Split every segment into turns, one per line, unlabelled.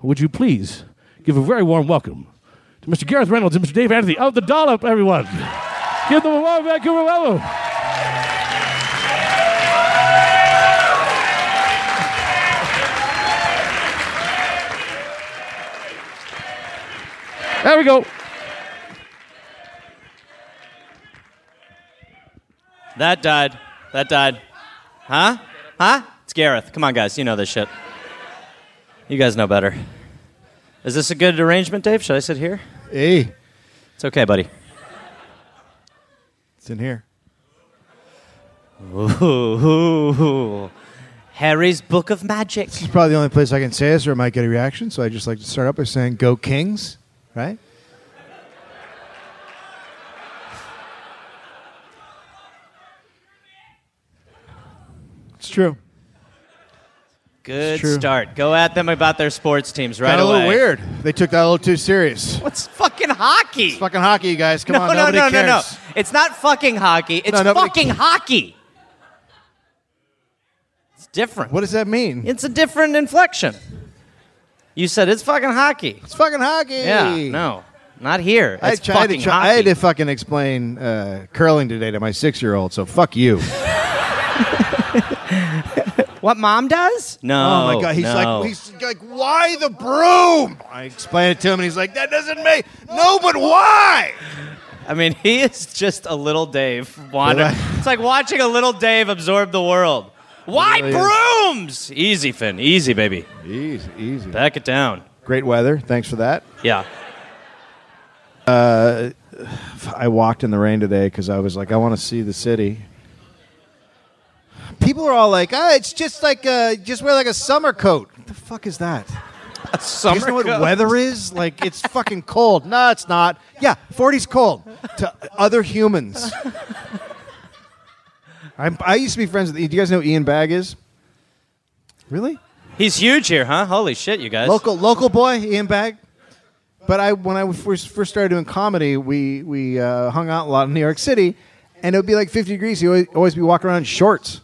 would you please give a very warm welcome to Mr. Gareth Reynolds and Mr. Dave Anthony of The Dollop, everyone. give them a warm Vancouver welcome. There we go.
That died. That died. Huh? Huh? It's Gareth. Come on, guys. You know this shit. You guys know better. Is this a good arrangement, Dave? Should I sit here?
Hey,
It's okay, buddy.
it's in here.
Ooh. Harry's Book of Magic.
This is probably the only place I can say this, or I might get a reaction. So I just like to start up by saying, "Go Kings!" Right? It's true.
Good
true.
start. Go at them about their sports teams right
Got a
away.
little weird. They took that a little too serious.
What's fucking hockey?
It's fucking hockey, you guys. Come
no,
on,
no,
nobody
no,
cares.
no, no. It's not fucking hockey. It's
No, nobody
fucking
cares.
hockey. It's different.
What does that mean?
It's a different inflection. You said it's fucking hockey.
It's fucking hockey.
Yeah, no, not here.
I
It's
tried to
fucking
try-
hockey.
I had to fucking explain uh, curling today to my six-year-old. So fuck you.
What mom does? No.
Oh my god, he's
no.
like he's like, why the broom? I explained it to him, and he's like, that doesn't make no, but why?
I mean, he is just a little Dave. Wander-
But I-
it's like watching a little Dave absorb the world. Why
really
brooms? Easy, Finn. Easy, baby.
Easy, easy.
Back it down.
Great weather. Thanks for that.
Yeah.
I walked in the rain today because I was like, I want to see the city. People are all like, ah, it's just like, uh, just wear like a summer coat. What the fuck is that?
A
Do
summer
you guys know what
coat.
weather is? Like, it's fucking cold. No, it's not. Yeah, 40's cold to other humans. I'm, I used to be friends with. Do you guys know who Ian Bag is? Really?
He's huge here, huh? Holy shit, you guys.
Local local boy, Ian Bag. But I when I first, first started doing comedy, we we uh, hung out a lot in New York City, and it would be like 50 degrees. He always, always be walking around in shorts.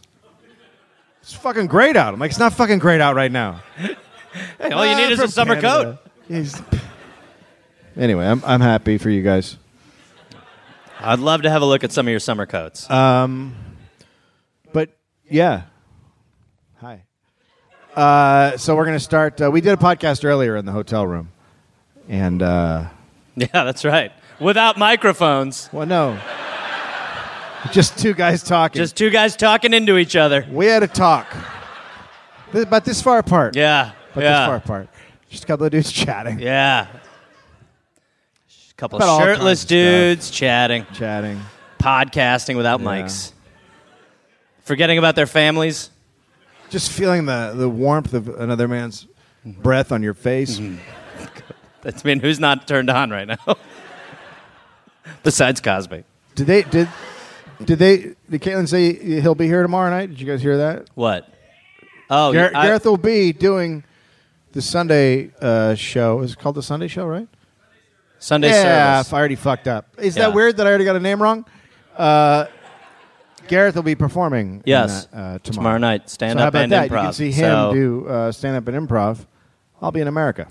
It's fucking great out. I'm like, it's not fucking great out right now.
Hey, all you
Ah,
need is a summer coat.
Anyway, I'm I'm happy for you guys.
I'd love to have a look at some of your summer coats.
Um, But yeah. Hi. Uh, so we're gonna start. Uh, we did a podcast earlier in the hotel room, and uh,
yeah, that's right. Without microphones,
well, no, just two guys talking.
just two guys talking into each other.
we had a talk Th- about this far apart.
Yeah.
about
yeah.
this far apart. Just a couple of dudes chatting,
Yeah. A couple
About all kinds
shirtless
of
dudes chatting,
chatting.
podcasting without
Yeah.
mics, forgetting about their families.
Just feeling the, the warmth of another man's breath on your face.
That's I mean, who's not turned on right now? Besides Cosby.
Did they did did they did Caitlin say he'll be here tomorrow night? Did you guys hear that?
What? Oh,
Gar-
I-
Gareth will be doing the Sunday uh, show. Is it called the Sunday show, right?
Sunday
yeah,
service.
I already fucked up. Is
Yeah.
that weird that I already got a name wrong? Uh, Gareth will be performing. in
Yes.
that, uh, tomorrow.
Tomorrow night, stand
so
up
how about
and
that?
improv.
You can see him
So-
do uh, stand up and improv. I'll be in America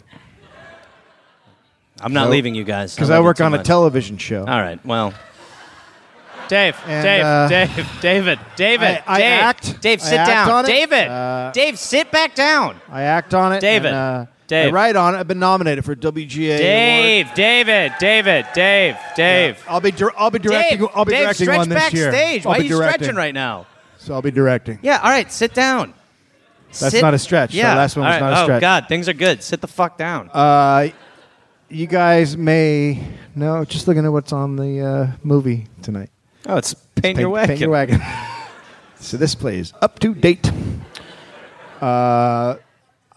I'm not
So-
leaving you guys
because
love
I
you
work
too
on a
much. Uh,
television show.
All right. Well, Dave,
And,
Dave,
uh,
Dave, David, David,
I- I
Dave,
act.
Dave,
I
sit
act
down,
on it.
David,
Uh,
Dave, sit back down,
I act on it.
David.
and, uh,
Dave.
I write on it. I've been nominated for WGA. Award.
Dave, David, David, Dave, Dave,
Yeah. I'll be dir- I'll be directing.
Dave,
I'll be
Dave,
directing
stretch
one this year.
backstage.
I'll
Why are
be
you
directing.
stretching right now?
So I'll be directing.
Yeah. All right. Sit down.
That's not a stretch, so
Yeah.
last one
all
was
right.
not a
oh,
stretch.
God, things are good. Sit the fuck down.
Uh, you guys may know. Just looking at what's on the uh, movie tonight.
oh, it's paint your wagon.
Paint your wagon. so this plays up to date. Uh,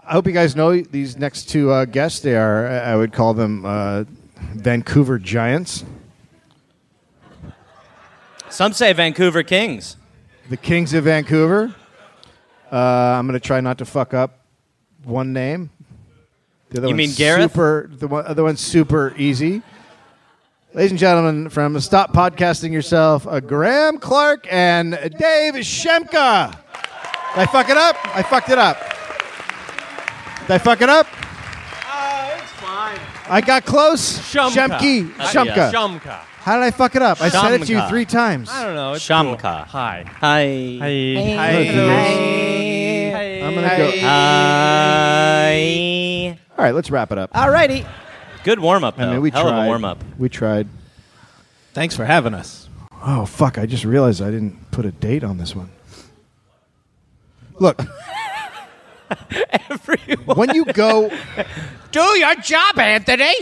I hope you guys know these next two uh, guests. They are, I I would call them uh, Vancouver Giants.
Some say Vancouver Kings.
the Kings of Vancouver. Uh, I'm going to try not to fuck up one name. The other
You
one's
mean Gareth?
Super, the one, other one's super easy. Ladies and gentlemen, from Stop Podcasting Yourself, uh, Graham Clark and Dave Shemka. Did I fuck it up? I fucked it up. Did I fuck it up?
Oh,
I got close.
Shumka.
Shumki.
That's-
Shumka.
yeah, Shumka.
How did I fuck it up? I said it to you
Shumka.
three times.
I don't know. Oh, It's
Shumka.
Cool. Hi.
Hi.
Hi.
I'm gonna go.
Hi.
All right, let's wrap it up.
Alrighty. Good warm up, though.
I mean, we
Oh, Hell
tried.
of a warm up.
We tried.
Thanks for having us.
Oh fuck! I just realized I didn't put a date on this one. Look, when you go
Do your job, Anthony.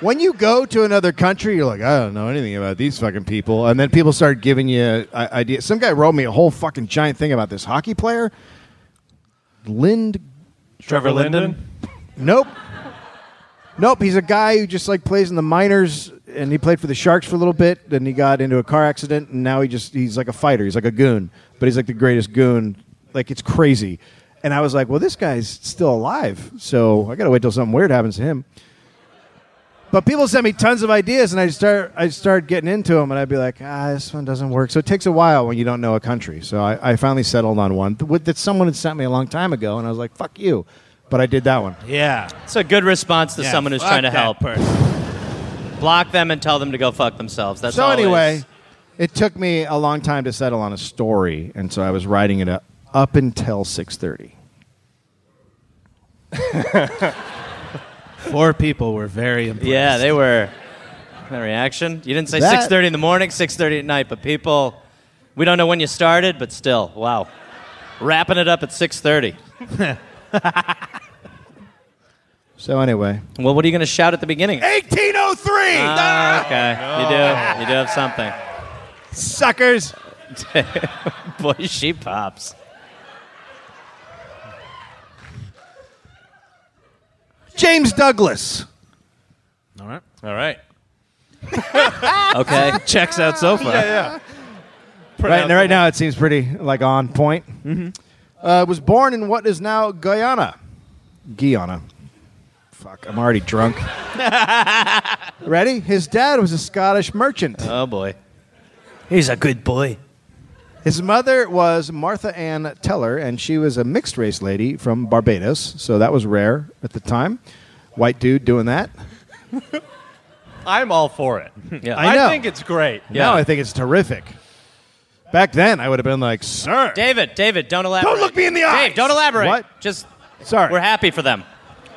when you go to another country, you're like, I don't know anything about these fucking people, and then people start giving you uh, ideas. Some guy wrote me a whole fucking giant thing about this hockey player, Lind.
Trevor
Linden?
Nope. Nope, he's a guy who just like plays in the minors and he played for the Sharks for a little bit, then he got into a car accident and now he just he's like a fighter, he's like a goon, but he's like the greatest goon. Like it's crazy. And I was like, well, this guy's still alive, so I got to wait till something weird happens to him. But people sent me tons of ideas, and I start I start getting into them, and I'd be like, ah, this one doesn't work. So it takes a while when you don't know a country. So I, I finally settled on one th- with- that someone had sent me a long time ago, and I was like, fuck you. But I did that one.
Yeah.
It's a good response to
Yeah,
someone who's
fuck
trying to
that
help.
Person.
Block them and tell them to go fuck themselves. That's
so
all it
anyway,
is.
it took me a long time to settle on a story, and so I was writing it up, up until six thirty.
Four people were very impressed.
Yeah, they were. The reaction. You didn't say
That-
six thirty in the morning, six thirty at night, but people, we don't know when you started, but still, wow, wrapping it up at six thirty.
So anyway,
Well, what are you going to shout at the beginning?
eighteen oh three,
Ah, okay, you do, you do have something.
suckers.
Boy, she pops.
James Douglas.
All right. All right.
Okay,
Checks out so far. Yeah, yeah.
Right, now- right now, it seems pretty like on point.
Mm-hmm.
Uh, was born in what is now Guyana. Guyana. Fuck, I'm already drunk. Ready? His dad was a Scottish merchant.
oh boy, he's a good boy.
His mother was Martha Ann Teller, and she was a mixed race lady from Barbados, so that was rare at the time. White dude doing that.
I'm all for it.
Yeah.
I know.
think it's great.
Yeah.
Now I think it's terrific. Back then, I would have been like, sir.
David, David, don't elaborate.
Don't look me in the eyes.
Dave, don't elaborate.
What?
Just
Sorry.
we're happy for them,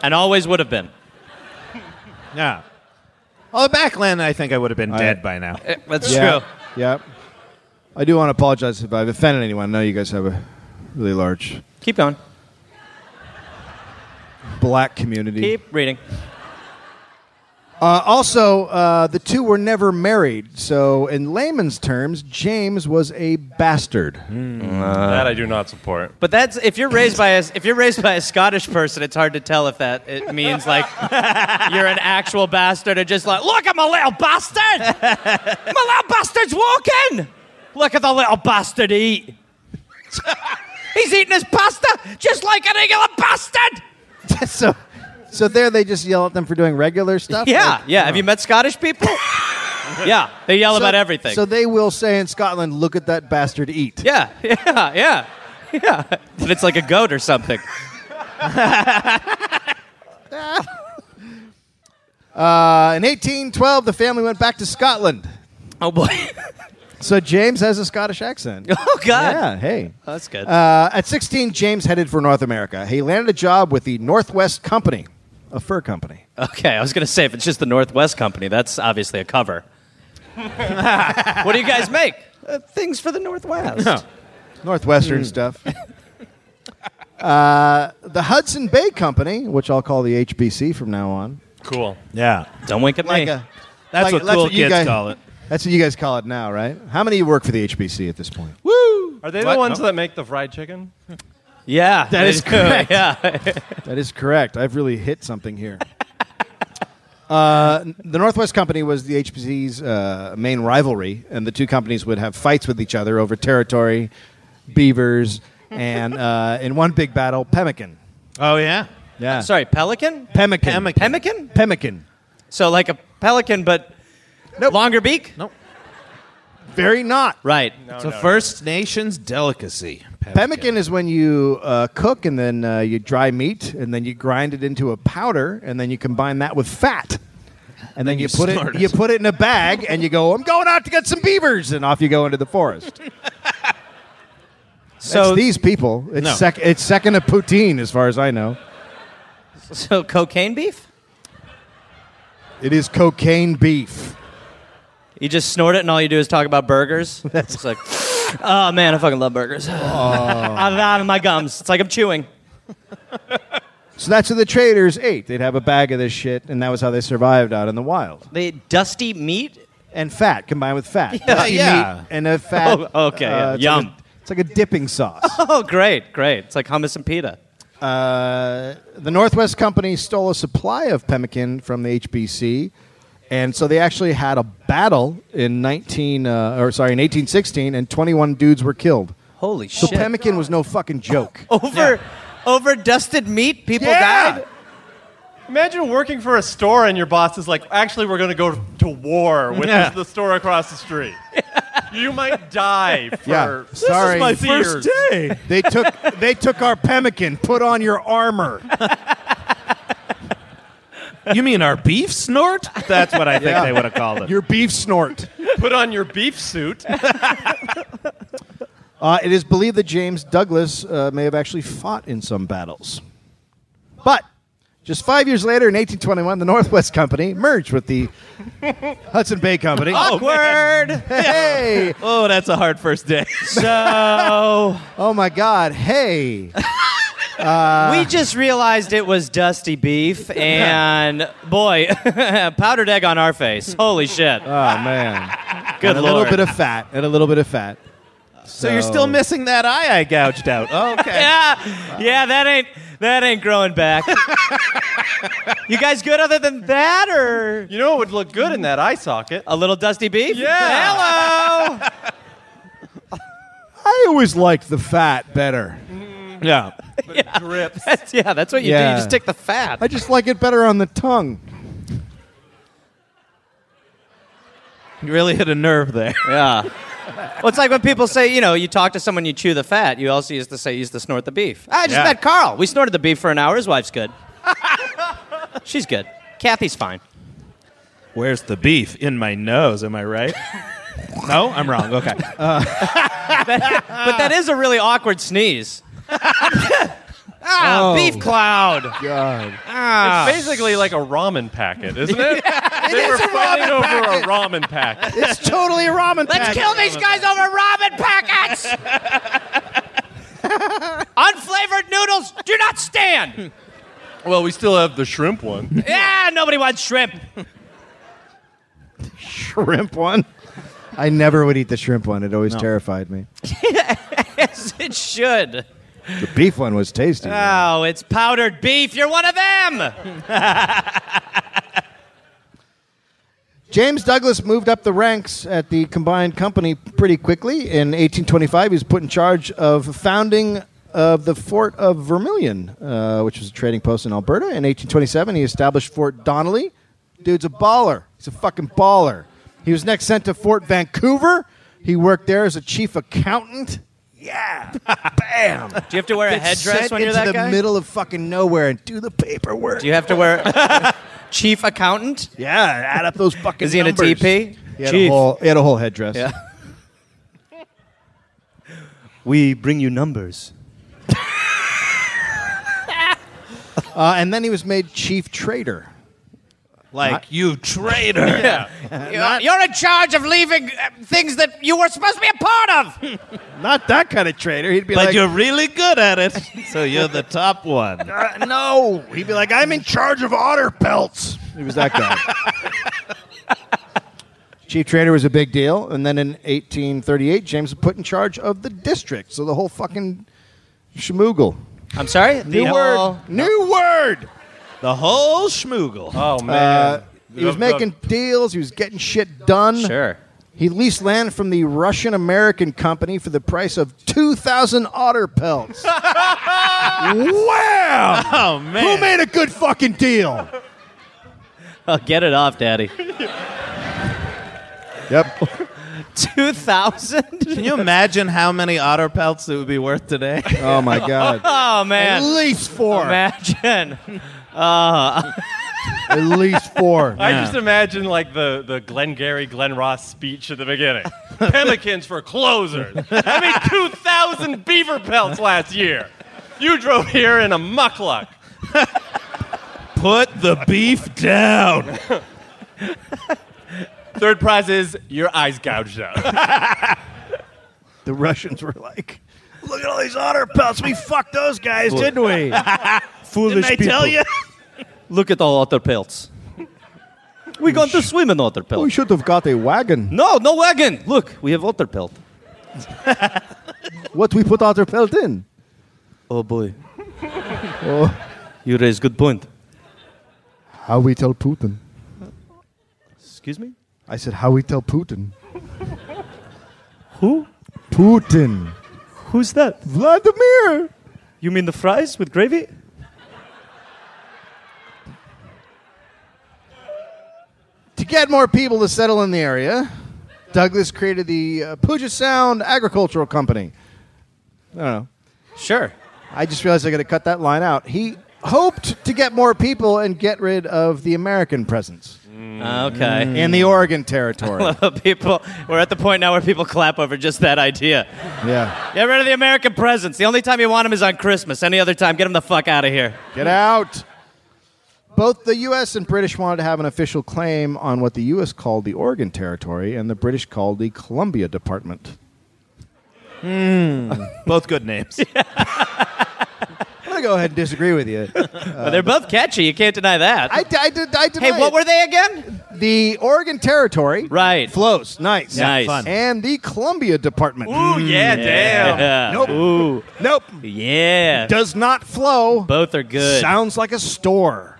and always would have been.
Yeah. Well, back then, I think I would have been dead by now.
Eh, That's
yeah,
true.
Yeah. I do want to apologize if I've offended anyone. I know you guys have a really large
Keep going.
black community.
Keep reading.
Uh, also, uh, the two were never married, so in layman's terms, James was a bastard.
Hmm.
Uh, that I do not support.
But that's if you're raised by a if you're raised by a Scottish person, it's hard to tell if that it means like you're an actual bastard or just like look at my little bastard, my little bastard's walking. Look at the little bastard eat. He's eating his pasta just like a regular bastard.
so, so there they just yell at them for doing regular stuff.
Yeah,
Like-
yeah. Have you met Scottish people? yeah, they yell
So-
about everything.
So they will say in Scotland, "Look at that bastard eat."
yeah, yeah, yeah, yeah. But it's like a goat or something.
Uh, in 1812, the family went back to Scotland.
Oh boy.
So James has a Scottish accent.
Oh god. Oh,
yeah. Hey.
That's good.
Uh, at 16, James headed for North America. He landed a job with the Northwest Company, a fur company.
Okay, I was gonna say if it's just the Northwest Company, that's obviously a cover. what do you guys make? Uh, things for the Northwest.
Hmm.
Northwestern stuff. uh, the Hudson Bay Company, which I'll call the HBC from now on.
Cool.
Yeah.
Don't wink at me.
a,
That's
like-
what
that's
cool
what you
kids
guys-
call it.
that's what you guys call it now, right? How many of you work for the HBC at this point?
Are they
What?
the ones
No.
that make the fried chicken?
yeah, that
is correct.
Yeah,
That is correct. I've really hit something here. uh, the Northwest Company was the HBC's uh, main rivalry, and the two companies would have fights with each other over territory, beavers, and uh, in one big battle, pemmican.
Oh, yeah.
Yeah.
sorry, pelican.
Pemmican.
Pemmican.
Pemmican.
So like a pelican, but longer beak.
Nope.
Very not.
Right.
It's a First Nations delicacy.
Pemmican is when you uh, cook and then uh, you dry meat and then you grind it into a powder and then you combine that with fat. And then you, put it,
snort it.
you put it in a bag and you go, I'm going out to get some beavers. And off you go into the forest.
So
it's these people. It's,
No.
sec- it's second to poutine, as far as I know.
so cocaine beef?
It is cocaine beef.
You just snort it and all you do is talk about burgers. That's it's like Oh man, I fucking love burgers. out of out of my gums. It's like I'm chewing.
So that's what the traders ate. They'd have a bag of this shit, and that was how they survived out in the wild.
The dusty meat?
And fat combined with fat. Dusty
yeah.
meat and a fat. uh,
Oh, okay, yeah.
it's like
Yum.
a- it's like a dipping sauce.
Oh great, great. It's like hummus and pita.
Uh, the Northwest Company stole a supply of pemmican from the HBC, and so they actually had a battle in 19 uh, or sorry in 1816, and 21 dudes were killed.
Holy
So
shit.
pemmican was no fucking joke.
over over dusted meat, people
Yeah.
died.
Imagine working for a store and your boss is like, actually, we're going to go to war with
Yeah.
the store across the street. you might die for.
Yeah,
This
sorry.
is my first day.
They took they took our pemmican. Put on your armor.
you mean our beef snort? That's what I think
Yeah.
they would have called it.
Your beef snort.
Put on your beef suit.
Uh, it is believed that James Douglas uh, may have actually fought in some battles. But just five years later, in 1821, the Northwest Company merged with the Hudson Bay Company.
Oh, Awkward.
Hey!
oh, that's a hard first day.
So
Oh my God! Hey!
we just realized it was dusty beef, and boy, powdered egg on our face. Holy shit!
Oh man!
Good
and a
lord.
little bit of fat and a little bit of fat.
so you're still missing that eye I gouged out. Oh, okay.
yeah, yeah, that ain't that ain't growing back. you guys good other than that, or
You know what would look good in that eye socket?
a little dusty beef?
Yeah.
Hello.
I always liked the fat better.
Yeah.
Drips.
That's- yeah, that's what you do.
Yeah.
You just take the fat.
I just like it better on the tongue.
You really hit a nerve there.
Yeah. Well, it's like when people say, you know, you talk to someone, you chew the fat. You also used to say, you used to snort the beef. Ah, I just
Yeah.
met Carl. We snorted the beef for an hour. His wife's good. She's good. Kathy's fine.
Where's the beef? In my nose, am I right? no, I'm wrong. Okay.
Ah.
But that is a really awkward sneeze. ah,
Oh.
beef cloud.
God.
Ah.
Basically, like a ramen packet, isn't it? they were fighting over a ramen packet.
It's totally a ramen.
Let's kill these guys over ramen packets. Unflavored noodles do not stand.
Well, we still have the shrimp one.
Yeah, nobody wants shrimp.
shrimp one. I never would eat the shrimp one. It always terrified me.
Yes, it should.
The beef one was tasty.
Oh, it's powdered beef. You're one of them.
James Douglas moved up the ranks at the combined company pretty quickly. In 1825, he was put in charge of founding of the Fort of Vermilion, uh, which was a trading post in Alberta. In 1827, he established Fort Donnelly. Dude's a baller. He's a fucking baller. He was next sent to Fort Vancouver. He worked there as a chief accountant. Yeah, bam.
Do you have to wear a headdress
Sent
when you're
into
that
the
guy?
middle of fucking nowhere and do the paperwork.
Do you have to wear chief accountant?
Yeah, add up those fucking.
Is he in a
numbers.
TP?
He had, a whole, he had a whole headdress.
Yeah. we bring you numbers.
Uh, and then he was made chief trader.
like, you traitor.
You're, you're in charge of leaving uh, things that you were supposed to be a part of.
Not that kind of trader. He'd be
But
like,
you're really good at it. So you're the top one.
"Uh, no. He'd be like, I'm in charge of otter pelts. He was that guy. chief trader was a big deal. And then in 1838, James was put in charge of the district. So the whole fucking schmoogle.
I'm sorry.
New word. New word.
The whole schmoogle.
Oh
Uh,
man.
he was making deals. He was getting shit done.
Sure.
He leased land from the Russian American company for the price of 2,000 otter pelts. wow!
Oh, man.
Who made a good fucking deal?
Oh, get it off, Daddy.
Yep.
Two thousand.
Can you imagine how many otter pelts it would be worth today?
Oh my god.
Oh man.
At least
Oh,
four.
Imagine.
At least four.
I just imagine like the the Glengarry Glen Ross speech at the beginning. Pemmicans for closers. I mean, two thousand beaver pelts last year. You drove here in a muckluck.
Put the beef down.
Third prize is your eyes gouged out.
The Russians were like, "Look at all these otter pelts. We fucked those guys, didn't we? Foolish people.
Look at all otter pelts. We're going to swim in otter
We
pelt.
should have got a wagon.
No, no wagon. Look, we have otter pelt.
What we put otter pelt in?
Oh boy.
Oh,
You raise good point.
how we tell Putin?
Excuse me?
I said, how we tell Putin? Who? Putin.
Who's that?
Vladimir.
You mean the fries with gravy?
To get more people to settle in the area, Douglas created the uh, Puget Sound Agricultural Company. I don't know.
Sure.
I just realized I got to cut that line out. He hoped to get more people and get rid of the American presence Mm.
Okay.
in the Oregon territory.
people, we're at the point now where people clap over just that idea.
yeah.
Get rid of the American presence. The only time you want them is on Christmas. Any other time, get them the fuck out of here.
Get out. Both the U.S. and British wanted to have an official claim on what the U.S. called the Oregon Territory and the British called the Columbia Department.
Both good names.
I'm going to go ahead and disagree with you.
But they're both catchy. You can't deny that.
I, I, did, I did
hey, what were they again?
the Oregon Territory?
Right.
Flows. Nice.
Nice.
fun.
And the Columbia Department
Ooh yeah, damn.
Yeah.
Nope.
Ooh.
Nope.
Yeah.
does not flow.
Both are good.
Sounds like a store.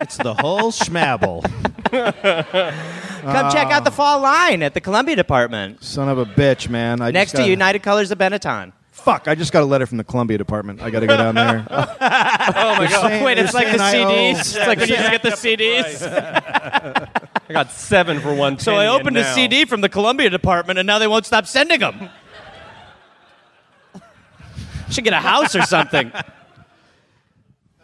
It's the whole schmabble.
Come check out the fall line at the Columbia Department.
Son of a bitch, man. I
Next
just
to
gotta-
United Colors of Benetton.
Fuck, I just got a letter from the Columbia Department. I got to go down there. oh my god.
Wait, it's like the CDs. It's like when you used to get the CDs.
I got seven for one.
So I opened a
now.
CD from the Columbia Department, and now they won't stop sending them. Should get a house or something.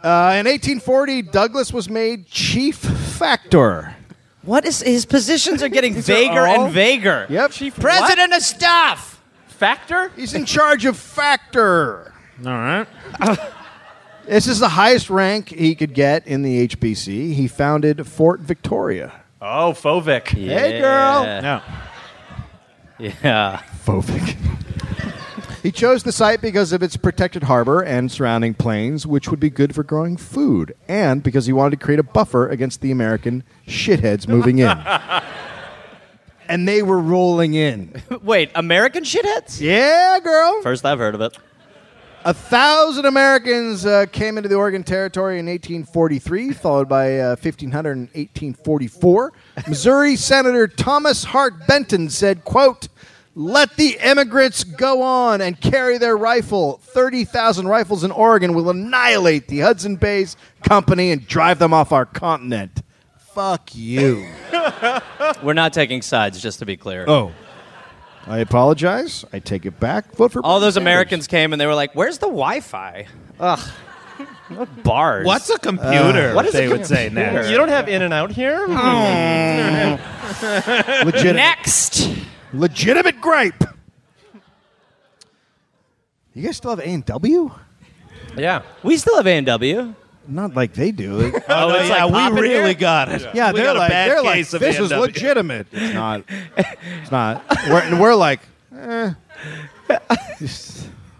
Uh, in 1840, Douglas was made chief factor.
What is his positions are getting vaguer
all-
and vaguer.
Yep.
President of staff.
factor.
He's in charge of factor.
All right.
This is the highest rank he could get in the HBC. He founded Fort Victoria.
Oh, Fovic.
Hey, girl.
No.
Yeah.
Fovic. he chose the site because of its protected harbor and surrounding plains, which would be good for growing food, and because he wanted to create a buffer against the American shitheads moving in. and they were rolling in.
Wait, American shitheads?
Yeah, girl.
First I've heard of it.
A thousand Americans uh, came into the Oregon Territory in 1843, followed by uh, 1,500 in 1844. Missouri Senator Thomas Hart Benton said, "Quote." Let the immigrants go on and carry their rifle. 30,000 rifles in Oregon will annihilate the Hudson Bay's company and drive them off our continent. Fuck you.
We're not taking sides, just to be clear.
Oh. I apologize. I take it back. Vote for
All
Bernie
those
Sanders.
Americans came and they were like, "Where's the Wi-Fi?" Ugh. What bars?
What's a computer?
What is a
they would say
computer?
next.
You don't have in and out here.
Legitimate.
next?
Legitimate gripe. You guys still have A and W?
yeah.
We still have A and W.
Not like they do.
Oh,
it's
yeah,
like popping
we really
here?
got it.
yeah,
We
they're
got a
like
bad
they're like
case of
this is
A&W.
legitimate. It's not. It's not. We're, and we're like, eh.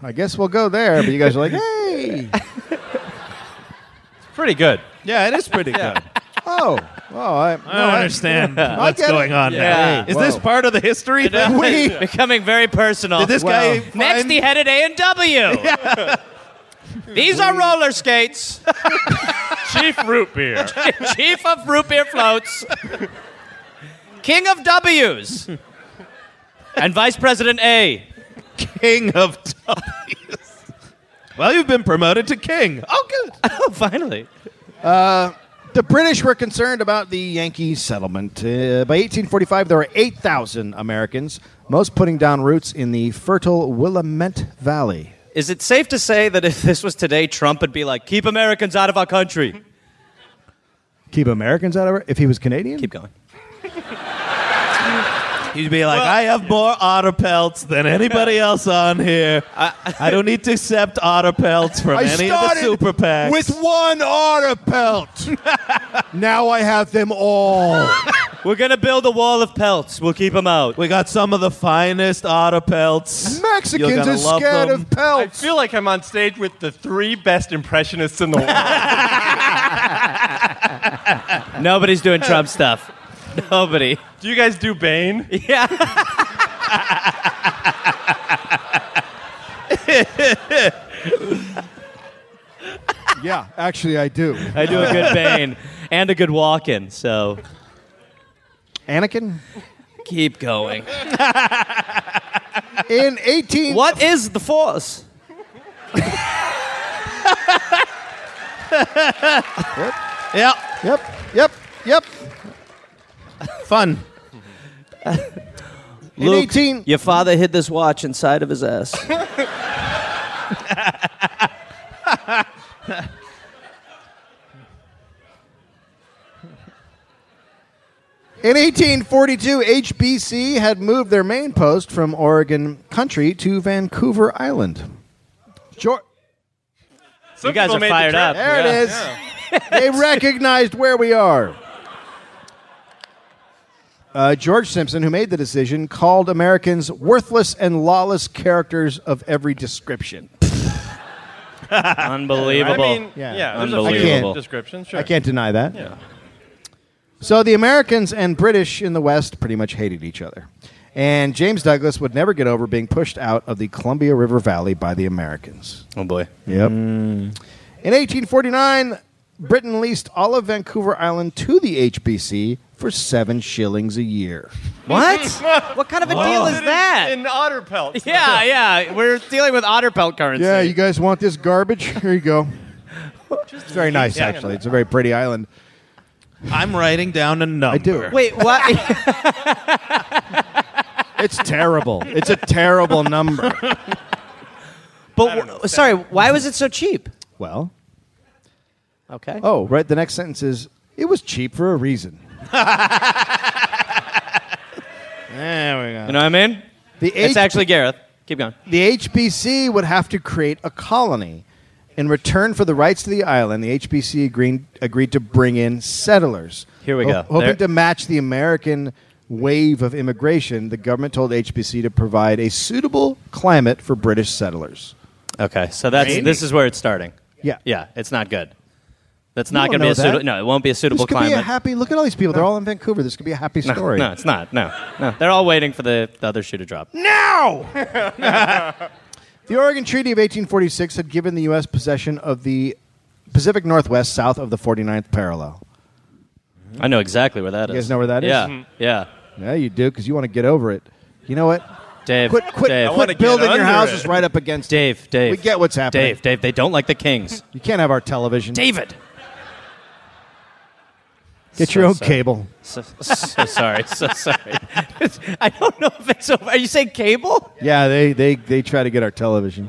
I guess we'll go there. But you guys are like, hey,
Pretty good.
Yeah, it is pretty good.
oh, oh, I, no,
I don't understand what's
get it.
going on
Yeah.
now. Is this
Whoa.
part of the history? thing?
We-
It's becoming very personal.
Did this
Well.
guy
next,
find-
he headed A and W. These are roller skates.
Chief root beer.
Chief of root beer floats. King of W's. And Vice President A.
king of W's. Well, you've been promoted to king. Oh, good.
Oh, finally.
The British were concerned about the Yankee settlement. Uh, by 1845, there were 8,000 Americans, most putting down roots in the fertile Willamette Valley.
Is it safe to say that if this was today, Trump would be like, keep Americans out of our country?
Keep Americans out of it. If he was Canadian,
Keep going.
He'd be like, I have more otter pelts than anybody else on here. I, don't need to accept otter pelts from any of the super packs.
one otter pelt. now I have them all.
We're going to build a wall of pelts. We'll keep them out.
we got some of the finest otter pelts. You're
Mexicans
gonna
are
love
scared
them.
of
I
pelts.
feel like I'm on stage with the three best impressionists in the world.
Nobody's doing Trump stuff. Nobody.
do you guys do Bane?
Yeah.
yeah, actually, I do.
I do a good Bane and a good walk in, so
Anakin?
keep going.
In 18.
What is the force?
Yep.
Yep, yep, yep.
Fun.
In 18.
Your father hid this watch inside of his ass.
In 1842, HBC had moved their main post from Oregon country to Vancouver Island. Geor-
Some
You guys
people
are
made the
fired
trip.
up.
there
Yeah.
it is. they recognized where we are. Uh, George Simpson, who made the decision, called Americans worthless and lawless characters of every description.
I
Unbelievable.
mean,
Yeah.
yeah, there's a
Unbelievable.
few descriptions. Sure.
I can't deny that.
Yeah.
So the Americans and British in the West pretty much hated each other. And James Douglas would never get over being pushed out of the Columbia River Valley by the Americans.
oh boy.
Yep. In 1849, Britain leased all of Vancouver Island to the HBC for seven shillings a year.
What? what kind of a deal is
In-
that?
In, otter pelts.
yeah, yeah. We're dealing with otter pelt currency.
Yeah, you guys want this garbage? Here you go. It's very nice, actually. It's a very pretty island.
I'm writing down a number. I
do.
Wait, what?
It's terrible. it's a terrible number.
but w- sorry, why was it so cheap?
Well,
Okay.
Oh, right. The next sentence is, it was cheap for a reason. there
You
we
know what I mean?
The,
It's
H-
actually Gareth. Keep going.
the HBC would have to create a colony. In return for the rights to the island, the HBC agreed, agreed to bring in settlers.
Here we go.
Hoping
There-
to match the American wave of immigration, the government told HBC to provide a suitable climate for British settlers.
Okay, so that's this is where it's starting.
Yeah.
Yeah, it's not good. That's
You
not going
don't
to be
know
a suitable.
that.
No, it won't be a
This
suitable
could
climate.
be a happy. Look at all these people. They're all in Vancouver. This could be a happy
no,
story.
no, it's not. No, no, they're all waiting for the, the other shoe to drop.
The Oregon Treaty of 1846 had given the U.S. possession of the Pacific Northwest south of the 49th parallel.
I know exactly where that is.
You guys know where that is?
yeah, Yeah,
Yeah, you do, because you want to get over it. You know what?
Dave,
Quit, quit,
Dave,
wanna
quit
get
building your
under
houses
it.
right up against it.
Dave, Dave.
We get what's happening.
Dave, Dave. They don't like the Kings.
You can't have our television.
David.
Get
So
your own
sorry.
cable.
So, so sorry. So sorry. I don't know if it's over. Are you saying cable?
Yeah, they, they, they try to get our television.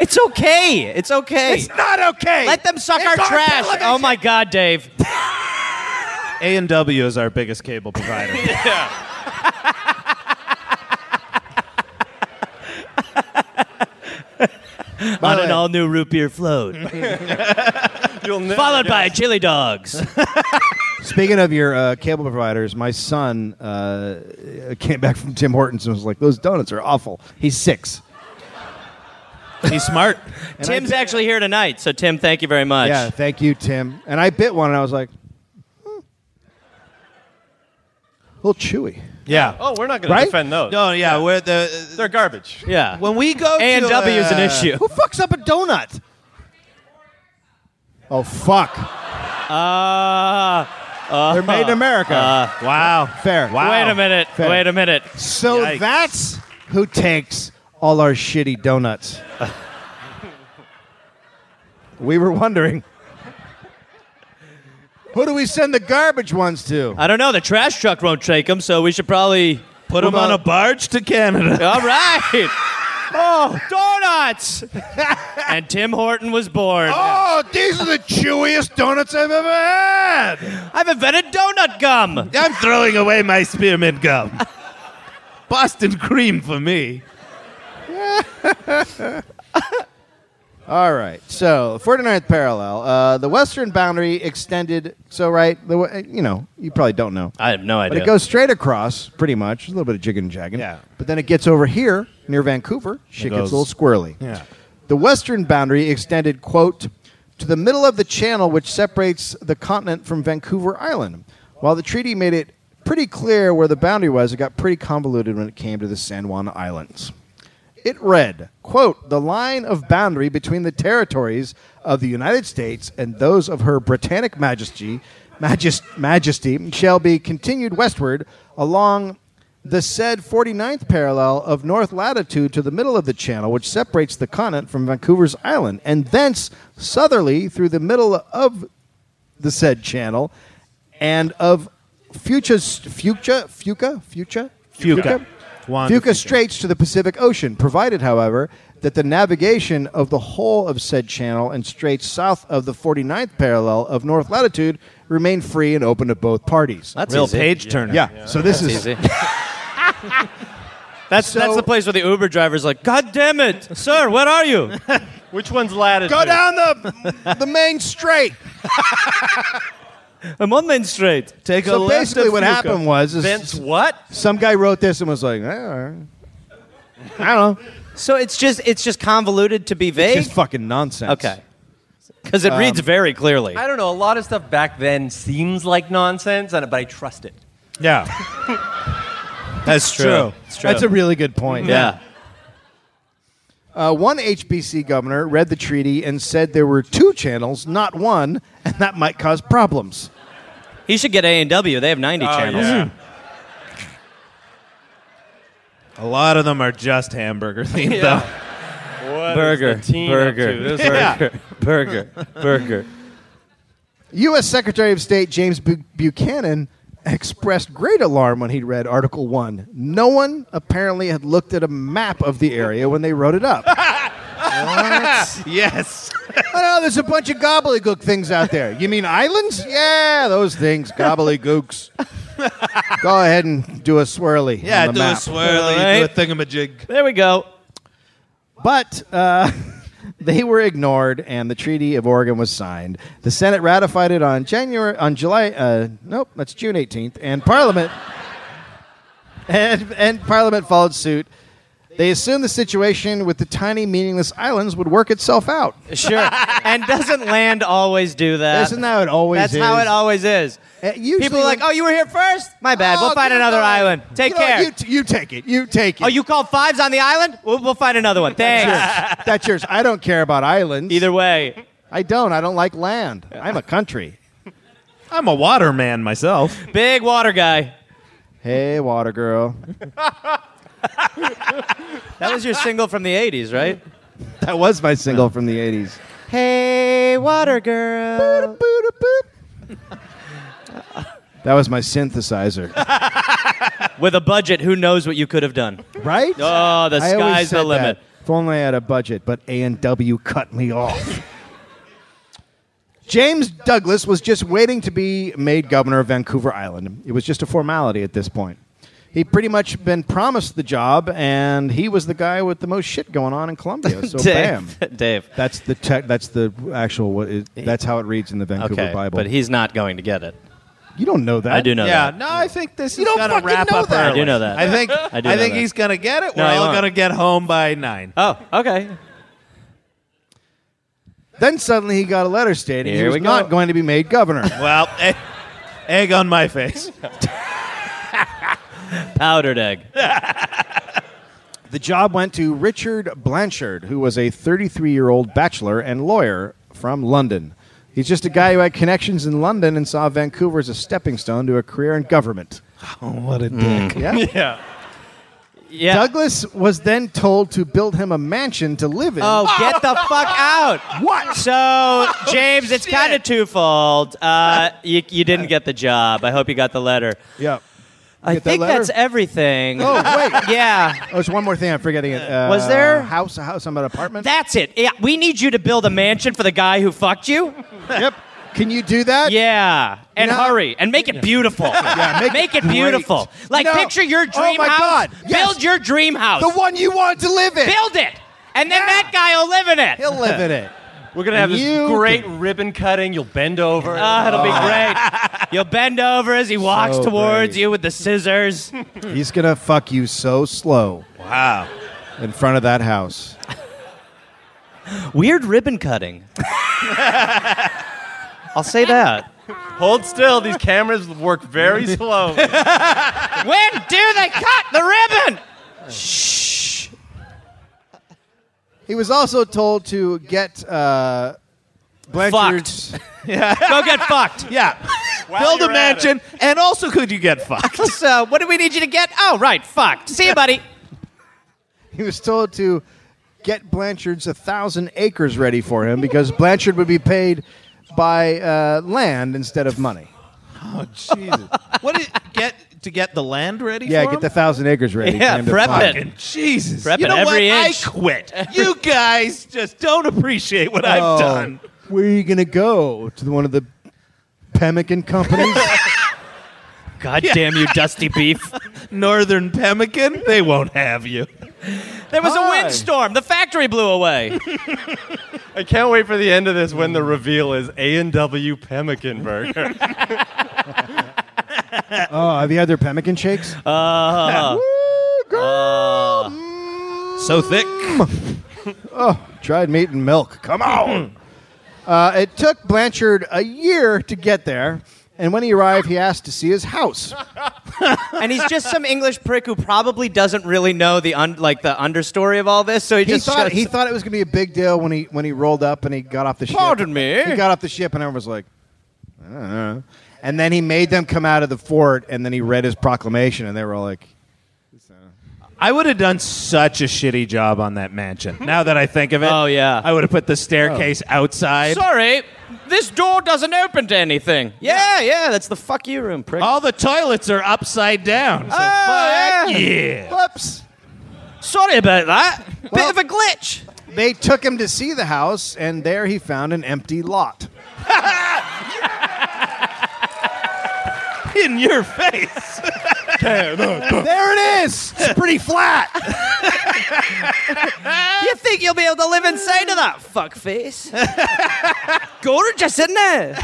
It's okay. It's okay.
not okay.
Let them suck our trash. Oh my God, Dave.
A and W is our biggest cable provider.
On
the
an
way-
all new root beer float.
You'll never
followed
guess.
by chili dogs.
Speaking of your uh, cable providers, my son uh, came back from Tim Hortons and was like, those donuts are awful. He's six.
He's smart.
Tim's actually here tonight, so Tim, thank you very much.
Yeah, thank you, Tim. And I bit one, and I was like, hmm. a little chewy.
Yeah.
Oh, we're not going
Right?
to defend those.
No, yeah, we're the
They're garbage.
yeah.
when we go
A and W is an issue.
Who fucks up a donut? Oh fuck!
Uh, uh-huh.
They're made in America.
Wow.
Fair.
Wow.
Wait a minute.
Fair.
Wait a minute.
So
Yikes.
that's who takes all our shitty donuts. we were wondering. Who do we send the garbage ones to?
I don't know. The trash truck won't take them, so we should probably.
Put him on a barge to Canada.
All right. Oh, donuts! and Tim Horton was born.
Oh, these are the chewiest donuts I've ever had.
I've invented donut gum.
I'm throwing away my spearmint gum. Boston cream for me.
All right. So, 49th parallel. Uh, the western boundary extended. So, right, the w- you know, you probably don't know.
I have no
But
idea.
it goes straight across, pretty much. A little bit of jigging and jagging.
Yeah.
But then it gets over here near Vancouver. Shit gets
goes-
a little squirrely.
Yeah.
The western boundary extended, quote, to the middle of the channel which separates the continent from Vancouver Island. While the treaty made it pretty clear where the boundary was, it got pretty convoluted when it came to the San Juan Islands. It read, quote, the line of boundary between the territories of the United States and those of her Britannic Majesty, majest, Majesty shall be continued westward along the said 49th parallel of north latitude to the middle of the channel, which separates the continent from Vancouver's island, and thence southerly through the middle of the said channel and of future, future, fuca, future,
Fuca. Juan
Fuca
Fuca.
Straits to the Pacific Ocean, provided, however, that the navigation of the whole of said channel and straits south of the 49th parallel of north latitude remain free and open to both parties.
That's
Real
easy.
page turner.
yeah. so this is
Easy. That's, that's
So-
the place where the Uber driver's like, God damn it, sir, where are you?
Which one's latitude?
go down the the main strait.
I'm on Main Street.
Take a
So
left
basically,
at
what
Fuca.
happened was is
Vince, what?
some guy wrote this and was like, eh, all right. I don't know,
So it's just it's just convoluted to be vague.
just fucking nonsense.
okay, because it reads very clearly.
I don't know. A lot of stuff back then seems like nonsense, and but I trust it.
Yeah.
That's
true.
It's true.
that's a really good point.
yeah.
Uh, one HBC governor read the treaty and said there were two channels, not one, and that might cause problems.
He should get A and W. They have 90 channels. Hmm.
A lot of them are just hamburger themed,
Yeah. What is
Burger,
the team up
burger,
to? This-
burger, burger, burger.
U.S. Secretary of State James Bu- Buchanan expressed great alarm when he read Article 1. No one apparently had looked at a map of the area when they wrote it up.
though. Yes.
oh, no, there's a bunch of gobbledygook things out there. You mean islands? Yeah, those things, gobbledygooks. Go ahead and do a swirly.
Yeah,
on the
do
map.
a swirly,
Alright.
do a thingamajig.
There we go.
But uh, they were ignored, and the Treaty of Oregon was signed. The Senate ratified it on January, on July. Uh, nope, that's June 18th, and Parliament and, and Parliament followed suit. They assumed the situation with the tiny, meaningless islands would work itself out.
Sure. and doesn't land always do that?
Isn't that how it always
That's
is?
how it always is.
Uh, usually
People are like,
when-
oh, you were here first? My bad.
Oh,
we'll find
you
another
know,
island. Take
you know,
care.
You, t- you take it. You take it.
oh, you called fives on the island? We'll, we'll find another one. Thanks.
That's yours. I don't care about islands.
Either way.
I don't. I don't like land. I'm a country.
I'm a water man myself.
Big water guy.
Hey, water girl.
That was your single from the 80s, right?
That was my single from the 80s.
Hey, water girl.
That was my synthesizer.
With a budget, who knows what you could have done?
Right?
Oh, the
I always
sky's
said
the limit.
that. If only I had a budget, but A&W cut me off. James Douglas was just waiting to be made governor of Vancouver Island. It was just a formality at this point. He'd pretty much been promised the job, and he was the guy with the most shit going on in Columbia. So bam.
Dave. Dave.
That's the tech. That's the actual. What it, that's how it reads in the Vancouver
Okay.
Bible.
But he's not going to get it.
you don't know that.
I do know
yeah,
that.
no, I think this
You
is
don't
gonna
fucking
wrap
know
up
that.
early.
I do know that.
I think
I
I,
do know
think
that.
he's gonna get it.
No,
We're
he
all
won't.
gonna get home by nine.
Oh, okay.
Then suddenly he got a letter stating he
Here
was
we go.
not going to be made governor.
Well, egg, egg on my face.
Powdered egg.
the job went to Richard Blanchard, who was a 33 year old bachelor and lawyer from London. He's just a guy who had connections in London and saw Vancouver as a stepping stone to a career in government.
Oh, what a dick.
Yeah.
Yeah.
Yeah.
Douglas was then told to build him a mansion to live in.
Oh, get the fuck out! What? So,
Oh,
James, it's kind of twofold. Uh, you, you didn't get the job. I hope you got the letter.
yeah.
I
Get that
think
letter?
that's everything.
Oh wait.
Yeah,
Oh, there's one more thing I'm forgetting. It uh,
Was there-
house? A house? Some apartment?
that's it. Yeah, we need you to build a mansion for the guy who fucked you.
yep. Can you do that?
Yeah, and
No.
hurry and make it beautiful.
make it
it,
great.
beautiful. Like
No.
picture your
Oh,
dream
my
house.
God. Yes.
Build your dream house.
The one you wanted to live in.
build it, and then that guy will live in it.
He'll live in it.
We're gonna have this
You
great ribbon cutting. You'll bend over. Uh,
Ah, it'll be great. You'll bend over as he walks
Oh. So
towards
great.
you with the scissors.
He's gonna fuck you so slow. Wow. In front of that house.
Weird ribbon cutting. I'll say that.
Hold still. These cameras work very slow.
When do they cut the ribbon? Shh.
He was also told to get uh, Blanchard's.
Go get fucked.
Yeah. Build a mansion, and also could you get fucked?
So, what do we need you to get? Oh, right, fucked. See you, buddy.
He was told to get Blanchard's a thousand acres ready for him because Blanchard would be paid by uh, land instead of money.
Jesus. What did get to get the land ready?
Yeah,
for
get
him?
the thousand acres ready.
Yeah,
for him to
prep
fuck.
it.
And Jesus.
Prepping
you know what?
every
I
inch.
quit. You guys just don't appreciate what
Oh,
I've done.
Where are you gonna go to the- one of the pemmican companies?
God damn you, Dusty Beef.
Northern Pemmican, they won't have you.
There was
Hi.
a windstorm. The factory blew away.
I can't wait for the end of this when the reveal is A and W Pemmican Burger.
oh, have you had their pemmican shakes?
Uh, Uh-huh.
So thick.
Dried meat and milk. Come
Mm-hmm.
on. uh, it took Blanchard a year to get there, and when he arrived, he asked to see his house.
and he's just some English prick who probably doesn't really know the un- like the understory of all this. So he,
He
just
thought
shows-
he thought it was gonna be a big deal when he when he rolled up and he got off the ship.
Pardon me?
He got off the ship, and everyone was like, I don't know. And then he made them come out of the fort, and then he read his proclamation, and they were all like,
I would have done such a shitty job on that mansion. Now that I think of it.
Oh, yeah.
I would have put the staircase
Oh.
outside.
Sorry, this door doesn't open to anything. Yeah, yeah, that's the fuck you room,
Oh,
prick.
All the toilets are upside down. So
Ah.
Oh,
fuck yeah.
"Whoops."
Sorry about that. Bit
Well-
of a glitch.
They took him to see the house, and there he found an empty lot.
In your face.
There it is. It's pretty flat.
You think you'll be able to live inside of that fuck face? Gorgeous, isn't it?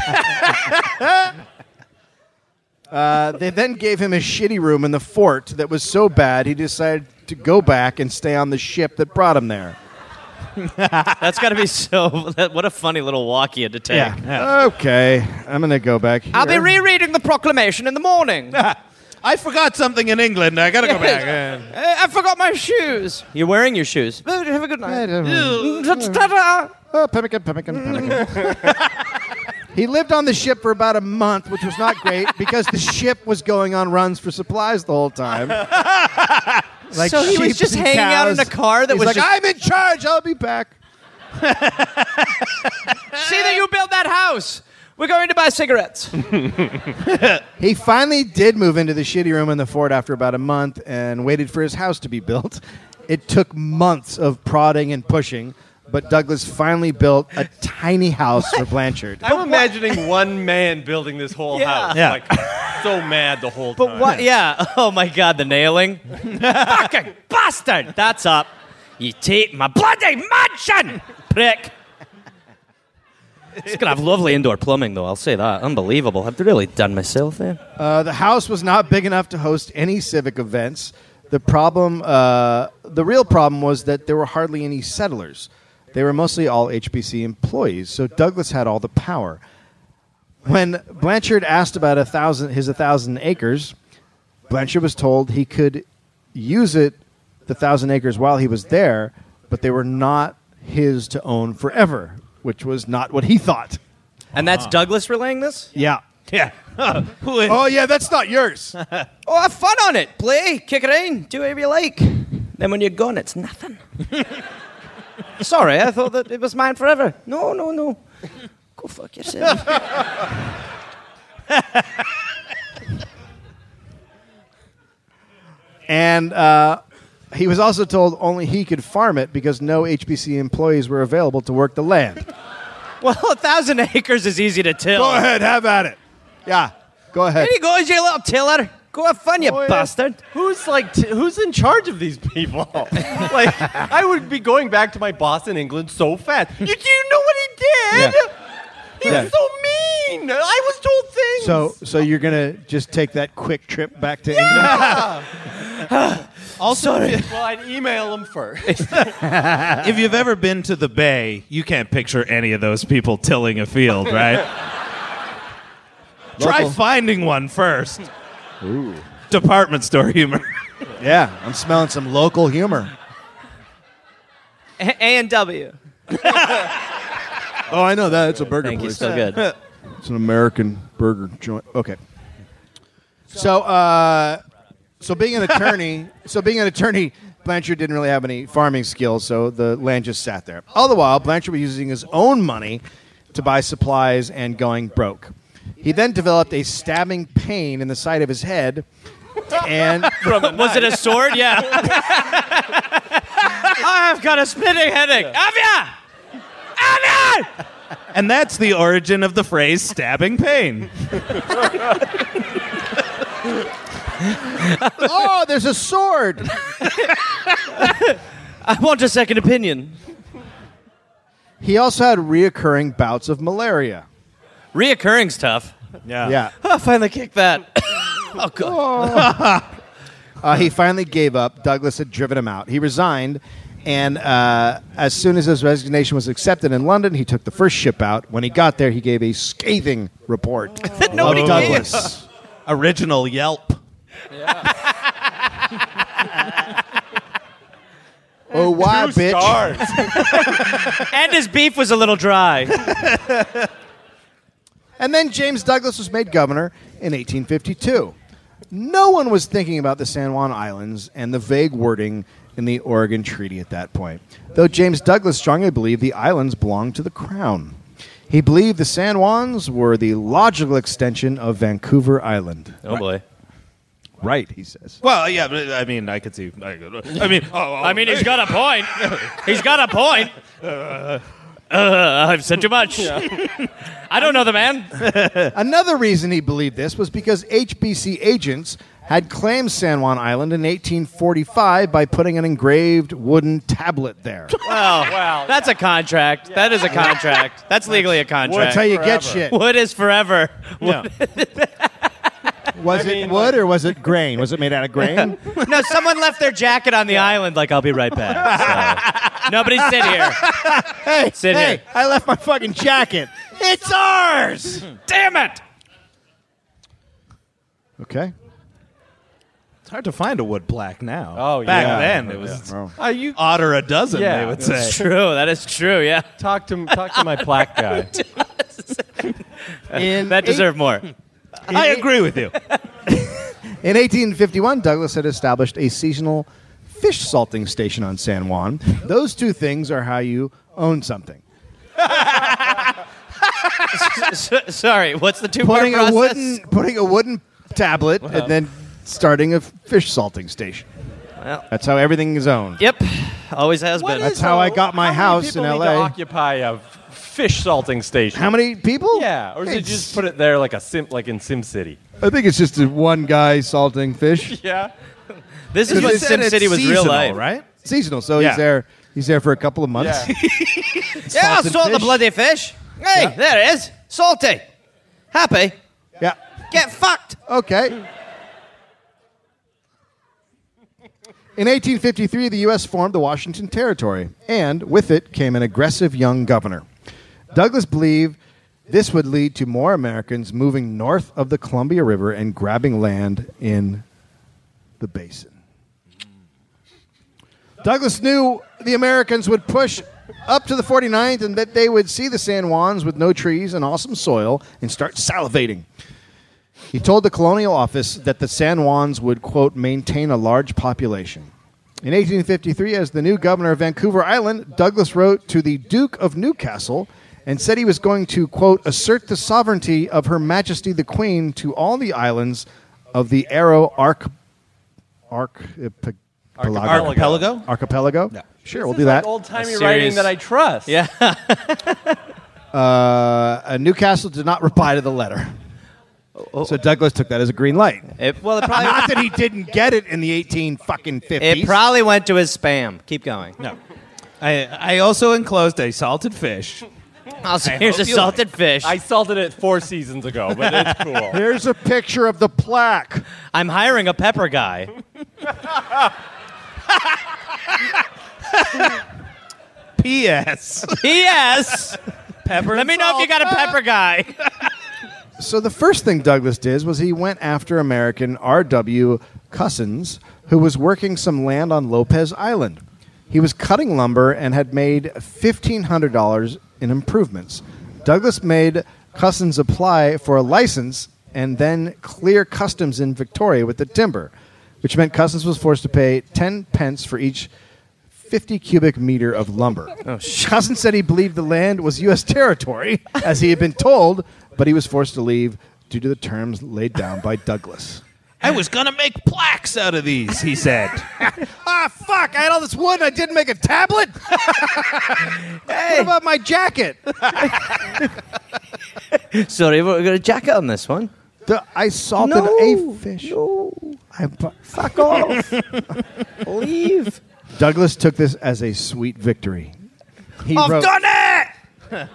Uh, they then gave him a shitty room in the fort that was so bad he decided to go back and stay on the ship that brought him there.
That's got to be so. That, what a funny little walk you had to take.
Okay, I'm gonna go back. Here.
I'll be rereading the proclamation in the morning. Uh,
I forgot something in England. I gotta go back.
Uh, I forgot my shoes. You're wearing your shoes. Uh, Have a good night.
I don't know.
mm, Ta-ta.
Oh, pemmican, pemmican, pemmican. he lived on the ship for about a month, which was not great because the ship was going on runs for supplies the whole time. Like
So he was
sheep
just
and
hanging out
cows.
in a car that
He's
was
like,
just-
"I'm in charge. I'll be back."
See that you build that house. We're going to buy cigarettes.
He finally did move into the shitty room in the fort after about a month and waited for his house to be built. It took months of prodding and pushing, but Douglas finally built a tiny house for Blanchard.
I'm imagining one man building this whole
Yeah.
house.
Yeah.
Like, so mad the whole
But
time.
what? Yeah. Oh my God, the nailing. Fucking bastard. That's up. You take my bloody mansion, prick. It's gonna have lovely indoor plumbing, though. I'll say that. Unbelievable. I've really done myself there.
Uh, the house was not big enough to host any civic events. The problem, uh, the real problem, was that there were hardly any settlers. They were mostly all HBC employees, so Douglas had all the power. When Blanchard asked about a thousand, his a thousand acres, Blanchard was told he could use it, the thousand acres, while he was there, but they were not his to own forever, which was not what he thought.
And that's Douglas relaying this.
Yeah.
Yeah. yeah. Who is-
Oh yeah, that's not yours.
Oh, have fun on it. Play, kick it in, do whatever you like. Then when you're gone, it's nothing. Sorry, I thought that it was mine forever. No, no, no. Go fuck yourself.
And uh, he was also told only he could farm it because no HBC employees were available to work the land.
well, a thousand acres is easy to till.
ahead, have at it. Yeah, go ahead.
There you goes, you little tiller. Go have fun, you
Oh, yeah.
bastard.
Who's like t- who's in charge of these people? like I would be going back to my boss in England so fast. You do you know what he did? He
Yeah.
was so mean. I was told things.
So, so you're gonna just take that quick trip back to England?
Also, if,
well, I'd email him first.
if you've ever been to the Bay, you can't picture any of those people tilling a field, right? Try
Local.
finding one first. Department store humor.
Yeah, I'm smelling some local humor.
A and W.
Oh, I know that. It's a burger
Thank you. So good.
It's an American burger joint. Okay. So, uh, so being an attorney, so being an attorney, Blanchard didn't really have any farming skills, so the land just sat there. All the while, Blanchard was using his own money to buy supplies and going broke. He then developed a stabbing pain in the side of his head, and
Was it a sword? Yeah. I've got a splitting headache. Have ya? Have ya?
And that's the origin of the phrase stabbing pain.
oh, there's a sword.
I want a second opinion.
He also had reoccurring bouts of malaria.
Reoccurring's tough.
Yeah.
I finally kicked that. oh god.
Uh, he finally gave up. Douglas had driven him out. He resigned, and uh, as soon as his resignation was accepted in London, he took the first ship out. When he got there, he gave a scathing report
That nobody
of
gave.
Douglas.
Original Yelp.
oh, why, bitch?
And his beef was a little dry.
And then James Douglas was made governor in 1852. No one was thinking about the San Juan Islands and the vague wording in the Oregon Treaty at that point, though James Douglas strongly believed the islands belonged to the crown. He believed the San Juans were the logical extension of Vancouver Island.
Oh boy.
Right, he says.
Well, yeah, but I mean, I could see. I, could- I mean, oh,
I mean, he's got a point. He's got a point. Uh, I've said too much. I don't know the man.
Another reason he believed this was because HBC agents had claimed San Juan Island in 1845 by putting an engraved wooden tablet there.
wow.
That's a contract. That is a contract. That's legally a
That's
contract.
how you get
Forever.
shit.
Wood is forever.
Was
I
it
mean,
wood or was it grain? Was it made out of grain?
No, someone left their jacket on the island. Like, I'll be right back. So. Nobody sit here.
hey,
Sit
hey,
here.
I left my fucking jacket. It's ours.
Damn it!
Okay.
it's hard to find a wood plaque now.
Oh,
Back
yeah.
then, it was
Are you
otter a dozen,
Yeah.
they would
It's
say.
true. That is true. Yeah.
talk to talk to my plaque guy?
In
That
eight-
deserved more.
I agree with you.
In 1851, Douglas had established a seasonal fish salting station on San Juan. Those two things are how you own something.
S- sorry. What's the two part
Putting a
process?
wooden putting a wooden tablet and then starting a fish salting station.
Well.
That's how everything is owned.
Yep. Always has been.
That's is- how I got my
how many
house
people
in
need to
LA.
occupy a f- fish salting station.
How many people?
yeah, or is it
It's-
just put it there like a sim, like in Sim City?
I think it's just a one guy salting fish.
Yeah,
this is what
You said
Sim
it's
City was real
seasonal,
life.
right?
Seasonal, so
Yeah.
he's there. He's there for a couple of months.
Yeah, I'll
Salted
salt the
fish.
bloody fish. Hey, there it is. Salty. Happy.
Yeah.
Get fucked.
Okay. In 1853, the U.S. formed the Washington Territory, and with it came an aggressive young governor. Douglas believed this would lead to more Americans moving north of the Columbia River and grabbing land in the basin. Douglas knew the Americans would push up to the 49th and that they would see the San Juans with no trees and awesome soil and start salivating. He told the colonial office that the San Juans would, quote, maintain a large population. In 1853, as the new governor of Vancouver Island, Douglas wrote to the Duke of Newcastle and said he was going to, quote, assert the sovereignty of Her Majesty the Queen to all the islands of the Arrow Arch. Archipelago.
Archipelago?
Archipelago?
Yeah.
Sure, we'll do that.
Old timey
A
writing
serious-
that I trust. Yeah.
Uh, uh, Newcastle did not reply to the letter. So Douglas took that as a green light.
It, well, it probably,
Not that he didn't get it in the 18 fucking 50s.
it probably went to his spam. Keep going.
No. I, I also enclosed a salted fish.
Also, here's a
hope you
salted fish.
I salted it four seasons ago, but it's cool.
Here's a picture of the plaque.
I'm hiring a pepper guy.
P.S.
P.S.
Pepper.
Let me know if you got a pepper guy.
So the first thing Douglas did was he went after American R.W. Cousins, who was working some land on Lopez Island. He was cutting lumber and had made $1,500 in improvements. Douglas made Cousins apply for a license and then clear customs in Victoria with the timber, which meant Cousins was forced to pay 10 pence for each 50 cubic meter of lumber. Cousins said he believed the land was U.S. territory, as he had been told, but he was forced to leave due to the terms laid down by Douglas.
I was going to make plaques out of these, he said.
Ah, fuck! I had all this wood and I didn't make a tablet? What about my jacket?
Sorry, we got a jacket on this one.
The- I salted a fish. I bu-
Fuck off. Leave.
Douglas took this as a sweet victory. He wrote,
it!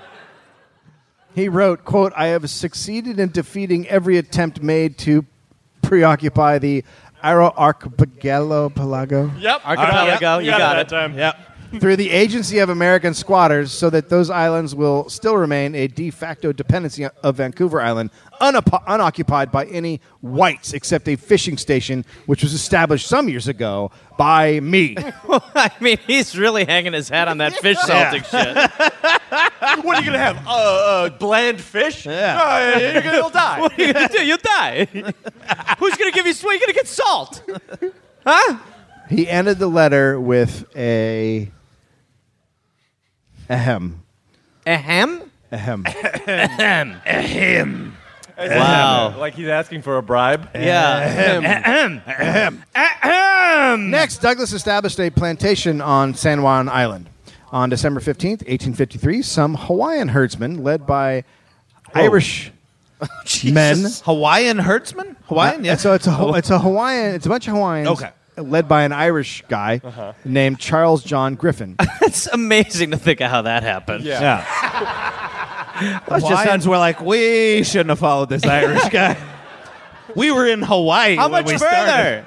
He wrote, quote, I have succeeded in defeating every attempt made to preoccupy the Aro Archipelago Pelago
Yep.
Archipelago,
All
you got
that time.
Yep.
through the agency of American squatters so that those islands will still remain a de facto dependency of Vancouver Island, unop- unoccupied by any whites except a fishing station which was established some years ago by me.
I mean, he's really hanging his hat on that fish salting shit.
What are you gonna have? Uh, uh bland fish?
Yeah.
Uh, you're gonna you'll die.
What are you gonna do? You'll die. Who's gonna give you? Sweet? You're gonna get salt.
He ended the letter with a ahem.
Ahem.
Ahem.
Wow.
Like he's asking for a bribe.
Yeah.
Next, Douglas established a plantation on San Juan Island. On December 15th, 1853, some Hawaiian herdsmen led by Irish men.
Hawaiian herdsman? Hawaiian, yes.
Uh, So it's a,
Oh.
Ho- it's a Hawaiian, it's a bunch of Hawaiians
Okay.
led by an Irish guy named Charles John Griffin.
It's amazing to think of how that happened.
Yeah.
Yeah. Those just sons were like, we shouldn't have followed this Irish guy. we were in Hawaii.
How
when
much
we
further?
started.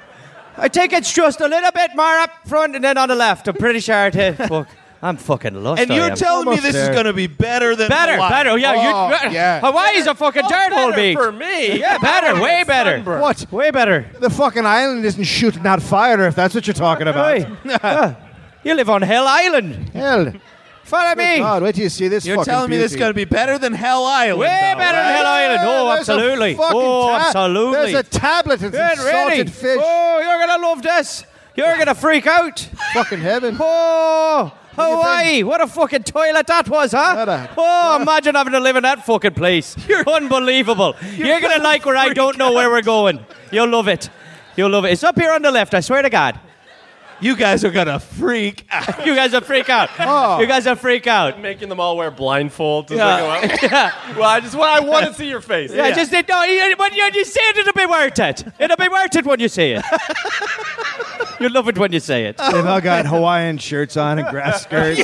I think it's just a little bit more up front and then on the left. I'm pretty sure it hit. Fuck. I'm fucking lost.
And
I
you're
am.
telling me
Almost
this is
there.
going to be better than
better,
Hawaii.
better. Yeah,
Oh,
you.
yeah.
Hawaii's a fucking dirt hole
Oh, Better
beach.
for me.
Yeah, better, way better.
Sunburn.
what?
Way better.
The fucking island isn't shooting out fire if that's what you're talking about.
Hey. you live on Hell Island.
Hell.
Follow me.
God, wait till you see this
You're
fucking
telling me this is
beauty.
going to be better than Hell Island.
Way
though,
better
right?
than Hell Island. Oh,
There's a
absolutely.
fucking
Oh,
ta-
absolutely.
There's a tablet and some
Get ready.
salted fish.
Oh, you're gonna love this. You're gonna freak out.
Fucking heaven.
Oh,
do you
Hawaii! What a fucking toilet that was,
What
huh?
a-
Oh, imagine having to live in that fucking place. You're unbelievable. You're, gonna like where I don't know where we're going. You'll love it. You'll love it. It's up here on the left. I swear to God.
You guys are going to freak out.
You guys are freak out.
Oh.
You guys are freak out.
Making them all wear blindfolds. as
Yeah.
they go out. well, I just want I want to see your face.
I just didn't know. You- When you, you see it, it'll be worth it. It'll be worth it when you see it. You'll love it when you see it.
They've all got Hawaiian shirts on and grass skirts.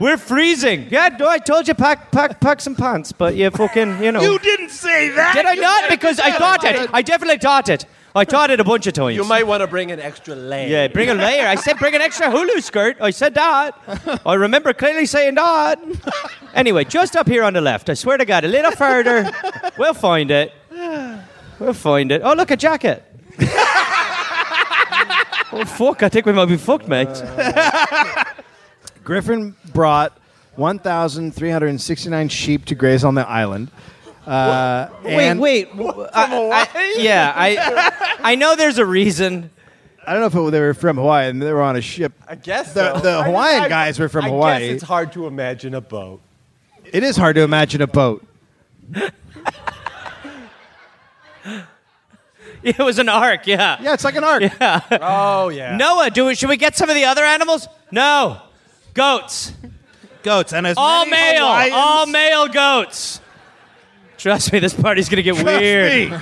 We're freezing. Yeah, no, I told you pack, pack, pack some pants, but you fucking, you know.
You didn't say that.
Did I not? Because I thought it. I definitely thought it. I thought it a bunch of times.
You might want to bring an extra layer.
Yeah, bring a layer. I said bring an extra Hulu skirt. I said that. I remember clearly saying that. Anyway, just up here on the left. I swear to God, a little further, we'll find it. We'll find it. Oh, look, a jacket. oh, fuck. I think we might be fucked, mate.
Griffin brought 1,369 sheep to graze on the island. Uh,
wait,
and
wait. w- I- I- yeah, I, I know there's a reason.
I don't know if it, they were from Hawaii and they were on a ship.
I guess
The-
so.
the
I-
Hawaiian
I-
guys were from
I
Hawaii.
Guess it's hard to imagine a boat.
It is hard to imagine a boat.
It was an ark, yeah.
Yeah, it's like an ark.
Oh yeah.
Noah, do we, should we get some of the other animals? No. Goats.
Goats and as
All
many
male.
Hawaiians-
All male goats. Trust me, this party's going to get
Trust
weird.
me.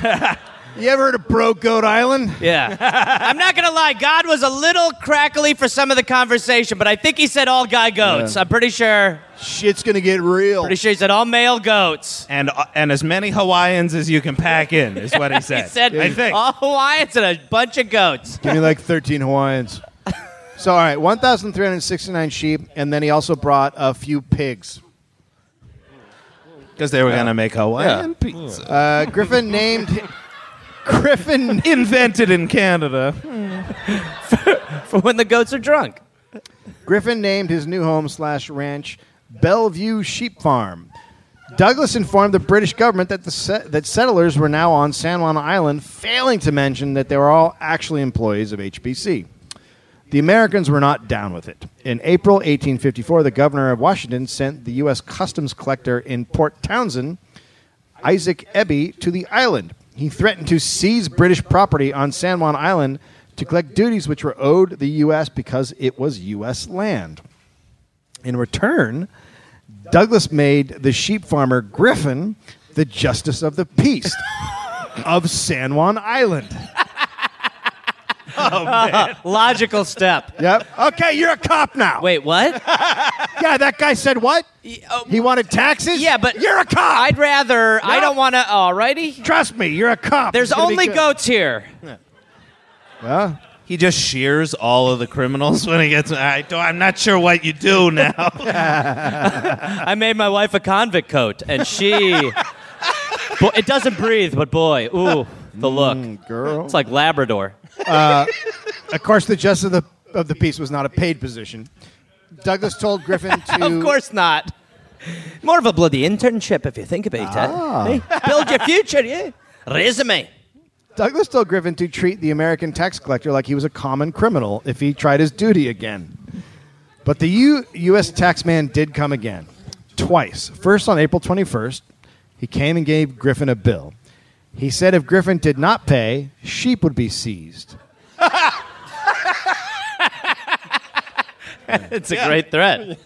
you ever heard of Bro Goat Island?
Yeah. I'm not going to lie. God was a little crackly for some of the conversation, but I think he said all guy goats. I'm pretty sure.
Shit's gonna get real.
Pretty sure he said all male goats.
and uh, and as many Hawaiians as you can pack in is what he said.
He said
I think.
all Hawaiians and a bunch of goats.
Give me like 13 Hawaiians. So, all right, 1,369 sheep, and then he also brought a few pigs.
Because they were gonna make Hawaiian pizza.
Uh, Griffin named. Griffin.
Invented in Canada.
For when the goats are drunk.
Griffin named his new home slash ranch Bellevue Sheep Farm. Douglas informed the British government that the se- that settlers were now on San Juan Island, failing to mention that they were all actually employees of HBC. The Americans were not down with it. In April 1854, the governor of Washington sent the U.S. customs collector in Port Townsend, Isaac Eby, to the island. He threatened to seize British property on San Juan Island to collect duties which were owed the U.S. because it was U.S. land. In return, Douglas made the sheep farmer Griffin the justice of the peace of San Juan Island.
Logical step.
Yep. Okay, you're a cop now.
Wait, what?
Yeah, that guy said what?
oh.
he wanted taxes?
Yeah, but
You're a cop.
I'd rather. I don't want to. Alrighty.
Trust me, you're a cop.
There's
It's gonna be
only
good.
goats here.
Well,
He just shears all of the criminals when he gets. I don't, I'm not sure what you do now.
I made my wife a convict coat, and she. Bo- it doesn't breathe, but boy, ooh, the look.
girl.
It's like Labrador.
Of course, the justice of the, of the peace was not a paid position. Douglas told Griffin to.
Of course not. More of a bloody internship if you think about it. Hey, build your future, yeah. Resume.
Douglas told Griffin to treat the American tax collector like he was a common criminal if he tried his duty again. But the U- U.S. taxman did come again, twice. First on April 21st, he came and gave Griffin a bill. He said if Griffin did not pay, sheep would be seized.
It's a great threat.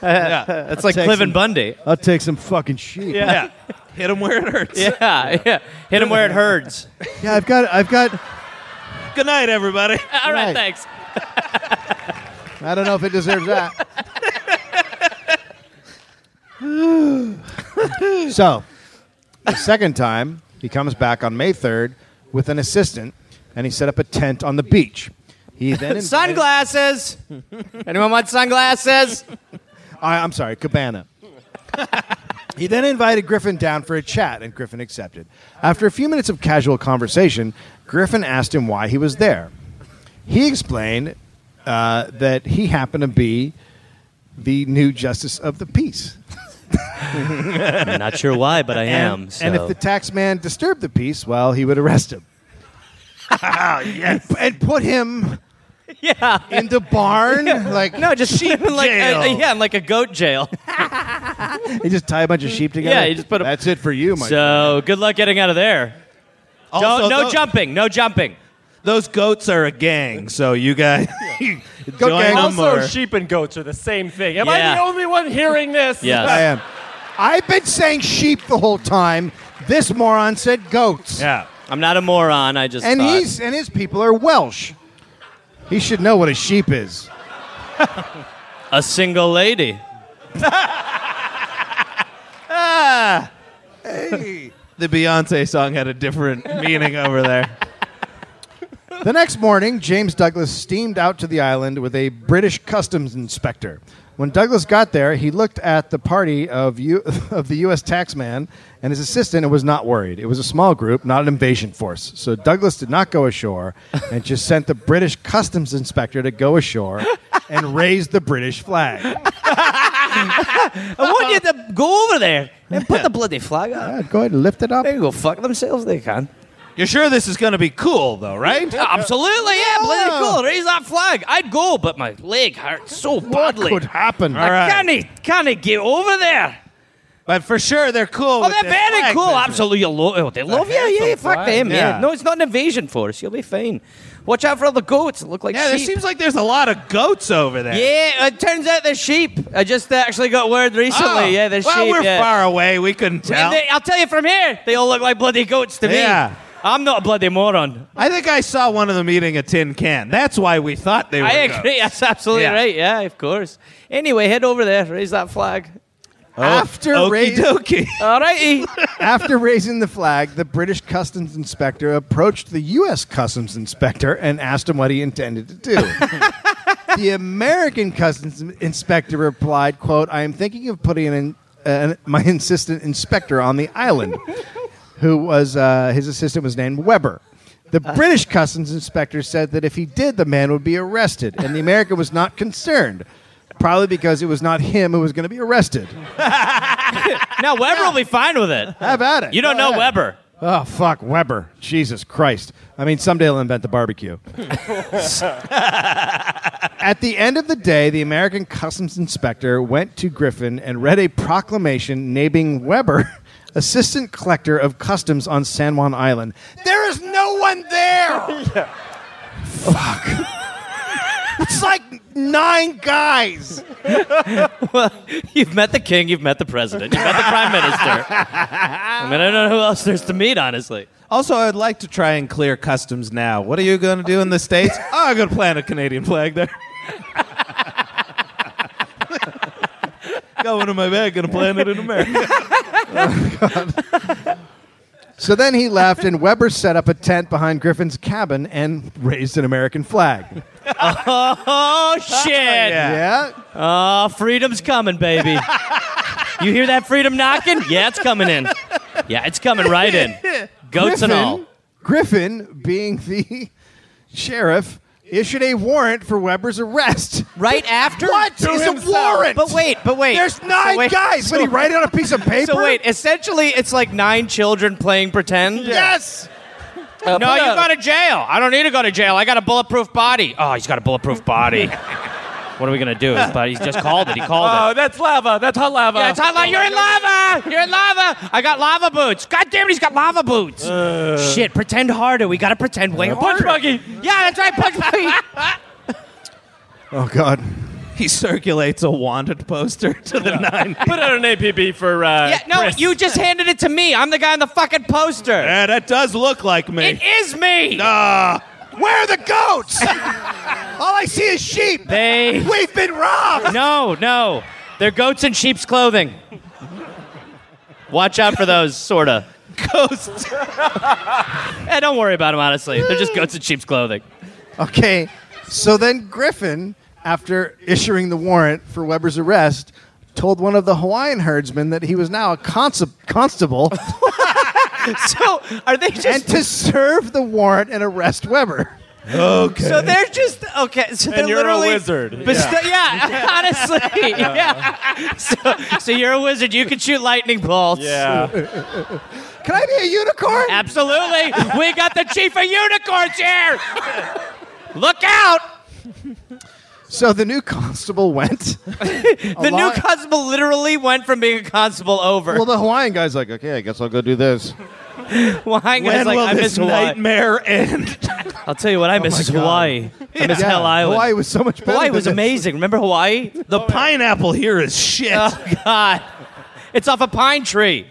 That's like
Takes
Cliven
some-
Bundy.
I'll take some fucking sheep. Yeah,
yeah. Hit him where it hurts.
Yeah, yeah. Hit him where it herds.
I've got, I've got.
Good night, everybody.
All right,
Right.
thanks.
I don't know if it deserves that. so, the second time, he comes back on May 3rd with an assistant, and he set up a tent on the beach. He then invited-
Sunglasses. Anyone want sunglasses?
I, I'm sorry, cabana. he then invited Griffin down for a chat, and Griffin accepted. After a few minutes of casual conversation, Griffin asked him why he was there. He explained uh, that he happened to be the new justice of the peace.
I'm not sure why, but I am.
And, and if the tax man disturbed the peace, well, he would arrest him. And put him
yeah.
in the barn. Like
No, just sheep in like
jail.
A, yeah, in like a goat jail.
he just tie a bunch of sheep together.
you just put 'em-
That's it for you, my
So good luck getting out of there. Don't-
Also,
no
tho-
jumping. No jumping.
Those goats are a gang, so you guys join
gang.
them
Also,
or-
sheep and goats are the same thing. Am I
Yeah.
the only one hearing this?
I
Yes.
am. I've been saying sheep the whole time. This moron said goats.
Yeah.
I'm not a moron. I just
And
thought.
he's and his people are Welsh. He should know what a sheep is.
a single lady.
the Beyonce song had a different meaning over there.
The next morning, James Douglas steamed out to the island with a British customs inspector. When Douglas got there, he looked at the party of, U- of the U.S. taxman and his assistant and was not worried. It was a small group, not an invasion force. So Douglas did not go ashore and just sent the British customs inspector to go ashore and raise the British flag.
I want you to go over there and put the bloody flag up.
I'd go ahead and lift it up.
They can go fuck themselves. They can.
You're sure this is going to be cool, though, right?
Absolutely, yeah, bloody cool. Raise that flag. I'd go, but my leg hurts so badly.
Could happen.
All right.
I can't, can't get over there.
But for sure, they're cool.
Oh, they're very cool. Absolutely. you Lo- oh, they love you. Yeah, yeah, fuck them. Yeah.
yeah.
No, it's not an invasion force. You'll be fine. Watch out for all the goats. It look like
Yeah, there
sheep.
seems like there's a lot of goats over there.
yeah, it turns out they're sheep. I just uh, actually got word recently.
Oh,
yeah, they're
well,
sheep.
we're
yeah.
far away. We couldn't tell.
And they- I'll tell you from here, they all look like bloody goats to me.
Yeah.
I'm not a bloody moron.
I think I saw one of them eating a tin can. That's why we thought they were.
I
goats.
agree. That's absolutely
Yeah.
right. Yeah, of course. Anyway, head over there. Raise that flag.
After,
Okie
raise,
dokie.
All righty.
after raising the flag, the British customs inspector approached the U.S. customs inspector and asked him what he intended to do. the American customs inspector replied, "Quote: I am thinking of putting an, an, my insistent inspector on the island, who was uh, his assistant was named Weber." The British customs inspector said that if he did, the man would be arrested, and the American was not concerned, probably because it was not him who was going to be arrested.
now, Weber will be fine with it.
How about it?
You don't
Go
know
ahead.
Weber.
Oh fuck, Weber! Jesus Christ! I mean, someday he'll invent the barbecue. At the end of the day, the American Customs Inspector went to Griffin and read a proclamation naming Weber Assistant Collector of Customs on San Juan Island. There is no one there. Fuck. it's like nine guys.
You've met the king, you've met the president, you've met the prime minister. I mean, I don't know who else there's to meet, honestly.
Also, I'd like to try and clear customs now. What are you going to do in the States? oh, I'm going to plant a Canadian flag there. going to my bag, going to plant it in America.
So then he left, and Weber set up a tent behind Griffin's cabin and raised an American flag.
Oh, shit.
Yeah.
Oh, freedom's coming, baby. you hear that freedom knocking? Yeah, it's coming in. Yeah, it's coming right in. Goats and all.
Griffin, being the sheriff, issued a warrant for Weber's arrest.
Right after?
What is a warrant?
But wait, but wait.
There's
So
nine
wait-
guys.
so-
Would he write it on a piece of paper?
So wait, essentially, it's like nine children playing pretend.
Yes.
Uh,
No, you go to jail. I don't need to go to jail. I got a bulletproof body. Oh, he's got a bulletproof body. what are we gonna do? His body's just called it. He called it.
Oh, that's lava. That's hot lava.
Yeah, it's hot lava. You're in lava. You're in lava. I got lava boots. God damn it, he's got lava boots. Shit, pretend harder. We gotta pretend way harder.
Punch buggy.
Yeah, that's right, punch buggy.
Oh God.
he circulates a wanted poster to the nine.
Put
uh,
out an APB for uh,
yeah, no,
Chris.
you just handed it to me. I'm the guy on the fucking poster.
Yeah, that does look like me.
It is me.
Where are the goats? All I see is sheep.
They.
We've been robbed.
No, no. They're goats in sheep's clothing. Watch out for those, sorta.
Ghost.
Eh, don't worry about them, honestly. They're just goats in sheep's clothing.
Okay. So then Griffin, after issuing the warrant for Weber's arrest, told one of the Hawaiian herdsmen that he was now a consta- constable
So, are they just.
and to serve the warrant and arrest Weber.
Okay.
So they're just okay. So they're
you're a
literally
wizard.
But st- yeah. honestly, yeah. So, so you're a wizard. You can shoot lightning bolts.
Yeah.
Can I be a unicorn?
absolutely. we got the chief of unicorns here. Look out!
So the new constable went.
The new
lot-
constable literally went from being a constable over.
Well, the Hawaiian guy's like, okay, I guess I'll go do this.
Well, hang on.
when
It's like,
will
I miss
this
Hawaii.
nightmare end?
I'll tell you what I miss is Hawaii. I miss Hell Island.
Hawaii was so much better.
Hawaii
than
was
this.
amazing. Remember Hawaii?
the pineapple here is shit.
Oh God, it's off a pine tree.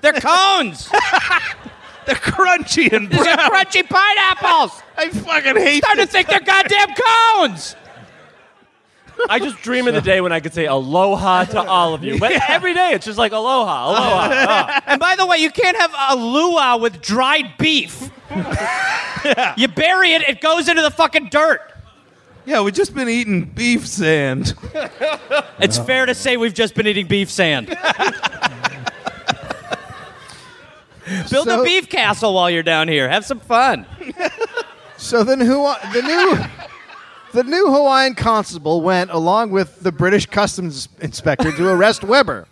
They're cones.
they're crunchy and
These are
brown.
crunchy pineapples.
I fucking hate
starting to think they're goddamn cones.
I just dream of the day when I could say aloha to all of you. But every day it's just like aloha, aloha. ah.
And by the way, you can't have a luau with dried beef. You bury it, it goes into the fucking dirt.
Yeah, we've just been eating beef sand.
It's fair to say we've just been eating beef sand. Build
So-
a beef castle while you're down here. Have some fun.
So then who uh, the new the new Hawaiian constable went along with the British customs inspector to arrest Weber.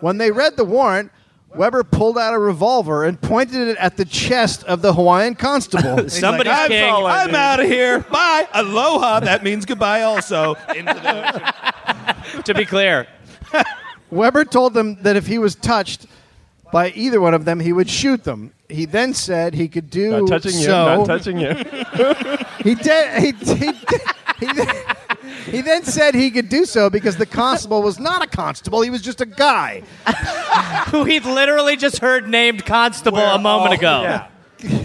When they read the warrant, Weber pulled out a revolver and pointed it at the chest of the Hawaiian constable.
Somebody's
I'm,
king.
I'm out of here. Bye. Aloha. That means goodbye. Also, into the ocean.
to be clear,
Weber told them that if he was touched by either one of them, he would shoot them. He then said he could do
Not touching you.
so.
Not touching you.
He did. He, he, he, he then said he could do so because the constable was not a constable; he was just a guy.
who he'd literally just heard named Constable a moment ago.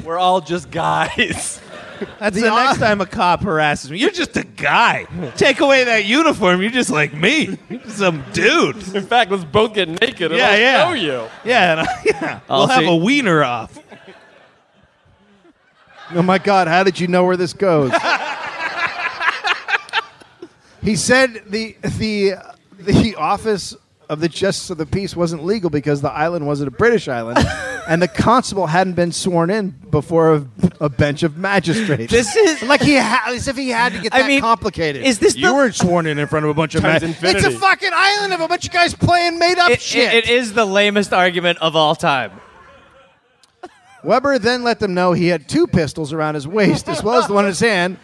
We're all just guys.
That's the,
The o-
next time a cop harasses me. You're just a guy. Take away that uniform. You're just like me. You're just some dude.
In fact, let's both get naked and
Yeah,
I'll
yeah.
show you.
Yeah. And I, yeah.
I'll
We'll have
see-
a wiener off.
Oh my God! How did you know where this goes? he said the the the office of the Justice of the Peace wasn't legal because the island wasn't a British island, and the constable hadn't been sworn in before a, a bench of magistrates.
This is-
like he ha- as if he had to get that
I mean,
complicated.
is this You the-
weren't sworn in in front of a bunch of
Times ma- infinity.
It's a fucking island of a bunch of guys playing made up
It-
shit.
it- it is the lamest argument of all time.
Weber then let them know he had two pistols around his waist as well as the one in his hand,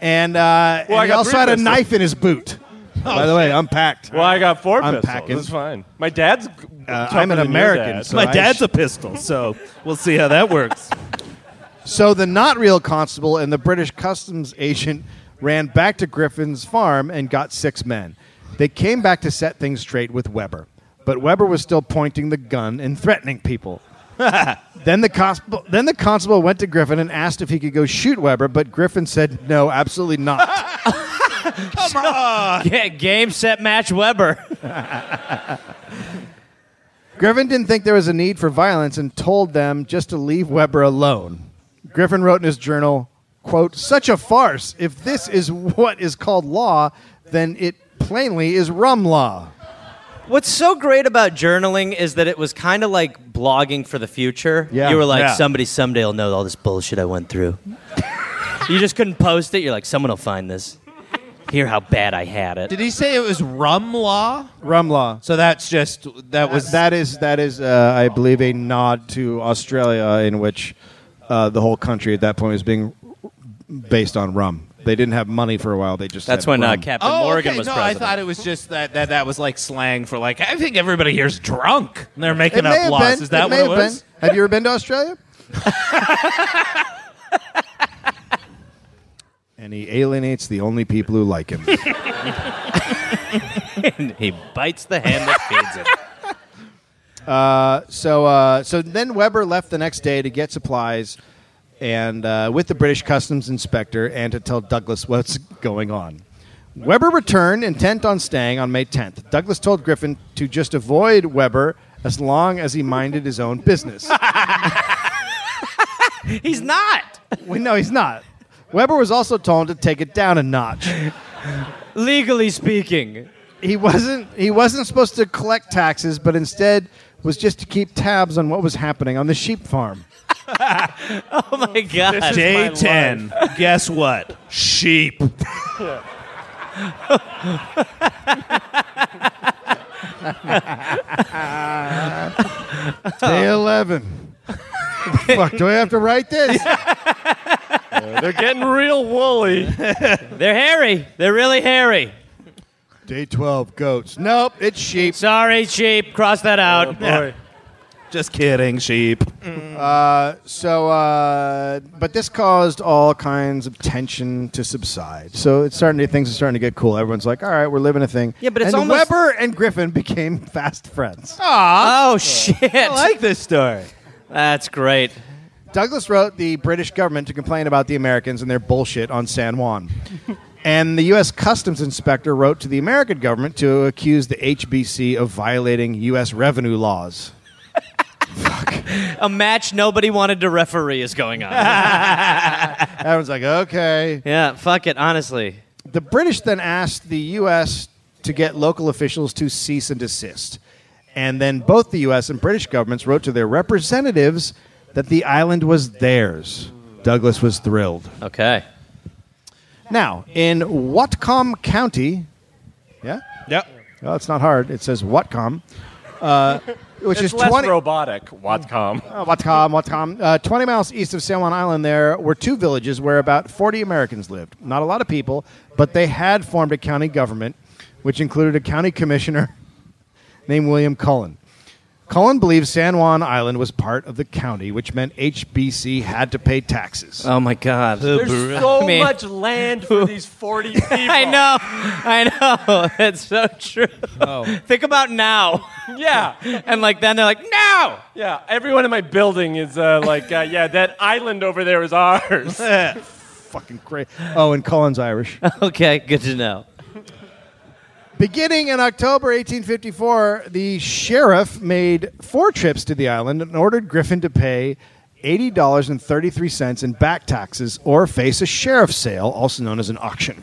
and, uh, and
I
he
got
also
three
had a
pistols.
knife in his boot. By the way, I'm packed.
Well, I got four
I'm
pistols.
packing.
It's fine. My dad's.
Uh,
tougher
I'm an
than your
American.
dad.
So,
My
I
dad's
sh-
a pistol, so we'll see how that works.
so the not real constable and the British customs agent ran back to Griffin's farm and got six men. They came back to set things straight with Weber, but Weber was still pointing the gun and threatening people. Then the constable then the constable went to Griffin and asked if he could go shoot Weber, but Griffin said no, absolutely not.
Yeah, game, set, match, Weber.
Griffin didn't think there was a need for violence and told them just to leave Weber alone. Griffin wrote in his journal, quote, such a farce. If this is what is called law, then it plainly is rum law.
What's so great about journaling is that it was kind of like blogging for the future.
Yeah.
You were like,
Yeah.
somebody someday will know all this bullshit I went through. you just couldn't post it. You're like, someone will find this. Hear how bad I had it.
Did he say it was rum law?
Rum law.
So that's just that was
That is, that is uh, I believe, a nod to Australia in which uh, the whole country at that point was being based on rum. They didn't have money for a while. They just
That's
had
when uh,
rum.
Captain
Oh,
Morgan
okay.
was
no,
president.
I thought it was just that, that that was like slang for like I think everybody here's drunk. And they're making
It may
up
have
laws.
been.
Is that
it
what
may
it
have
was?
been. Have you ever been to Australia? and he alienates the only people who like him.
he bites the hand that feeds it.
so, uh, so then Weber left the next day to get supplies, and uh, with the British customs inspector, and to tell Douglas what's going on. Weber returned intent on staying on May 10th. Douglas told Griffin to just avoid Weber as long as he minded his own business.
He's not.
well, no, he's not. Weber was also told to take it down a notch.
Legally speaking.
he wasn't he wasn't supposed to collect taxes, but instead was just to keep tabs on what was happening on the sheep farm.
Oh my God.
Day ten. Guess what? Sheep.
Day eleven. Fuck, do I have to write this?
They're getting real woolly.
They're hairy. They're really hairy.
Day twelve, goats. Nope, it's sheep.
Sorry, sheep. Cross that
Oh,
out.
Boy.
Just kidding, sheep.
So, uh, but this caused all kinds of tension to subside. So it's starting to things are starting to get cool. Everyone's like, all right, we're living a thing.
Yeah, but it's
and
almost-
Weber and Griffin became fast friends.
Oh, shit.
this story.
That's great.
Douglas wrote the British government to complain about the Americans and their bullshit on San Juan. and the U.S. Customs Inspector wrote to the American government to accuse the HBC of violating U.S. revenue laws.
A match nobody wanted to referee is going on.
Everyone's like, okay.
yeah, fuck it, honestly.
The British then asked the U.S. to get local officials to cease and desist. And then both the U.S. and British governments wrote to their representatives that the island was theirs. Douglas was thrilled.
Okay.
Now, in Whatcom County, yeah?
Yep.
Well, it's not hard. It says Whatcom. Uh, which
it's
is
less
20
robotic. Whatcom.
Uh, Whatcom, Whatcom. Uh, 20 miles east of San Juan Island, there were two villages where about 40 Americans lived. Not a lot of people, but they had formed a county government, which included a county commissioner named William Cullen. Cullen believed San Juan Island was part of the county, which meant HBC had to pay taxes.
Uh.
Oh my God.
There's so
I mean-
much land for these 40 people.
I know. I know. That's so true.
Oh.
Think about now.
Yeah.
And like then they're like, now.
Yeah. Everyone in my building is uh, like, uh, yeah, that island over there is ours.
Fucking crazy. Oh, and Cullen's Irish.
Okay, good to know.
Beginning in October 1854, the sheriff made four trips to the island and ordered Griffin to pay $80.33 in back taxes or face a sheriff's sale, also known as an auction.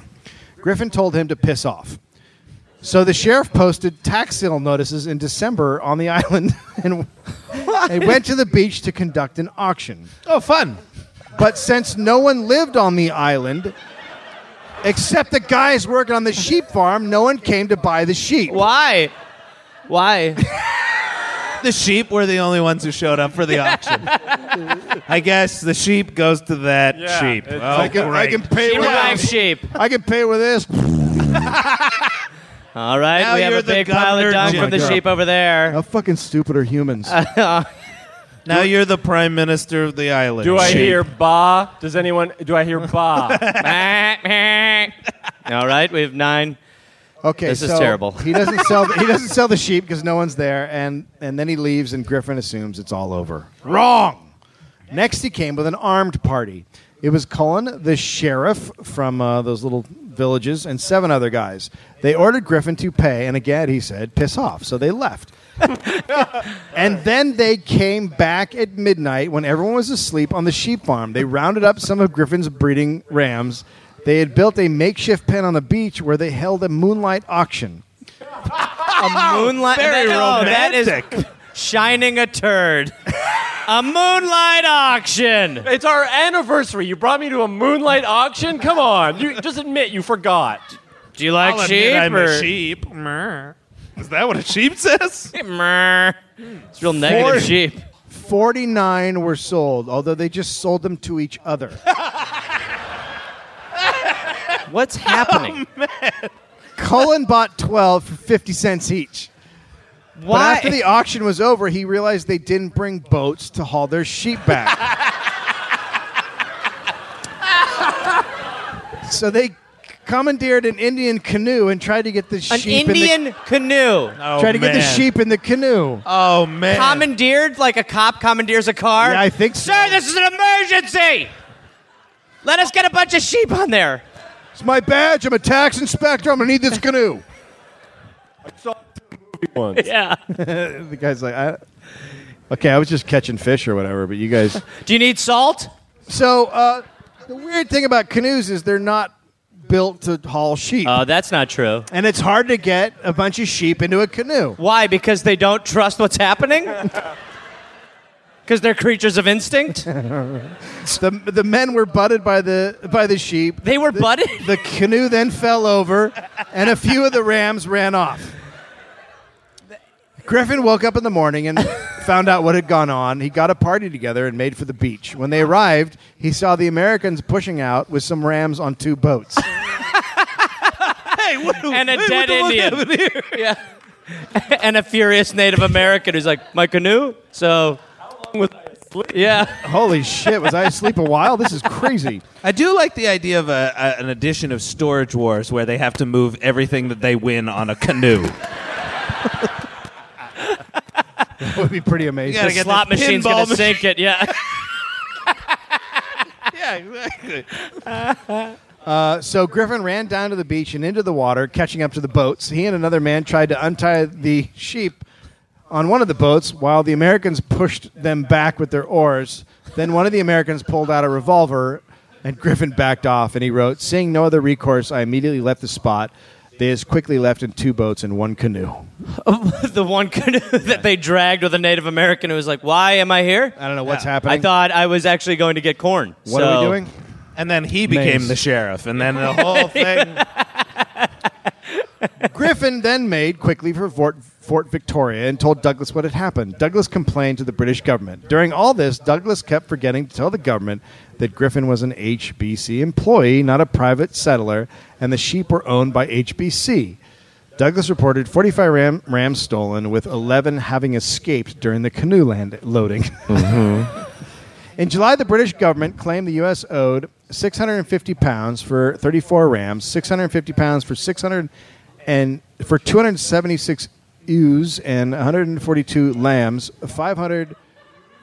Griffin told him to piss off. So the sheriff posted tax sale notices in December on the island and they went to the beach to conduct an auction.
Oh, fun.
But since no one lived on the island, except the guys working on the sheep farm, no one came to buy the sheep.
Why? Why?
The sheep were the only ones who showed up for the auction. I guess the sheep goes to that
Yeah,
sheep.
it's-
Oh,
I can, I
great.
can pay
Sheep
with
buying
this.
sheep.
I can pay with this.
All right,
Now
we have
you're
a
the
big pile
governor Oh
of dung
general.
from the sheep over there.
How fucking stupid are humans?
Uh,
now you're the prime minister of the island.
Do I
Sheep.
hear ba? Does anyone? Do I hear ba?
All right, we have nine.
Okay,
This is
so
terrible.
He doesn't sell. The, he doesn't sell the sheep because no one's there, and and then he leaves, and Griffin assumes it's all over. Wrong. Next, he came with an armed party. It was Cullen, the sheriff from uh, those little villages, and seven other guys. They ordered Griffin to pay, and again he said, "Piss off." So they left. and then they came back at midnight when everyone was asleep on the sheep farm. They rounded up some of Griffin's breeding rams. They had built a makeshift pen on the beach where they held a moonlight auction.
Moonlight.
Very
oh, that is
romantic.
shining a turd. a moonlight auction.
it's our anniversary. You brought me to a moonlight auction. Come on, you just admit you forgot.
Do you like
I'll admit
sheep?
I'm
or?
a sheep. Is that what a sheep says?
Meh. It's real negative sheep.
49 were sold, although they just sold them to each other.
What's happening?
Cullen bought 12 for 50 cents each. But
Why?
after the auction was over, he realized they didn't bring boats to haul their sheep back. so they commandeered an Indian canoe and tried to get the
An
sheep in
Indian canoe.
the, tried to get the sheep in the canoe.
Oh man.
Commandeered like a cop commandeers a car.
Yeah, I think so.
Sir, this is an emergency. Let us get a bunch of sheep on there.
It's my badge. I'm a tax inspector. I'm going to need this canoe.
Yeah.
the guy's like, I, okay, I was just catching fish or whatever, but you guys.
Do you need salt?
so uh, the weird thing about canoes is they're not built to haul sheep.
Oh, that's not true.
and it's hard to get a bunch of sheep into a canoe.
Why? Because they don't trust what's happening? Because they're creatures of instinct?
The, the men were butted by the by the sheep.
They were butted?
The canoe then fell over, and a few of the rams ran off. Griffin woke up in the morning and found out what had gone on. He got a party together and made for the beach. When they arrived, he saw the Americans pushing out with some rams on two boats.
Hey, what,
And a
what-
dead
what the-
Indian. yeah. and a furious Native American who's like, my canoe? So. Yeah.
Holy shit, was I asleep a while? This is crazy.
I do like the idea of a, a, an edition of Storage Wars where they have to move everything that they win on a canoe.
That would be pretty amazing.
gotta
The
get
slot
this
machine's
pinball
going to
machine.
sink it. Yeah.
yeah, exactly.
So Griffin ran down to the beach and into the water, catching up to the boats. He and another man tried to untie the sheep on one of the boats while the Americans pushed them back with their oars. Then one of the Americans pulled out a revolver and Griffin backed off and he wrote, Seeing no other recourse, I immediately left the spot. They as quickly left in two boats and one canoe.
the one canoe that they dragged with a Native American who was like, "Why am I here?"
I don't know what's
I
happening.
thought I was actually going to get corn.
what
so-
are we doing?
And then he became
Maze.
the sheriff, and then the whole thing.
Griffin then made quickly for Fort, Fort Victoria and told Douglas what had happened. Douglas complained to the British government. During all this, Douglas kept forgetting to tell the government that Griffin was an HBC employee, not a private settler, and the sheep were owned by HBC. Douglas reported 45 ram, rams stolen, with 11 having escaped during the canoe land loading. In July, the British government claimed the U.S. owed 650 pounds for 34 rams, 650 pounds for 600 and for 276 ewes and 142 lambs, 500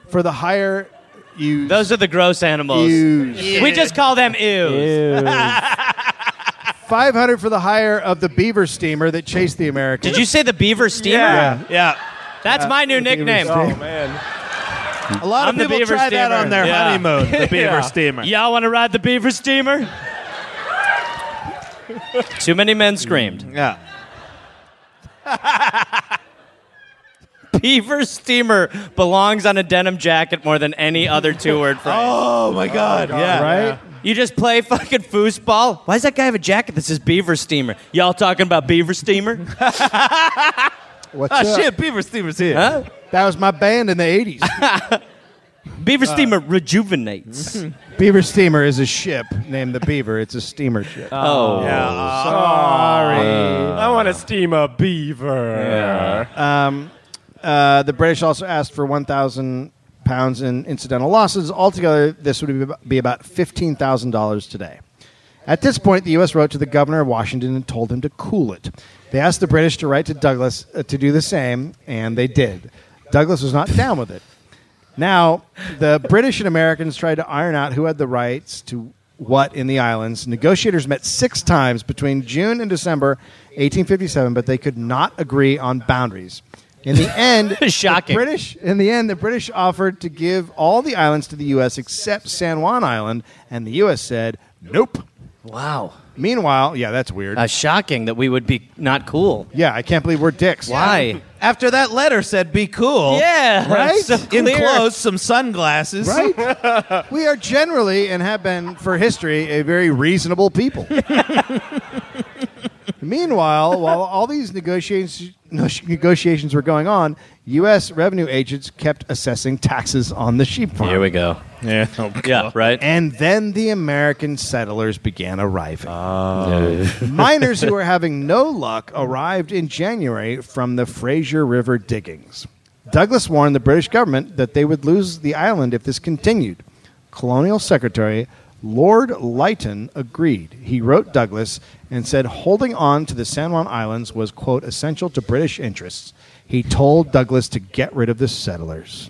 for the higher ewes.
Those are the gross animals.
ewes.
We just call them ews.
Five hundred for the hire of the beaver steamer that chased the Americans.
Did you say the beaver steamer?
Yeah. Uh,
Yeah. That's my new nickname.
steamer.
man.
A lot
I'm
of
the
people
beaver
try that
steamer.
on their
Yeah.
honeymoon. The beaver steamer.
Oh. Y'all want to ride the beaver steamer? Too many men screamed.
Yeah.
Beaver steamer belongs on a denim jacket more than any other two word phrase.
Oh my God. Yeah.
Right?
You just play fucking foosball. Why does that guy have a jacket that says beaver steamer? Y'all talking about beaver steamer?
What's
Ah,
up?
shit. Beaver steamer's here.
Huh?
That was my band in the eighties.
Beaver steamer rejuvenates.
beaver steamer is a ship named the Beaver. It's a steamer ship.
Oh.
I want to steam a beaver.
Uh, the British also asked for one thousand pounds in incidental losses. Altogether, this would be- be about fifteen thousand dollars today. At this point, the U.S. wrote to the governor of Washington and told him to cool it. They asked the British to write to Douglas uh, to do the same, and they did. Douglas was not down with it. Now, the British and Americans tried to iron out who had the rights to what in the islands. Negotiators met six times between June and December 1857, but they could not agree on boundaries. In the end,
Shocking.
the British in the end the British offered to give all the islands to the US except San Juan Island, and the US said, "Nope."
Wow.
Meanwhile, yeah, that's weird.
Uh, shocking that we would be not cool.
yeah, I can't believe we're dicks.
Why?
After that letter said, be cool.
Yeah.
Right?
So clear.
Enclosed some sunglasses.
Right? we are generally and have been for history a very reasonable people. Meanwhile, while all these negotiations negotiations were going on, U.S. revenue agents kept assessing taxes on the sheep farm.
Here we go.
Yeah.
Yeah, right?
And then the American settlers began arriving. Miners who were having no luck arrived in January from the Fraser River diggings. Douglas warned the British government that they would lose the island if this continued. Colonial Secretary Lord Lytton agreed. He wrote Douglas and said holding on to the San Juan Islands was, quote, essential to British interests. He told Douglas to get rid of the settlers.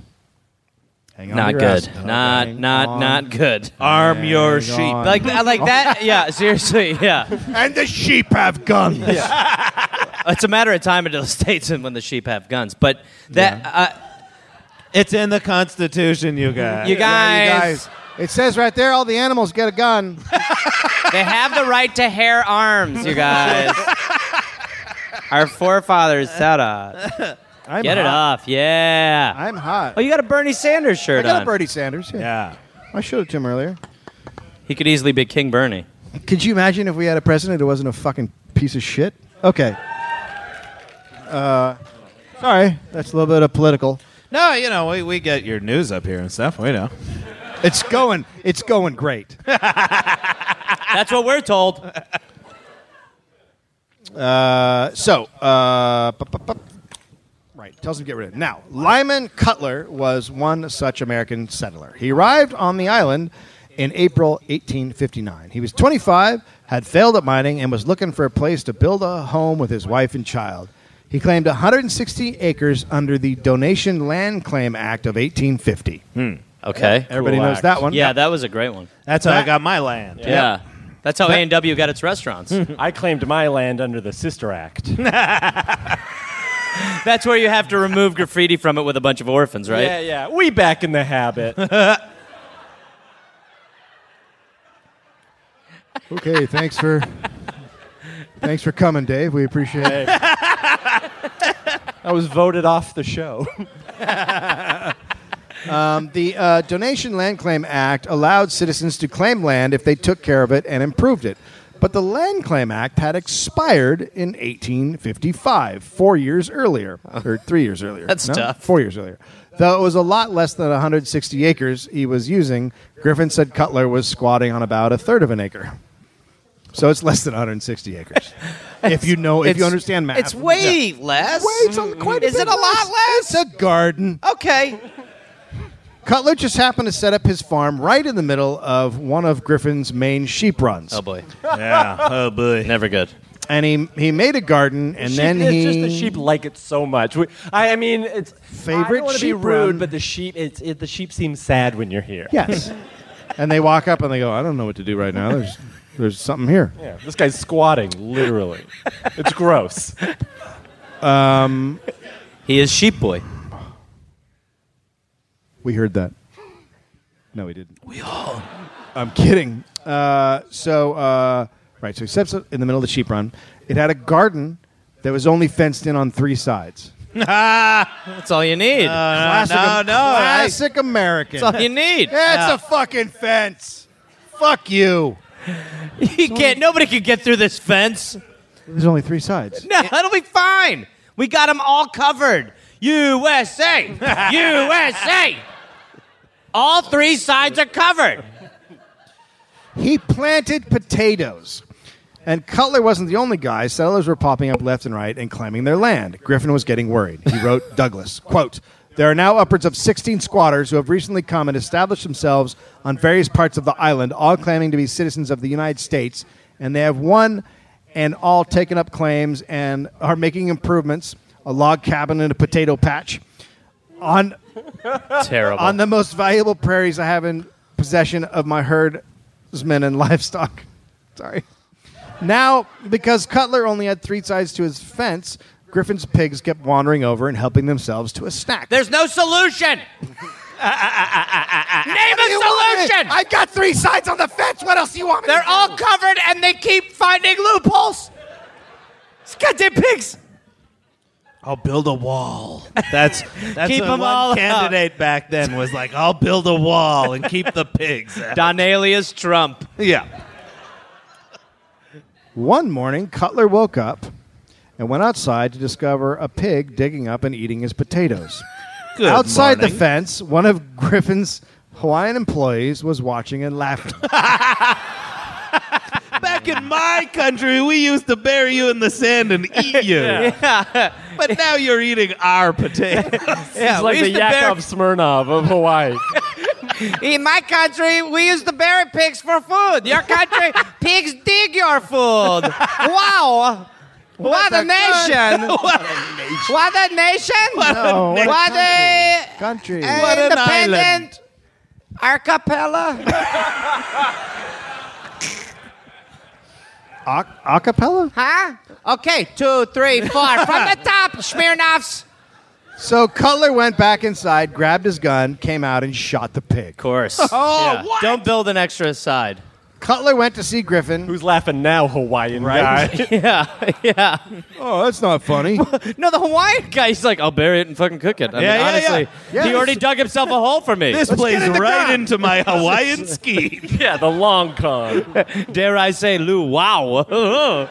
Hang on to
Not
your
good.
ass.
Not
Hang
not
on.
not good.
Arm
Hang
your sheep.
on.
Like like that. Yeah, seriously. Yeah.
And the sheep have guns.
It's a matter of time until the states and when the sheep have guns. But that
It's in the Constitution, you guys.
uh, you guys,
It says right there, all the animals get a gun.
they have the right to hair arms, you guys. Our forefathers said it.
I'm
Get it
hot.
off. Yeah.
I'm hot.
Oh, you got a Bernie Sanders
I
shirt
got
on.
a Bernie Sanders. Yeah.
Yeah.
I showed it to him earlier.
He could easily be King Bernie.
Could you imagine if we had a president who wasn't a fucking piece of shit? Okay. Uh, sorry, that's a little bit of political.
No, you know, we, we get your news up here and stuff. We know.
It's going. It's going great.
That's what we're told.
Uh, so, uh, bu- bu- bu- right, tells him to get rid of it. Now, Lyman Cutler was one such American settler. He arrived on the island in April 1859. He was 25, had failed at mining, and was looking for a place to build a home with his wife and child. He claimed 160 acres under the Donation Land Claim Act of 1850.
Okay.
Everybody
Cool
knows
act.
that one.
Yeah, that was a great one.
That's how I got my land.
Yeah. That's how A&W got its restaurants.
I claimed my land under the Sister Act.
That's where you have to remove graffiti from it with a bunch of orphans, right?
Yeah, yeah. We back in the habit.
Okay, thanks for thanks for coming, Dave. We appreciate it.
I was voted off the show.
The uh, Donation Land Claim Act allowed citizens to claim land if they took care of it and improved it. But the Land Clam Act had expired in 1855, four years earlier, or three years earlier.
That's tough.
Four years earlier. Though it was a lot less than 160 acres he was using, Griffin said Cutler was squatting on about a third of an acre. So it's less than 160 acres. if you know, if you
It's-
understand math,
It's way less.
Wait, it's a, quite
Mm-hmm,
a
Is
bit
it a lot less?
It's a garden.
Okay.
Cutler just happened to set up his farm right in the middle of one of Griffin's main sheep runs.
Oh boy.
Yeah. Oh boy.
Never good.
And he, he made a garden, and
Sheep-
then
it's
he.
just the sheep like it so much. We, I, I mean, it's I
Favorite
don't want to be
sheep
rude,
run.
but the sheep it's it, the sheep seems sad when you're here.
Yes. and they walk up and they go, I don't know what to do right now. There's, there's something here.
Yeah, this guy's squatting literally. it's gross.
He is sheep boy.
We heard that. No, we didn't. We all. I'm kidding. Uh, so, uh, right. So he steps up in the middle of the sheep run. It had a garden that was only fenced in on three sides.
That's all you need.
Classic,
no, no, I-
classic American.
That's all you need.
Yeah, it's a fucking fence. Fuck you.
You can't. Nobody can get through this fence.
There's only three sides.
No, it'll be fine. We got them all covered. USA, USA. All three sides are covered.
He planted potatoes. And Cutler wasn't the only guy. Settlers were popping up left and right and claiming their land. Griffin was getting worried. He wrote Douglas, quote, there are now upwards of 16 squatters who have recently come and established themselves on various parts of the island, all claiming to be citizens of the United States, and they have won and all taken up claims and are making improvements, a log cabin and a potato patch, on
Terrible.
on the most valuable prairies I have in possession of my herdsmen and livestock. Sorry. Now, because Cutler only had three sides to his fence, Griffin's pigs kept wandering over and helping themselves to a snack.
There's no solution. Name a
You want me-
solution.
I got three sides on the fence. What else do you want? me to
They're
do?
all covered and they keep finding loopholes. These goddamn pigs.
I'll build a wall. That's that's
Keep
what
'em
one
all up.
candidate back then was like, I'll build a wall and keep the pigs. out."
Donalius Trump.
yeah.
One morning, Cutler woke up and went outside to discover a pig digging up and eating his potatoes.
Good
Outside the
morning.
fence, one of Griffin's Hawaiian employees was watching and laughing.
Back in my country, we used to bury you in the sand and eat you. But now you're eating our potatoes.
Yeah,
It's like the Yakov Smirnov of Hawaii.
In my country, we use the bury pigs for food. Your country, pigs dig your food. Wow. What, a,
a
nation. what a nation. What a
Oh, what a
a
country.
What an
independent archipelago.
A- acapella?
huh? Okay, two, three, four. From the top, Smirnoffs.
So Cutler went back inside, grabbed his gun, came out, and shot the pig.
Of course. Oh, Don't build an extra side.
Cutler went to see Griffin.
Who's laughing now, Hawaiian guy?
Yeah, yeah.
Oh, that's not funny.
No, the Hawaiian guy, he's like, I'll bury it and fucking cook it. I
Yeah,
mean,
yeah,
honestly,
yeah.
he
Yeah,
already dug himself a hole for me.
This plays right into my Hawaiian ski.
yeah, the long con.
Dare I say, Lou, wow.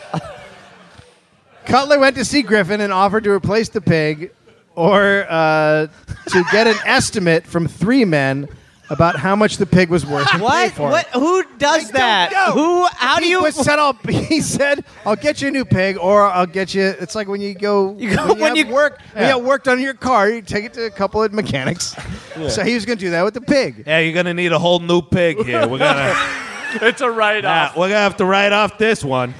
Cutler went to see Griffin and offered to replace the pig or uh, to get an estimate from three men about how much the pig was worth. and pay
what?
for it.
What? Who does that?
know.
Who? How do
He
you?
was said, I'll, he said, "I'll get you a new pig, or I'll get you." It's like when you go
You go- when
have
you-
work, when
Yeah.
you have work done on your car, you take it to a couple of mechanics. So he was going to do that with the pig.
Yeah, you're gonna need a whole new pig here. We're gonna
It's a write
uh,
off.
we're gonna have to write off this one.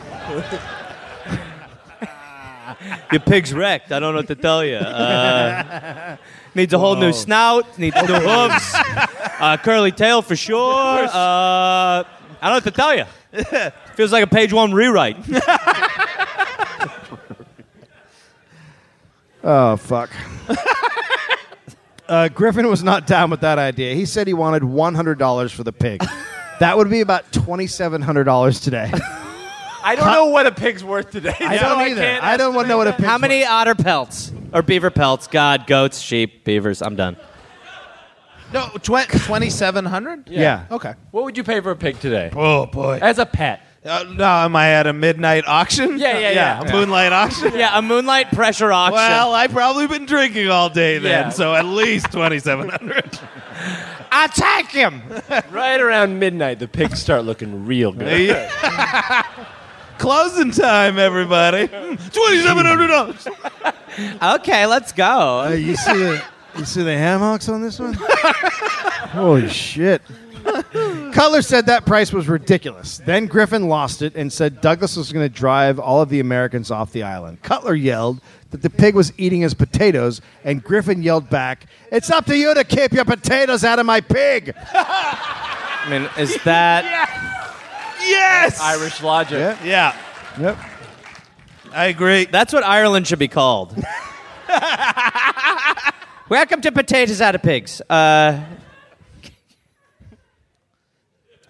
Your pig's wrecked. I don't know what to tell you. Uh, needs a whole new snout. Needs new hooves. Uh, curly tail for sure. Uh, I don't know what to tell you. Feels like a page one rewrite.
Oh fuck. uh, Griffin was not down with that idea. He said he wanted one hundred dollars for the pig. That would be about twenty seven hundred dollars today.
I don't know what a pig's worth today.
I
so
don't either.
can't
I, don't want to know what a pig.
How many otter pelts or beaver pelts? God, goats, sheep, beavers. I'm done.
No, tw- 2700
Yeah.
Okay.
What would you pay for a pig today?
Oh, boy.
As a pet.
Uh, no, am I at a midnight auction?
Yeah, yeah, yeah.
A moonlight auction?
Yeah, a moonlight pressure auction.
Well, I've probably been drinking all day then,
Yeah.
so at least 2700
attack him.
Right around midnight, the pigs start looking real good.
Closing time, everybody. Hmm, $2,700.
Okay, let's
Uh,
go.
you see the you see the hammocks on this one? Holy shit. Cutler said that price was ridiculous. Then Griffin lost it and said Douglas was going to drive all of the Americans off the island. Cutler yelled that the pig was eating his potatoes, and Griffin yelled back, It's up to you to keep your potatoes out of my pig.
I mean, is that
Yes.
Irish logic.
Yeah.
Yeah.
Yep.
I agree.
that's what Ireland should be called? Welcome to potatoes out of pigs. Uh,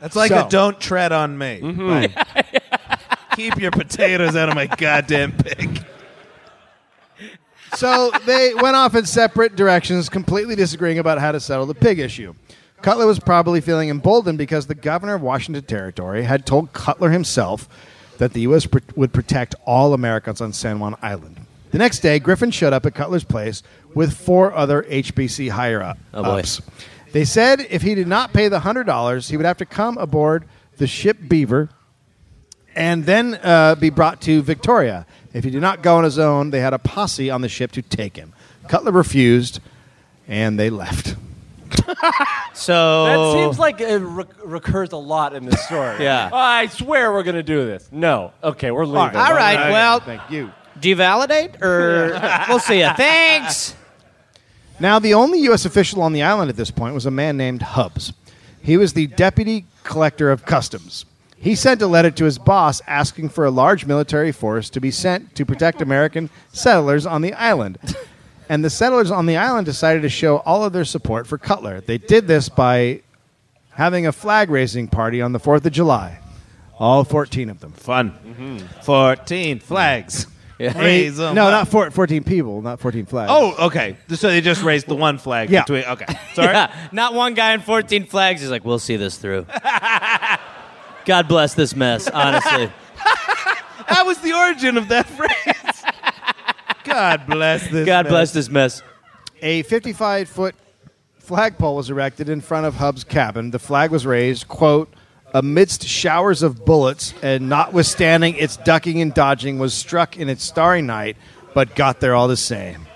That's like
So-
a don't tread on me.
Mm-hmm.
Keep your potatoes out of my goddamn pig.
So they went off in separate directions, completely disagreeing about how to settle the pig issue. Cutler was probably feeling emboldened because the governor of Washington Territory had told Cutler himself that the U.S. pr- would protect all Americans on San Juan Island. The next day, Griffin showed up at Cutler's place with four other HBC higher up-
Oh, boy.
ups. They said if he did not pay the $100, he would have to come aboard the ship Beaver and then uh, be brought to Victoria. If he did not go on his own, they had a posse on the ship to take him. Cutler refused, and they left.
so
oh.
That seems like it rec- recurs a lot in this story.
Yeah.
Oh, I swear we're going to do this. No. Okay, we're leaving.
All right. Well,
Thank you.
do you validate or we'll see you? Thanks.
Now, the only U.S. official on the island at this point was a man named Hubbs. He was the deputy collector of customs. He sent a letter to his boss asking for a large military force to be sent to protect American settlers on the island. And the settlers on the island decided to show all of their support for Cutler. They did this by having a flag raising party on the 4th of July. All 14 of them.
Fun.
Mm-hmm.
14 flags.
Eight-
Raise 'em
no,
up.
not four, 14 people, not 14 flags.
Oh, okay. So they just raised the one flag
Yeah.
between. Okay. Sorry.
Yeah, not one guy in 14 flags is like, we'll see this through. God bless this mess, honestly.
That was the origin of that phrase. God bless this.
God
man.
bless this mess.
A 55 foot flagpole was erected in front of Hubb's cabin. The flag was raised, quote, amidst showers of bullets, and notwithstanding its ducking and dodging, was struck in its starry night, but got there all the same.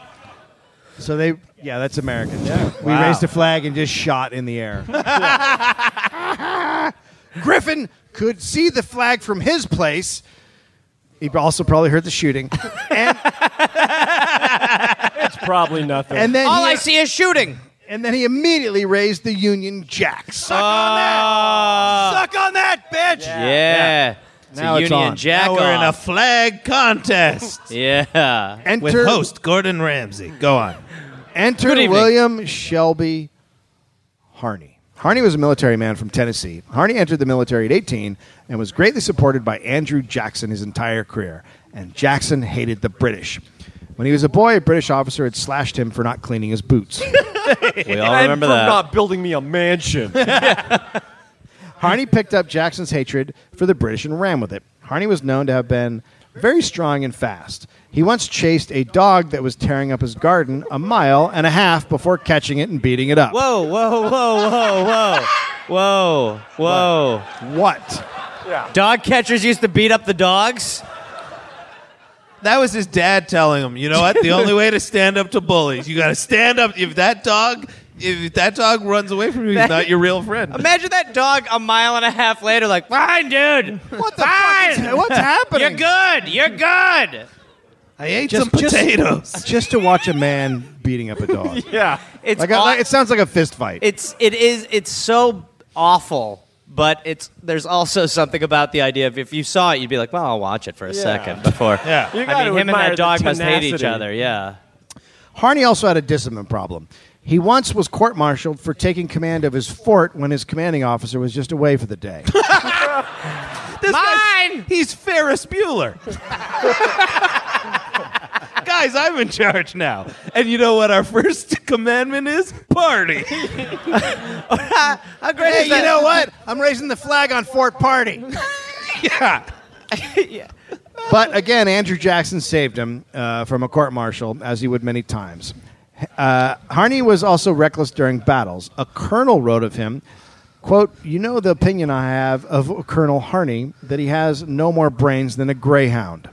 So they, yeah, that's American. We
Wow.
raised a flag and just shot in the air. Griffin could see the flag from his place. He also probably heard the shooting. And,
It's probably nothing.
and then
All
he-
I see is shooting.
and then he immediately raised the Union Jack. Suck on
Ah,
Oh,
Suck on that, bitch.
yeah. yeah. It's
Now
a
it's
Union
on.
Jack
Now we're in a
off.
flag contest
Yeah.
that! Enter,
with host Gordon Ramsay. Go on.
enter
Good evening.
William Shelby Harney. Harney was a military man from Tennessee. Harney entered the military at 18 and was greatly supported by Andrew Jackson his entire career. And Jackson hated the British. When he was a boy, a British officer had slashed him for not cleaning his boots.
We all
and
remember
for
that.
not building me a mansion.
Harney picked up Jackson's hatred for the British and ran with it. Harney was known to have been very strong and fast. He once chased a dog that was tearing up his garden a mile and a half before catching it and beating it up.
Whoa, whoa, whoa, whoa, whoa. Whoa, whoa.
What?
Dog catchers used to beat up the dogs?
That was his dad telling him, you know what? The only way to stand up to bullies, you got to stand up. If that dog, if that dog runs away from you, he's not your real friend.
Imagine that dog a mile and a half later, like, fine, dude.
What the fuck? Is, what's happening?
You're good. You're good.
I ate
Just-
some
just-
potatoes.
Just to watch a man beating up a dog.
yeah.
It's
like, a,
aw-
like- it sounds like a fist fight.
it's it is it's so awful but it's there's also something about the idea of if you saw it you'd be like well i'll watch it for a second before
Yeah.
You
i
gotta
mean him and
admire the
that dog must hate each
tenacity.
other yeah
Harney also had a discipline problem. He once was court martialed for taking command of his fort when his commanding officer was just away for the day.
This guy's-
Mine!
He's Ferris Bueller. guys, I'm in charge now. And you know what our first commandment is? Party.
How great
Hey,
is
you
that?
know what? I'm raising the flag on Fort Party.
yeah.
But again, Andrew Jackson saved him uh, from a court martial, as he would many times. Uh, Harney was also reckless during battles. A colonel wrote of him, quote, You know the opinion I have of Colonel Harney that he has no more brains than a greyhound.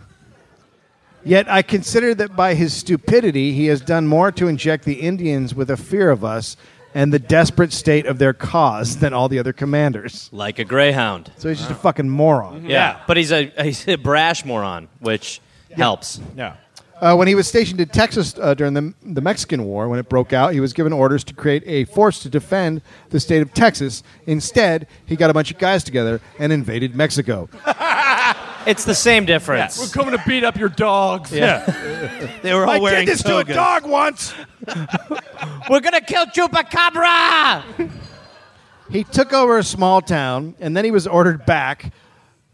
Yet I consider that by his stupidity he has done more to inject the Indians with a fear of us and the desperate state of their cause than all the other commanders.
Like a greyhound.
So he's just a fucking moron.
Yeah. But he's a he's a brash moron, which helps.
Yeah.
Uh, when he was stationed in Texas uh, during the, the Mexican War, when it broke out, he was given orders to create a force to defend the state of Texas. Instead, he got a bunch of guys together and invaded Mexico.
It's the same difference.
We're coming to beat up your dogs. Yeah.
They were all
I
wearing
did this
togas.
to a dog once.
We're gonna kill Chupacabra!
He took over a small town, and then he was ordered back,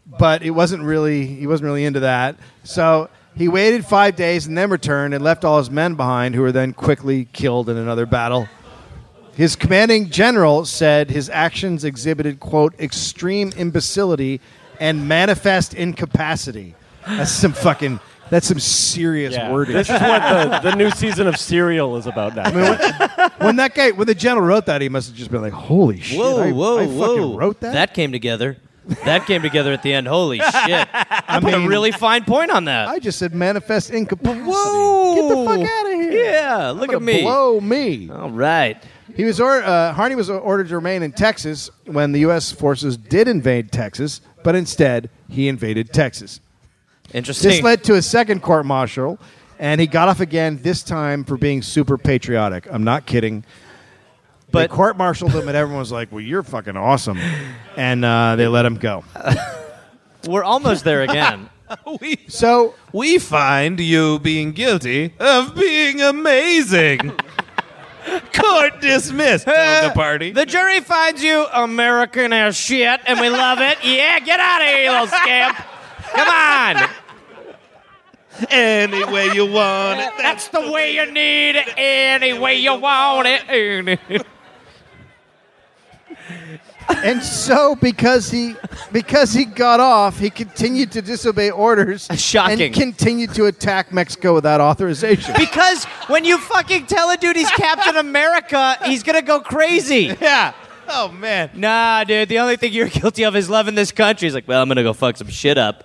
but it wasn't really he wasn't really into that. So he waited five days and then returned and left all his men behind, who were then quickly killed in another battle. His commanding general said his actions exhibited, quote, extreme imbecility and manifest incapacity. That's some fucking, that's some serious wording.
This is what the, the new season of Serial is about now.
when that guy, when the general wrote that, he must have just been like, holy shit.
Whoa,
I,
whoa,
I
whoa!
fucking wrote that?
That came together. That came together at the end. Holy shit! I put a
mean-
really fine point on that.
I just said manifest incapacity.
Whoa!
Get the fuck out of here.
Yeah, look
Gonna
at me.
Blow me.
All right.
He was or, uh, Harney was ordered to remain in Texas when the U.S. forces did invade Texas, but instead he invaded Texas.
Interesting.
This led to a second court martial, and he got off again. This time for being super patriotic. I'm not kidding.
But-
they court martialed him, and everyone was like, "Well, you're fucking awesome," and uh, they let him go.
We're almost there again.
We,
So
we find you being guilty of being amazing. Court dismissed. told the party.
the jury finds you American as shit, and we love it. Yeah, get out of here, you little scamp. Come on.
Any way you want it.
That's the way you need it, any way you want it.
And so because he because he got off, he continued to disobey orders
Shocking.
and continued to attack Mexico without authorization.
Because when you fucking tell a dude he's Captain America, he's gonna go crazy.
Yeah. Oh man.
Nah, dude, the only thing you're guilty of is loving this country. He's like, well, I'm gonna go fuck some shit up.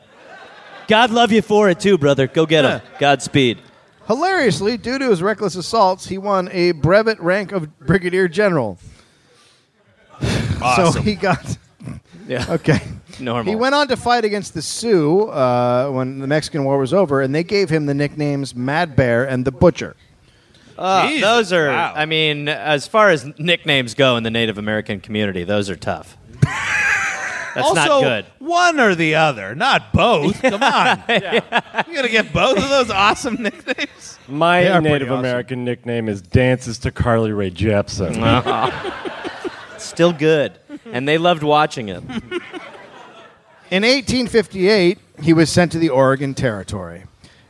God love you for it too, brother. Go get him. Godspeed.
Hilariously, due to his reckless assaults, he won a brevet rank of brigadier general. So he got
Yeah.
okay.
Normal.
He went on to fight against the Sioux uh, when the Mexican War was over, and they gave him the nicknames Mad Bear and the Butcher.
Uh,
Jesus,
those are,
wow.
I mean, as far as nicknames go in the Native American community, those are tough. That's
also,
not good.
one or the other, not both. Come on. You're going to get both of those awesome nicknames?
They
My
are
Native
pretty awesome.
American nickname is Dances to Carly Rae Jepsen.
Still good. And they loved watching it.
In 1858, he was sent to the Oregon Territory.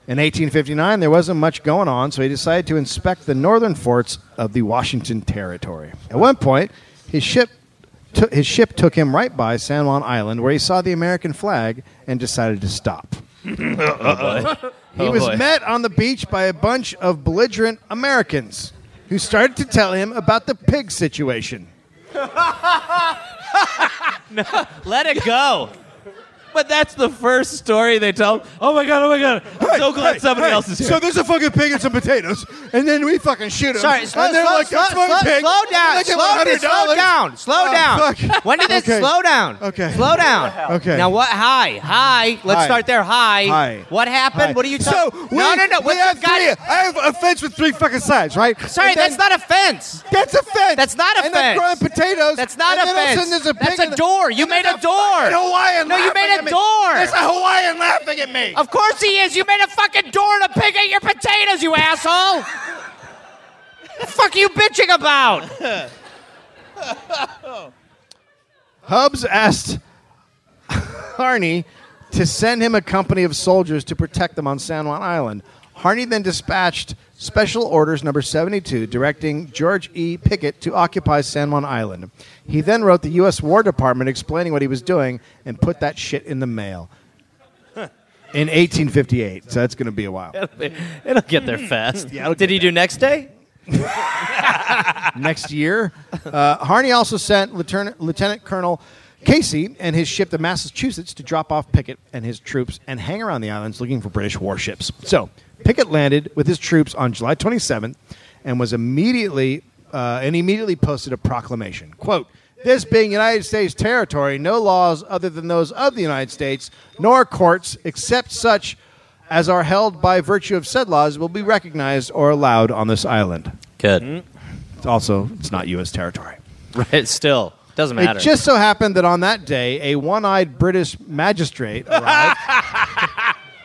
In 1859, there wasn't much going on, so he decided to inspect the northern forts of the Washington Territory. At one point, his ship, to- his ship took him right by San Juan Island, where he saw the American flag and decided to stop. He
Oh,
was
boy.
met on the beach by a bunch of belligerent Americans who started to tell him about the pig situation.
Let it go.
But that's the first story they tell. Oh my God, oh my God. I'm so glad somebody else is here.
So there's a fucking pig and some potatoes, and then we fucking shoot him.
Sorry, slow,
and they're
slow,
like,
slow,
"That's
slow,
fucking pig."
slow
And
down.
they give
Slow,
him
slow
$100.
down. Slow
Oh,
down.
fuck.
When did this
Okay.
slow down?
Okay.
Slow down.
Okay.
Now what? Hi. Hi. Let's
Hi.
start there. Hi.
Hi.
What happened?
Hi.
What are you
So
talking?
we,
no, no, no.
We
What's
have
the guy-
three. I have a fence with three fucking sides, right?
Sorry,
And then-
that's not a fence.
That's a fence.
That's not a
and they're
fence.
growing potatoes.
That's not
and
a
then all of
fence.
sudden there's a pig
That's a
and-
door. You
and there's
made a door.
fucking Hawaiian
No, you made
laughing
a
at me.
door.
There's a Hawaiian laughing at me.
Of course he is. You made a fucking door to pick at your potatoes, you asshole. the fuck are you bitching about?
Hubs asked Harney to send him a company of soldiers to protect them on San Juan Island. Harney then dispatched Special Orders Number 72, directing George E. Pickett to occupy San Juan Island. He then wrote the U.S. War Department explaining what he was doing and put that shit in the mail. In 1858, so that's going to be a while.
It'll get there fast. Did he do next day?
next year. Uh, Harney also sent Lieutenant, Lieutenant Colonel Casey and his ship, the Massachusetts, to drop off Pickett and his troops and hang around the islands looking for British warships. So Pickett landed with his troops on July 27th and was immediately uh, and immediately posted a proclamation. Quote. This being United States territory, no laws other than those of the United States, nor courts except such as are held by virtue of said laws, will be recognized or allowed on this island.
Good.
It's also it's not U.S. territory.
Hmm? Right. Still doesn't matter.
It just so happened that on that day, a one-eyed British magistrate arrived.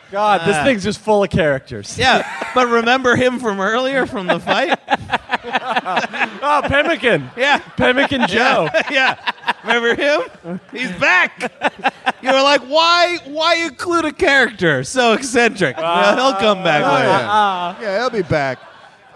God,
Ah.
this thing's just full of characters.
Yeah, but remember him from earlier from the fight?
Oh, Pemmican.
Yeah,
Pemmican Joe.
yeah. Remember him? He's back. You were like, why? Why include a character so eccentric? Well, he'll come back later.
Oh, yeah, he'll be back.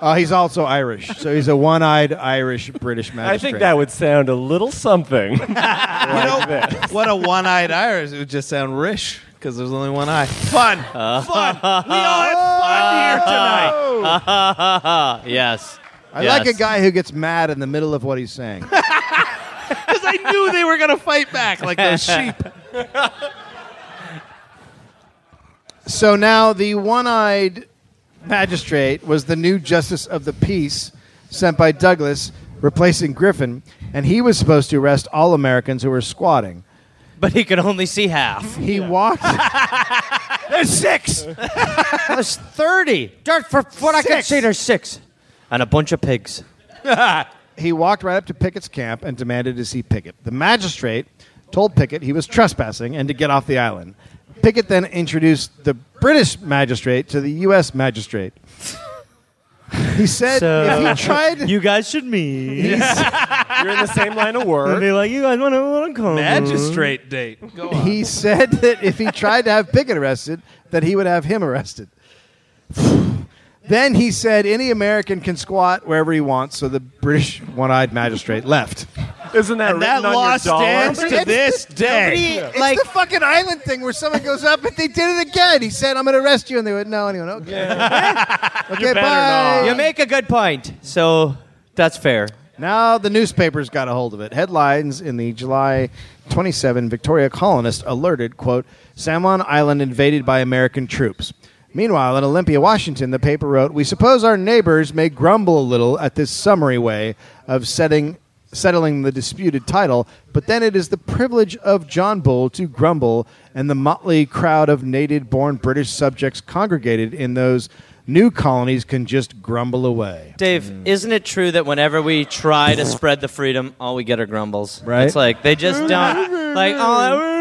Uh, he's also Irish, so he's a one-eyed Irish British
I
magistrate.
think that would sound a little something.
You know, what a one-eyed Irish. It would just sound rish because there's only one eye. Fun, fun. We all had fun here tonight.
yes.
I like a guy who gets mad in the middle of what he's saying.
I knew they were gonna fight back like those sheep.
so now the one-eyed magistrate was the new justice of the peace sent by Douglas, replacing Griffin, and he was supposed to arrest all Americans who were squatting.
But he could only see half.
He walked.
There's six.
There's thirty. Dirt for what I could see. There's six. And a bunch of pigs.
he walked right up to Pickett's camp and demanded to see Pickett. The magistrate told Pickett he was trespassing and to get off the island. Pickett then introduced the British magistrate to the U.S. magistrate. He said if he tried,
You guys should meet.
You're in the same line of work.
Be like, you guys want to come?
Magistrate date. Go on.
he said that if he tried to have Pickett arrested, that he would have him arrested. then he said any American can squat wherever he wants. So the British one-eyed magistrate left.
Isn't that
And that
written on your
law stands
dollar?
to this day.
It's the fucking island thing where someone goes up and they did it again. He said, "I'm going to arrest you," and they went, "No." Anyone? Okay. okay.
better
bye.
not.
You make a good point. So that's fair.
Now the newspapers got a hold of it. Headlines in the July 27 Victoria Colonist alerted, quote, San Juan Island invaded by American troops. Meanwhile, in Olympia, Washington, the paper wrote, We suppose our neighbors may grumble a little at this summary way of setting, settling the disputed title, but then it is the privilege of John Bull to grumble, and the motley crowd of native born British subjects congregated in those new colonies can just grumble away.
Dave, isn't it true that whenever we try to spread the freedom, all we get are grumbles?
Right.
It's like they just don't like oh, all that.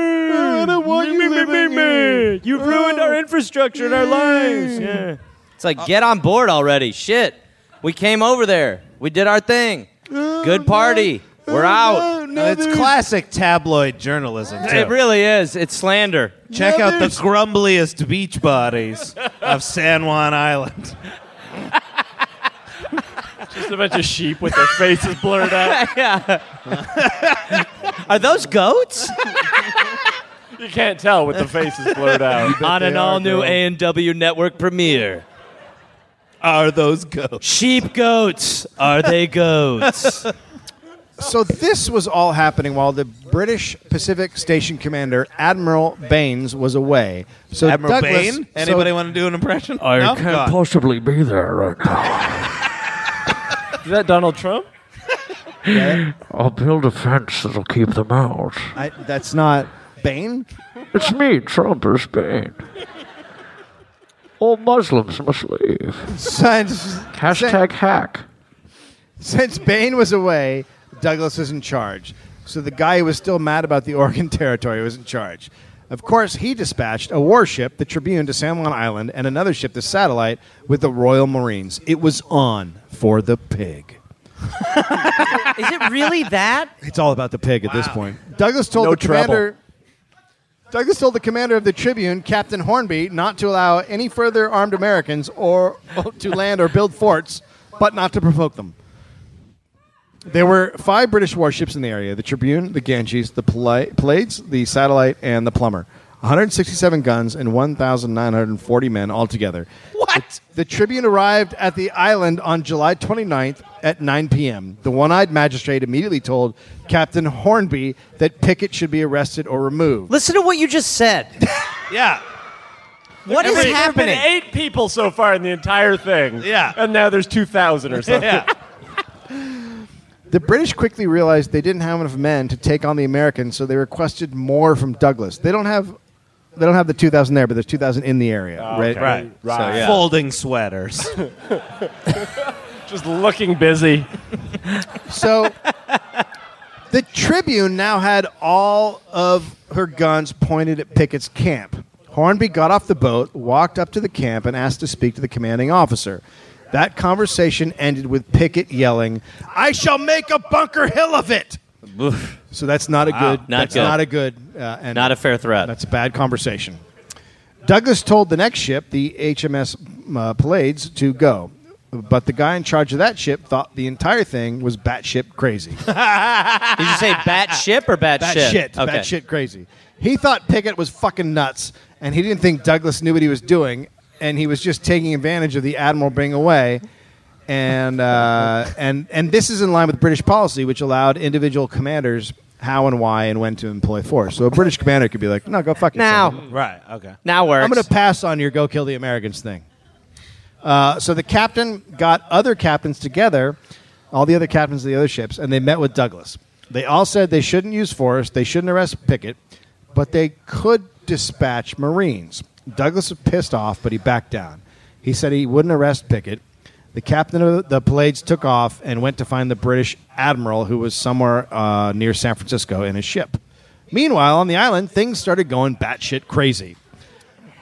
You've ruined our infrastructure and our lives. Yeah. It's like get on board already. Shit. We came over there. We did our thing. Good party. We're out.
It's classic tabloid journalism.
It
Too.
really is. It's slander.
Check out the grumbliest beach bodies of San Juan Island.
Just a bunch of sheep with their faces blurred out.
yeah. Are those goats?
You can't tell with the faces blurred out.
on an all new A and W network premiere.
Are those goats?
Sheep goats. Are they goats?
So this was all happening while the British Pacific Station Commander Admiral Baines was away. So
Admiral
Douglas,
Bain?
so-
Anybody want to do an impression? I
possibly be there right now.
Is that Donald Trump?
I'll build a fence that'll keep them out.
I, that's not Bain.
It's me, Trump or Spain. All Muslims must leave.
Since
Hashtag hack.
since Bain was away, Douglas was in charge. So the guy who was still mad about the Oregon Territory was in charge. Of course, he dispatched a warship, the Tribune, to San Juan Island, and another ship, the Satellite, with the Royal Marines. It was on for the pig.
Is it really that?
It's all about the pig at this point. Douglas told
No
the commander. Douglas told the commander of the Tribune, Captain Hornby, not to allow any further armed Americans or to land or build forts, but not to provoke them. There were five British warships in the area the Tribune, the Ganges, the Pla- Pleiades, the Satellite, and the Plumber. 167 guns and 1,940 men altogether.
What?
The Tribune arrived at the island on July 29th at 9 p.m. The one eyed magistrate immediately told Captain Hornby that Pickett should be arrested or removed.
Listen to what you just said.
Yeah.
What is
Every-
There've been
happening?
eight people so far in the entire thing.
Yeah.
And now there's 2,000 or something.
Yeah.
The British quickly realized they didn't have enough men to take on the Americans, so they requested more from Douglas. They don't have. They don't have the 2,000 there, but there's 2,000 in the area. right?
Right.
So, yeah.
Folding sweaters.
Just looking busy.
So the Tribune now had all of her guns pointed at Pickett's camp. Hornby got off the boat, walked up to the camp, and asked to speak to the commanding officer. That conversation ended with Pickett yelling, "I shall make a Bunker Hill of it." So that's not a good.
Not
that's
good.
not a good. Uh, end.
Not a fair threat.
That's a bad conversation. Douglas told the next ship, the HMS uh, Pallades, to go. But the guy in charge of that ship thought the entire thing was batshit crazy.
Did you say bat ship or bat,
Batshit. shit,
Okay.
Batshit crazy. He thought Pickett was fucking nuts, and he didn't think Douglas knew what he was doing, and he was just taking advantage of the admiral being away. And uh, and and this is in line with British policy, which allowed individual commanders how and why and when to employ force. So a British commander could be like, "No, go fuck yourself."
Now,
right. Okay.
now works.
I'm going to pass on your go kill the Americans thing. Uh, so the captain got other captains together, all the other captains of the other ships, and they met with Douglas. They all said they shouldn't use force, they shouldn't arrest Pickett, but they could dispatch Marines. Douglas was pissed off, but he backed down. He said he wouldn't arrest Pickett. The captain of the Pallades took off and went to find the British admiral who was somewhere uh, near San Francisco in his ship. Meanwhile, on the island, things started going batshit crazy.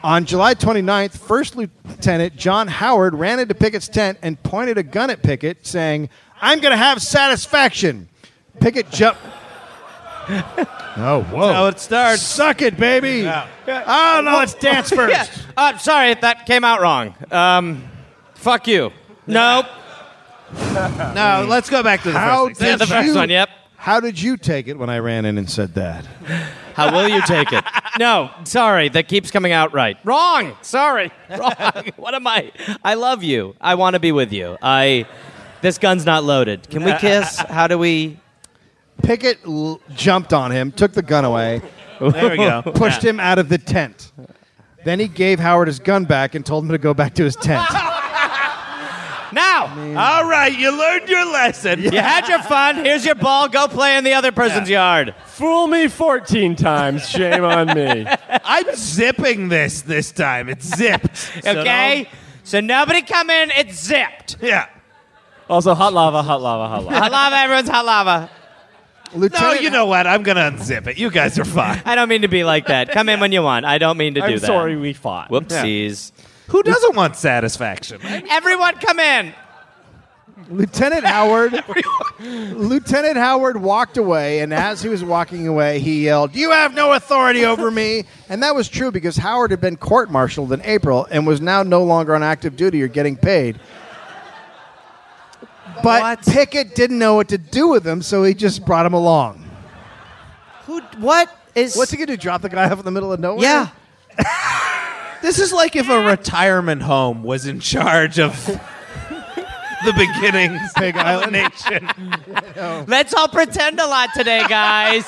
On July 29th, First Lieutenant John Howard ran into Pickett's tent and pointed a gun at Pickett, saying, I'm going to have satisfaction. Pickett jumped. oh, whoa.
How it starts.
Suck it, baby. Oh, no, let's dance first.
Yeah. Uh, sorry if that came out wrong. Um, fuck you. Nope.
No, Oh, let's go back to the
How
first thing.
Yeah, the
did
first
you-
one, yep.
How did you take it when I ran in and said that?
How will you take it? No, sorry. That keeps coming out right. Wrong. Sorry. Wrong. what am I? I love you. I want to be with you. I. This gun's not loaded. Can we kiss? How do we?
Pickett l- jumped on him, took the gun away,
There we go.
pushed him out of the tent. Then he gave Howard his gun back and told him to go back to his tent.
Now.
All right, you learned your lesson.
You had your fun. Here's your ball. Go play in the other person's yard.
Fool me 14 times. Shame on me.
I'm zipping this this time. It's zipped. So
Okay? So, nobody come in. It's zipped.
don't- yeah.
Also, hot lava, hot lava, hot lava.
Hot lava. Everyone's hot lava.
No,
Lieutenant
you know what? I'm gonna unzip it. You guys are fine.
I don't mean to be like that. Come in when you want. I don't mean to do
I'm
that.
sorry we fought.
Whoopsies.
Who doesn't want satisfaction?
Everyone come in.
Lieutenant Howard Lieutenant Howard walked away and as he was walking away he yelled, "You have no authority over me." And that was true because Howard had been court-martialed in April and was now no longer on active duty or getting paid. But
What?
Pickett didn't know what to do with him, so he just brought him along.
Who? What is?
What's he going to do? Drop the guy off in the middle of nowhere?
yeah.
This is like if a retirement home was in charge of the beginnings Pig Island Nation.
Let's all pretend a lot today, guys.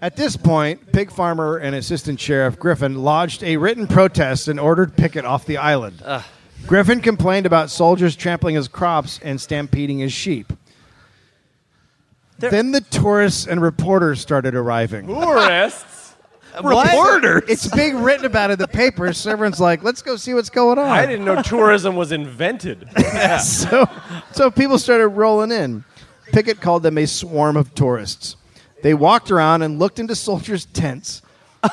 At this point, Pig Farmer and Assistant Sheriff Griffin lodged a written protest and ordered Pickett off the island. Griffin complained about soldiers trampling his crops and stampeding his sheep. then the tourists and reporters started arriving.
Tourists.
Reporter.
It's being written about in the papers. So everyone's like, let's go see what's going on.
I didn't know tourism was invented.
so, so people started rolling in. Pickett called them a swarm of tourists. They walked around and looked into soldiers' tents,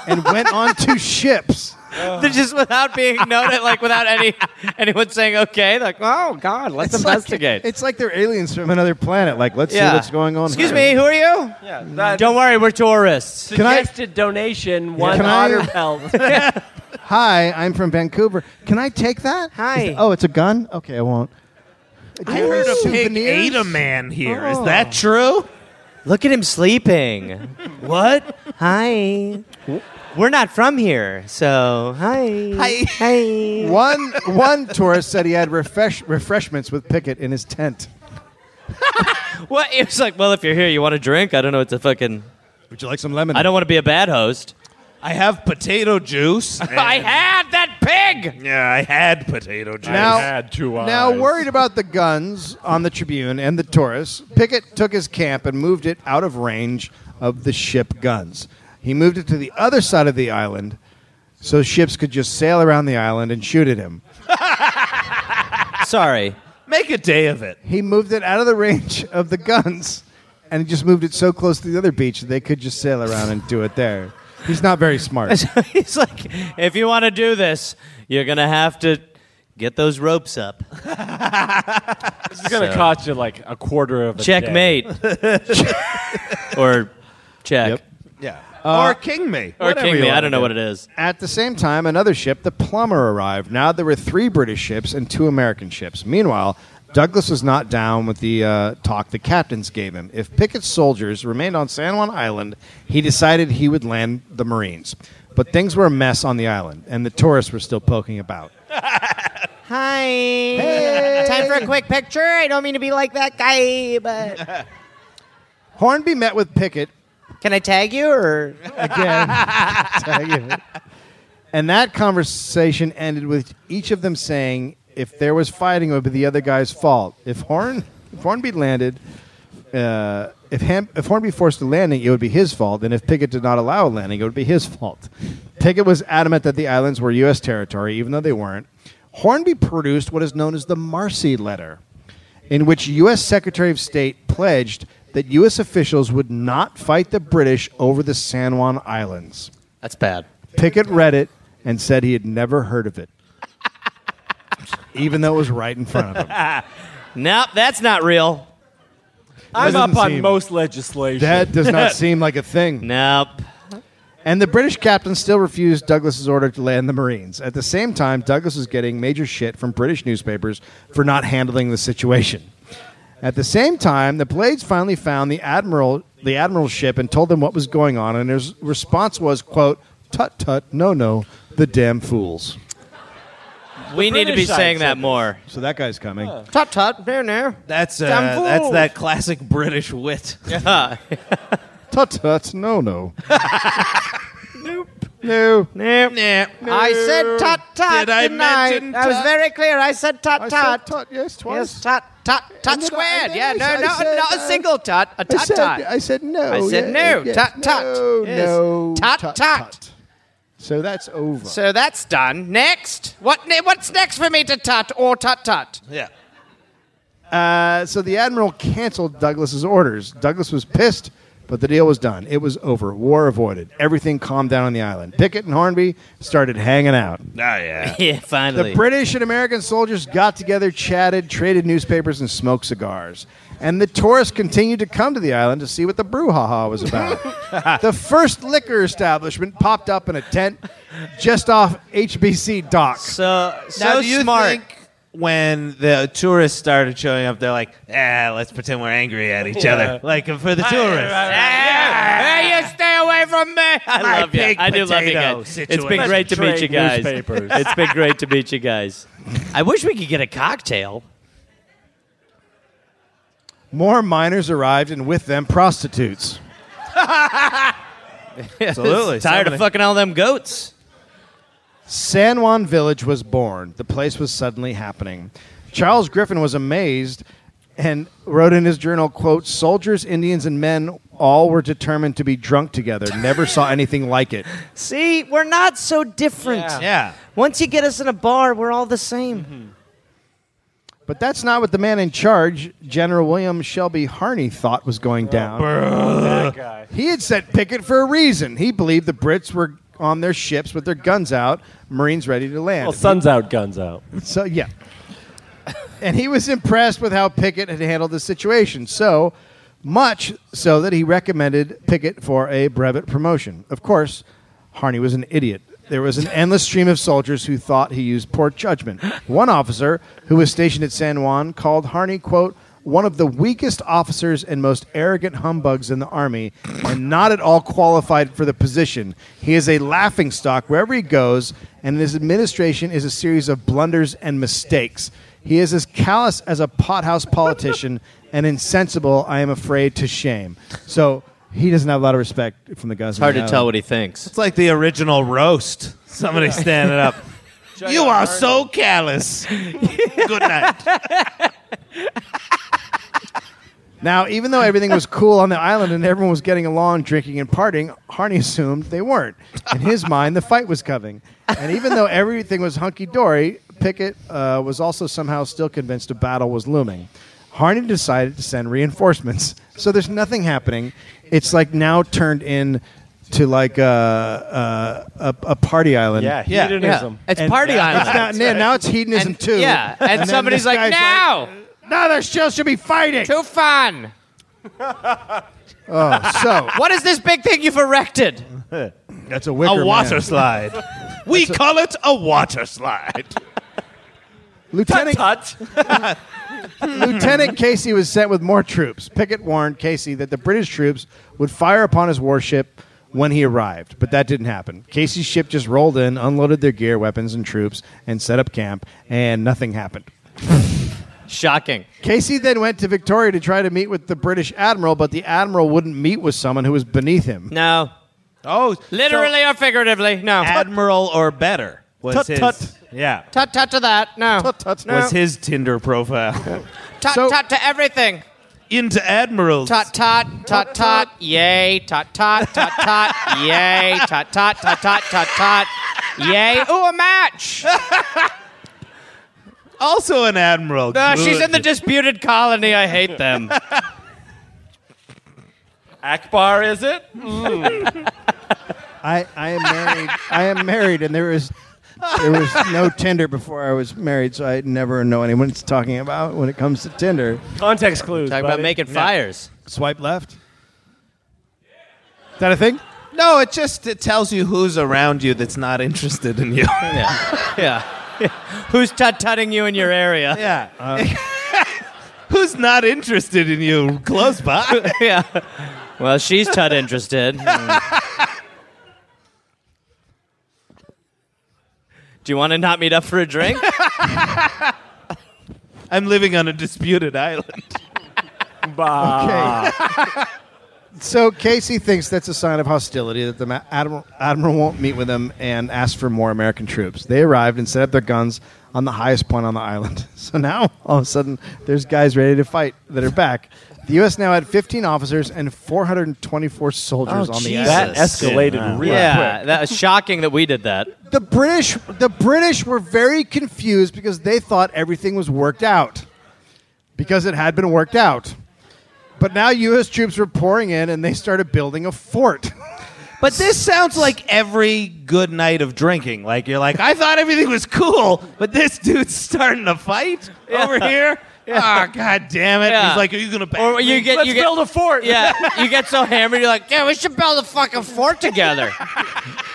and went on to ships.
They're just without being noted, like without any anyone saying okay. They're like, oh God, let's
It's like-
investigate.
it's like they're aliens from another planet. Like, let's see what's going on.
Excuse
here.
me, who are you?
Yeah, that
Don't worry, we're tourists.
Can I-
Suggested donation, one
Can I-
otter pelt.
Hi, I'm from Vancouver. Can I take that?
Hi.
Is- oh, it's a gun? Okay, I won't. I heard
a pig ate a man here. Is that true?
Look at him sleeping. what? Hi. We're not from here, so hi. Hi. Hi.
One one tourist said he had refresh, refreshments with Pickett in his tent.
What? It was like, well, if you're here, you want a drink? I don't know. It's a fucking.
Would you like some lemon?
I don't want to be a bad host.
I have potato juice.
I had that pig.
yeah, I had potato juice.
Now-
had two eyes.
Now, worried about the guns on the Tribune and the tourists, Pickett took his camp and moved it out of range of the ship guns. He moved it to the other side of the island so ships could just sail around the island and shoot at him.
Sorry.
Make a day of it.
He moved it out of the range of the guns and he just moved it so close to the other beach that they could just sail around and do it there. He's not very smart.
He's like, if you want to do this, you're gonna have to get those ropes up.
It's going to cost you like a quarter of a
Checkmate. or check.
Yep.
Yeah. or king me.
Uh, Or king me. I don't know what it is.
At the same time, another ship, the Plumber, arrived. Now there were three British ships and two American ships. Meanwhile, Douglas was not down with the uh, talk the captains gave him. If Pickett's soldiers remained on San Juan Island, he decided he would land the Marines. But things were a mess on the island, and the tourists were still poking about.
Hi. Time for a quick picture. I don't mean to be like that guy, but
Hornby met with Pickett
can I tag you or
again. and that conversation ended with each of them saying, if there was fighting, it would be the other guy's fault. If, Horn, if Hornby landed, uh, if, Ham, if Hornby forced a landing, it would be his fault. And if Pickett did not allow a landing, it would be his fault. Pickett was adamant that the islands were U.S. territory, even though they weren't. Hornby produced what is known as the Marcy Letter, in which U.S. Secretary of State pledged that U.S. officials would not fight the British over the San Juan Islands.
That's bad.
Pickett read it and said he had never heard of it, even though it was right in front of him.
Nope, that's not real.
I'm
Doesn't
up on
seem-
most legislation.
That does not seem like a thing.
Nope.
And the British captain still refused Douglas's order to land the Marines. At the same time, Douglas was getting major shit from British newspapers for not handling the situation. At the same time, the Blades finally found the admiral, the admiral's ship, and told them what was going on. And his response was, "quote Tut tut, no no, the damn fools."
we need to be
British side
saying
said
that more.
So that guy's coming.
Tut tut, there, there.
That's uh,
Damn
that's
fool.
that classic British wit.
Yeah.
Tut tut, no no. nope. No.
Nope.
Nah.
I said tut tut.
Did I
didn't I?
mention
I was
tut?
very clear. I said tut
I
tut.
said tut yes twice.
Yes, tut tut tut
And then I-
squared.
then
Yeah,
I
no,
said- I
no,
said,
not a
uh,
single tut. A
I
tut
said
tut.
I said no.
I said
yeah,
no,
yes,
tut, tut.
No,
Yes.
no.
Tut, tut.
So that's over.
So that's done. Next, what? ne- What's next for me to tut or tut tut?
Yeah.
Uh, so the admiral canceled Douglas's orders. Douglas was pissed, but the deal was done. It was over. War avoided. Everything calmed down on the island. Pickett and Hornby started hanging out.
Oh yeah.
Yeah,
The
finally.
British and American soldiers got together, chatted, traded newspapers, and smoked cigars. And the tourists continued to come to the island to see what the brouhaha was about. the first liquor establishment popped up in a tent just off HBC dock.
so
now, do you think when the tourists started showing up, they're like, "Ah, let's pretend we're angry at each other, like for the tourists."
Hey, you stay away from me. I love you.
pig
I do love you
potato
guys. It's
situation.
been great to meet you
Trade
guys.
newspapers.
It's been great to meet you guys. I wish we could get a cocktail.
More minors arrived, and with them, prostitutes.
Absolutely.
Tired of fucking all them goats.
San Juan Village was born. The place was suddenly happening. Charles Griffin was amazed and wrote in his journal, quote, soldiers, Indians, and men all were determined to be drunk together. Never saw anything like it.
See, we're not so different.
Yeah.
Mm-hmm.
Once you get us in a bar, we're all the same.
But that's not what the man in charge, General William Shelby Harney, thought was going down.
That guy.
He had sent Pickett for a reason. He believed the Brits were on their ships with their guns out, Marines ready to land.
Well, sun's out, guns out.
So yeah. and he was impressed with how Pickett had handled the situation. So much so that he recommended Pickett for a brevet promotion. Of course, Harney was an idiot. There was an endless stream of soldiers who thought he used poor judgment. One officer, who was stationed at San Juan, called Harney, quote, one of the weakest officers and most arrogant humbugs in the army, and not at all qualified for the position. He is a laughingstock wherever he goes, and his administration is a series of blunders and mistakes. He is as callous as a pothouse politician and insensible, I am afraid, to shame. So he doesn't have a lot of respect from the guys.
Hard to tell what he thinks.
It's like the original roast. Somebody standing up. you are so callous. Good night.
Now, even though everything was cool on the island and everyone was getting along, drinking and partying, Harney assumed they weren't. In his mind, the fight was coming. And even though everything was hunky dory, Pickett uh, was also somehow still convinced a battle was looming. Harney decided to send reinforcements. So there's nothing happening. It's like now turned in to like a, uh a, a party island.
Yeah,
Yeah,
hedonism.
It's party
It's
island.
not, yeah, now it's hedonism
And-
too.
Yeah, and,
then
somebody's
this
like,
guy's
now,
no, there still should be fighting.
too fun.
So
What is this big thing you've erected?
that's a wicker
A water
man.
slide. We call it a water slide.
Lieutenant
Tut.
Lieutenant Casey was sent with more troops. Pickett warned Casey that the British troops would fire upon his warship when he arrived, but that didn't happen. Casey's ship just rolled in, unloaded their gear, weapons, and troops, and set up camp, and nothing happened.
Shocking.
Casey then went to Victoria to try to meet with the British admiral, but the admiral wouldn't meet with someone who was beneath him.
No.
Oh,
Literally or figuratively, no.
admiral or better was
Tut,
his.
tut.
Yeah,
Tut tut to that, no. Tut
That's
was his Tinder profile.
tut,
So-
to everything.
Into admirals.
Tut tot, tut tot, yay, tut tot, tut tot, yay, tut tot, tut tot, tut tot, yay. Ooh, a match!
Also an admiral.
Uh, she's in the
Good.
disputed colony, I hate them.
Akbar, is it?
I, I am married. I am married, and there is there was no Tinder before I was married, so I never know anyone it's talking about when it comes to Tinder.
Context clues.
Talking about
buddy.
making fires.
Swipe left. Is that a thing?
No, it just it tells you who's around you that's not interested in you.
Yeah. yeah. Who's tut tutting you in your area?
yeah.
Uh,
who's not interested in you close by?
yeah. Well, she's tut interested. Do you want to not meet up for a drink?
I'm living on a disputed island.
Bah.
So Casey thinks that's a sign of hostility that the ma- admiral, admiral won't meet with them and ask for more American troops. They arrived and set up their guns on the highest point on the island. So now all of a sudden there's guys ready to fight that are back. The U.S. now had 15 officers and 424 soldiers
Oh,
on the
Jesus.
That
island.
escalated real
yeah, that was shocking that we did that.
The British, the British were very confused because they thought everything was worked out, because it had been worked out. But now U.S. troops were pouring in, and they started building a fort.
But this sounds like every good night of drinking. Like you're like, I thought everything was cool, but this dude's starting to fight over here. Oh god damn it!
Yeah.
He's like, are you gonna back
Or you
me?"
get you
Let's
get
build a fort.
yeah, you get so hammered, you're like, yeah, we should build a fucking fort together.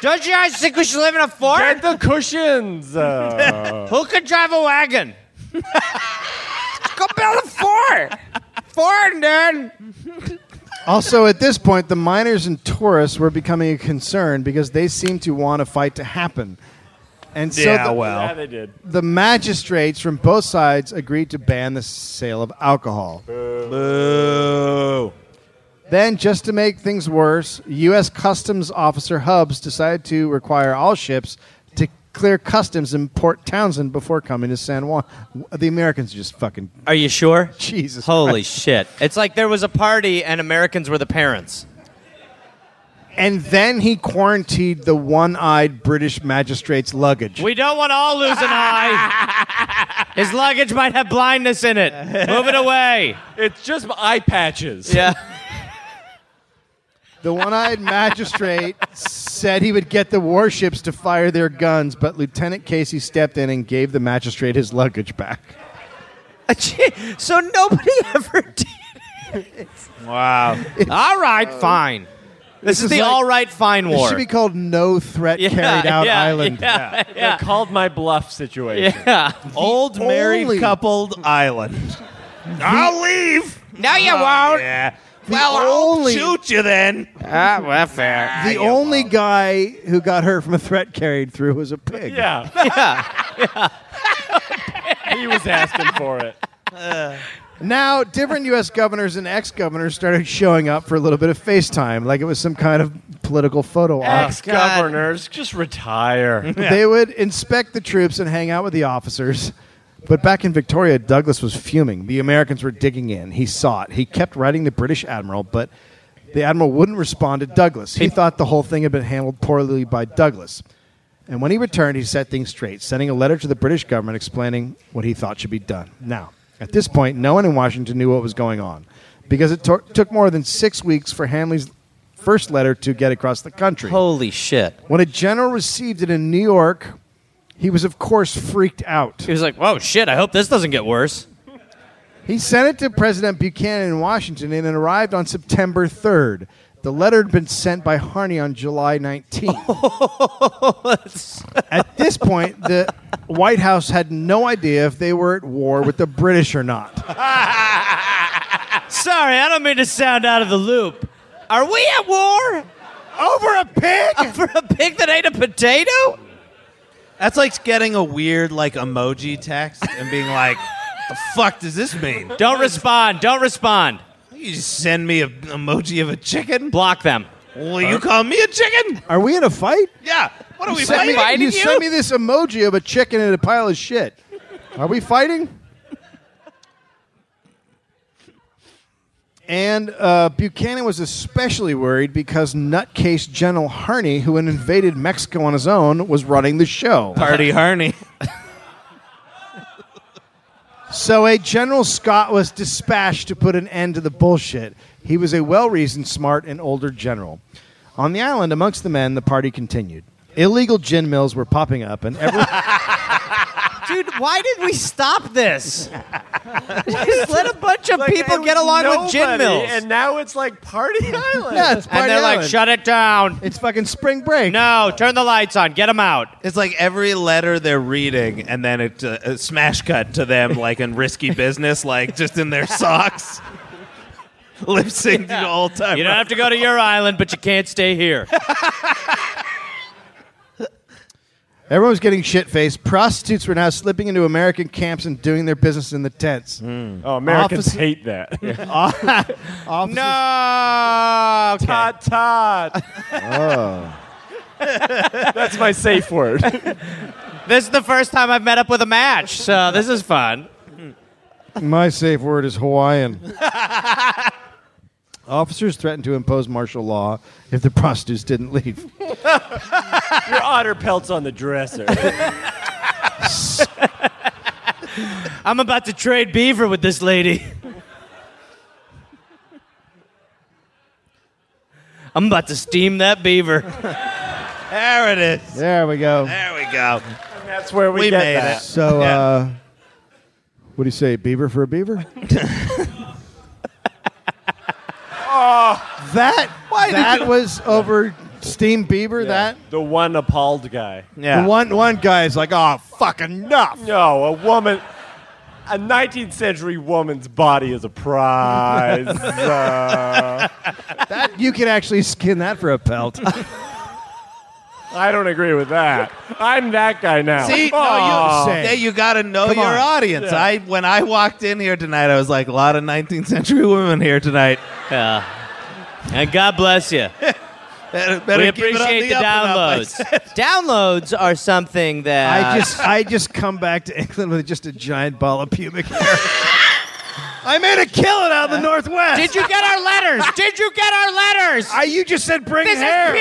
Don't you guys think we should live in a fort?
Get the cushions. Uh,
Who could drive a wagon? Go build a fort. Fort, dude.
Also, at this point, the miners and tourists were becoming a concern because they seemed to want a fight to happen. And so
Yeah,
the,
well,
yeah, they did.
the magistrates from both sides agreed to ban the sale of alcohol.
boo.
Then, just to make things worse, U.S. Customs Officer Hubbs decided to require all ships to clear customs in Port Townsend before coming to San Juan. The Americans are just fucking
Are you sure?
Jesus.
Holy
Christ.
shit. It's like there was a party and Americans were the parents.
and then he quarantined the one-eyed British magistrate's luggage.
We don't want to all lose an eye. His luggage might have blindness in it. Move it away.
It's just eye patches.
Yeah.
The one-eyed magistrate said he would get the warships to fire their guns, but Lieutenant Casey stepped in and gave the magistrate his luggage back.
so nobody ever did.
Wow.
All right, fine. This, is,
is
the
like-
all right, fine
It
war.
should be called No Threat
Yeah,
Carried Out
yeah,
Island.
Yeah, yeah.
Called my bluff situation.
yeah.
Old married
only-
coupled island. I'll leave.
No, you
Oh,
won't.
yeah. Well,
only-
I'll shoot you then.
Ah, well, fair.
The only guy who got hurt from a threat carried through was a pig.
Yeah. he was asking for it.
Now, different U.S. governors and ex-governors started showing up for a little bit of FaceTime, like it was some kind of political photo op.
Ex governors, just retire.
They would inspect the troops and hang out with the officers. But back in Victoria, Douglas was fuming. The Americans were digging in. He saw it. He kept writing the British admiral, but the admiral wouldn't respond to Douglas. He thought the whole thing had been handled poorly by Douglas. And when he returned, he set things straight, sending a letter to the British government explaining what he thought should be done. Now, at this point, no one in Washington knew what was going on because it to- took more than six weeks for Hanley's first letter to get across the country.
Holy shit.
When a general received it in New York, he was, of course, freaked out.
He was like, whoa, shit, I hope this doesn't get worse.
He sent it to President Buchanan in Washington and it arrived on September 3rd. The letter had been sent by Harney on July 19th. at this point, the White House had no idea if they were at war with the British or not.
Sorry, I don't mean to sound out of the loop. Are we at war?
Over a pig?
For a pig that ate a potato?
That's like getting a weird like emoji text and being like, "The fuck does this mean?"
Don't respond. Don't respond.
You just send me an emoji of a chicken.
Block them.
Will you call me a chicken?
Are we in a fight?
Yeah. What are we
Send
fighting?
me- you sent me this emoji of a chicken and a pile of shit. Are we fighting? And uh, Buchanan was especially worried because nutcase General Harney, who had invaded Mexico on his own, was running the show.
Party Harney.
So a General Scott was dispatched to put an end to the bullshit. He was a well reasoned, smart, and older general. On the island, amongst the men, the party continued. Illegal gin mills were popping up, and every.
Dude, why did we stop this? Just let a bunch of people get along with gin
Nobody,
mills.
And now it's like Party Island.
yeah, it's
And
Party
they're like,
Island.
shut it down.
It's fucking spring break.
No, turn the lights on. Get them out.
It's like every letter they're reading, and then it uh, a smash cut to them like in risky business, like just in their socks, lip syncing
Yeah.
all time.
You don't have to go to your island, but you can't stay here.
Everyone was getting shit faced. Prostitutes were now slipping into American camps and doing their business in the tents.
Oh, Americans
Office-
hate that.
Officers-
No. Okay.
Tot tot. That's my safe word.
This is the first time I've met up with a match, so this is fun.
My safe word is Hawaiian. Officers threatened to impose martial law if the prostitutes didn't leave.
Your otter pelt's on the dresser.
I'm about to trade beaver with this lady. I'm about to steam that beaver.
There it is.
There we go.
There we go.
That's where we,
We
get
made
that.
it.
So,
Yeah.
uh, what do you say, beaver for a beaver? Oh, that that was over steam beaver. That
The one appalled guy.
Yeah.
The one one guy is like, oh, fuck enough.
No, a woman. A 19th century woman's body is a prize. Uh,
That you can actually skin that for a pelt.
I don't agree with that. I'm that guy now. Oh,
See,
Aw.
no, you, Hey, you got to know
Come
your
on.
audience.
Yeah.
I when I walked in here tonight, I was like, a lot of 19th century women here tonight.
Yeah. And God bless you.
Better, better
we
keep it on
appreciate the,
up and up, I
downloads. downloads are something that
I just I just come back to England with just a giant ball of pubic hair.
I made a killing out in the Northwest.
Did you get our letters? Did you get our letters?
I, you just said bring
this
hair.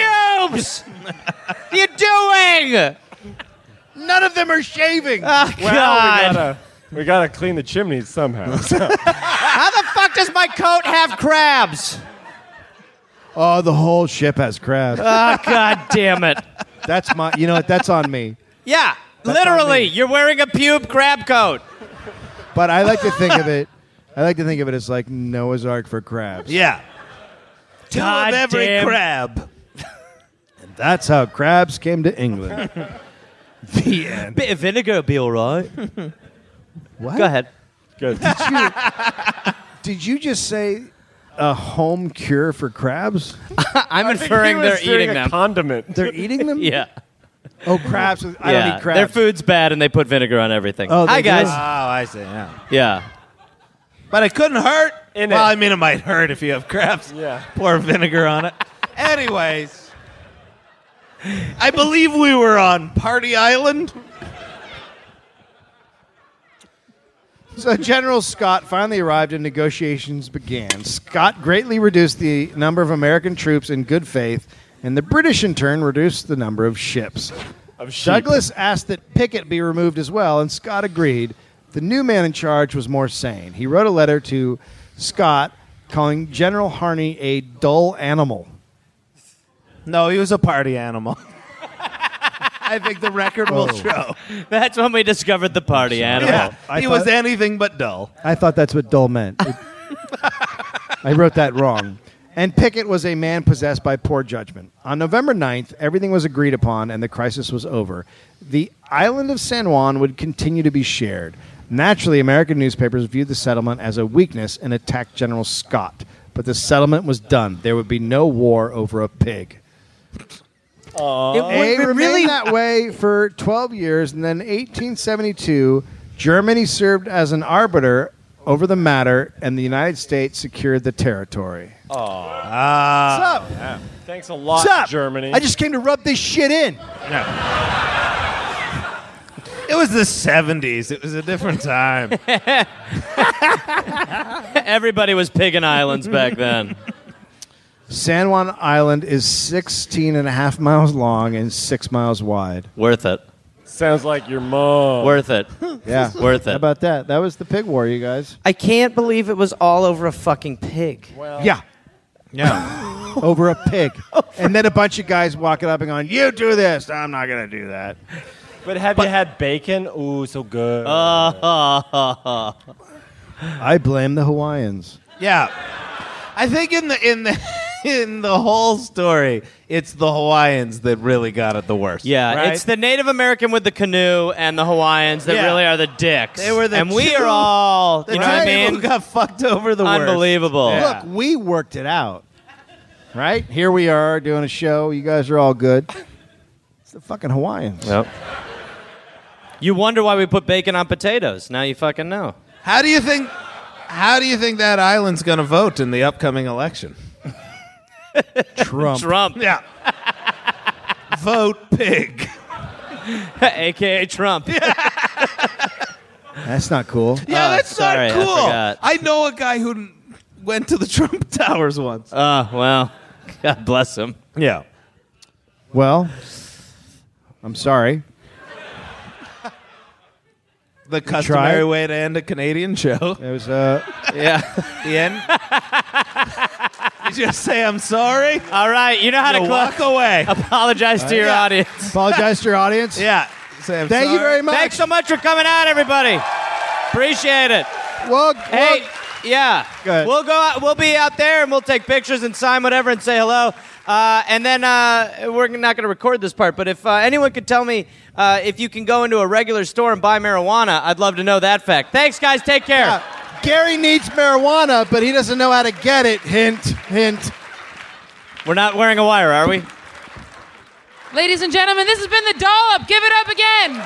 is pubes. what are you doing?
None of them are shaving.
Oh,
We
God.
gotta, we gotta clean the chimneys somehow.
How the fuck does my coat have crabs?
Oh, the whole ship has crabs.
Uh.
Oh, God damn it.
That's my. You know what? That's on me.
Yeah,
on
literally,
me.
you're wearing a pube crab coat.
But I like to think of it. I like to think of it as like Noah's Ark for crabs.
yeah. Two
God
of every
damn.
crab.
That's how crabs came to England.
The end.
Bit of vinegar will be all right.
What?
Go ahead.
Good.
Did you just say a home cure for crabs?
I'm
He
inferring
was
they're
doing
eating
a
them.
condiment.
They're eating them?
yeah.
Oh, crabs. with- I
yeah.
don't eat crabs.
Their food's bad and they put vinegar on everything.
Oh, they
Hi,
do?
guys.
Oh, I see. Yeah.
Yeah.
But it couldn't hurt.
In
well,
it.
I mean, it might hurt if you have crabs.
Yeah.
Pour vinegar on it. Anyways, I believe we were on Party Island.
So General Scott finally arrived and negotiations began. Scott greatly reduced the number of American troops in good faith, and the British in turn reduced the number of ships.
Of sheep.
Douglas asked that Pickett be removed as well, and Scott agreed. The new man in charge was more sane. He wrote a letter to Scott calling General Harney a dull animal.
No, he was a party animal. I think the record
Oh.
will show.
That's when we discovered the party animal.
Yeah,
I
he was
thought-
anything but dull.
I thought that's what dull meant. It- I wrote that wrong. And Pickett was a man possessed by poor judgment. On November 9th, everything was agreed upon and the crisis was over. The island of San Juan would continue to be shared. Naturally, American newspapers viewed the settlement as a weakness and attacked General Scott. But the settlement was done. There would be no war over a pig.
It
It
would
remained
really
that way for 12 years, and then 1872, Germany served as an arbiter over the matter, and the United States secured the territory. What's up?
Thanks a lot,
What's up?
Germany.
I just came to rub this shit in.
It was the 70s. It was a different time.
everybody was pigging islands back then.
San Juan Island is 16 and a half miles long and six miles wide.
Worth it.
Sounds like your mom.
Worth it.
Yeah.
Worth
How
it.
about that? That was the pig war, you guys.
I can't believe it was all over a fucking pig.
Yeah.
Yeah.
Over a pig. and then a bunch of guys walking up and going, You do this. I'm not going to do that.
But have you had bacon? Ooh, so good.
I blame the Hawaiians.
Yeah. I think in the in the in the whole story, it's the Hawaiians that really got it the worst.
Yeah,
right?
it's the Native American with the canoe and the Hawaiians that
Yeah.
really are the dicks.
They were the
and we
two-
are all,
the
you know what I
people
mean?
who got fucked over the worst.
Unbelievable.
Yeah.
Look, we worked it out. Right? Here we are doing a show. You guys are all good. It's the fucking Hawaiians.
You wonder why we put bacon on potatoes. Now you fucking know.
How do you think how do you think that island's going to vote in the upcoming election?
Trump.
Trump,
Yeah. vote pig.
aka Trump.
That's not cool.
Yeah,
Oh,
that's
sorry, I
not cool.
forgot.
know a guy who n- went to the Trump Towers once.
Oh, well, God bless him.
yeah.
Well, I'm sorry.
The customary
tried?
way to end a Canadian show.
It was uh
Yeah.
The end. you just say I'm sorry.
all right, you know how
You
to close.
walk away.
Apologize to your
Yeah.
audience.
apologize to your audience.
Yeah. Say, "I'm
Thank you
sorry."
very much.
Thanks so much for coming out, everybody. Appreciate it.
Well,
Hey, yeah.
Go ahead.
We'll go. Out, we'll be out there and we'll take pictures and sign whatever and say hello. Uh, and then uh, we're not going to record this part, but if uh, anyone could tell me uh, if you can go into a regular store and buy marijuana, I'd love to know that fact. Thanks, guys. Take care.
well, Gary needs marijuana, but he doesn't know how to get it. Hint, hint.
We're not wearing a wire, are we?
Ladies and gentlemen, this has been the dollop. Give it up again.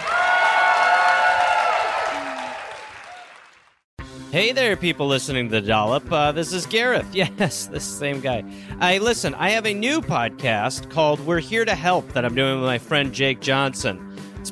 Hey there, people listening to the Dollop. Uh, this is Gareth. Yes, this same guy. I listen. I have a new podcast called "We're Here to Help" that I'm doing with my friend Jake Johnson. It's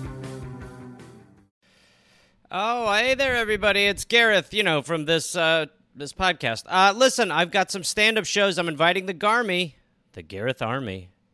Oh, hey there, everybody. It's Gareth, you know, from this uh, this podcast. Uh, listen, I've got some stand up shows I'm inviting the Garmy, the Gareth Army,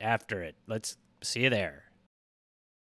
after it. Let's see you there.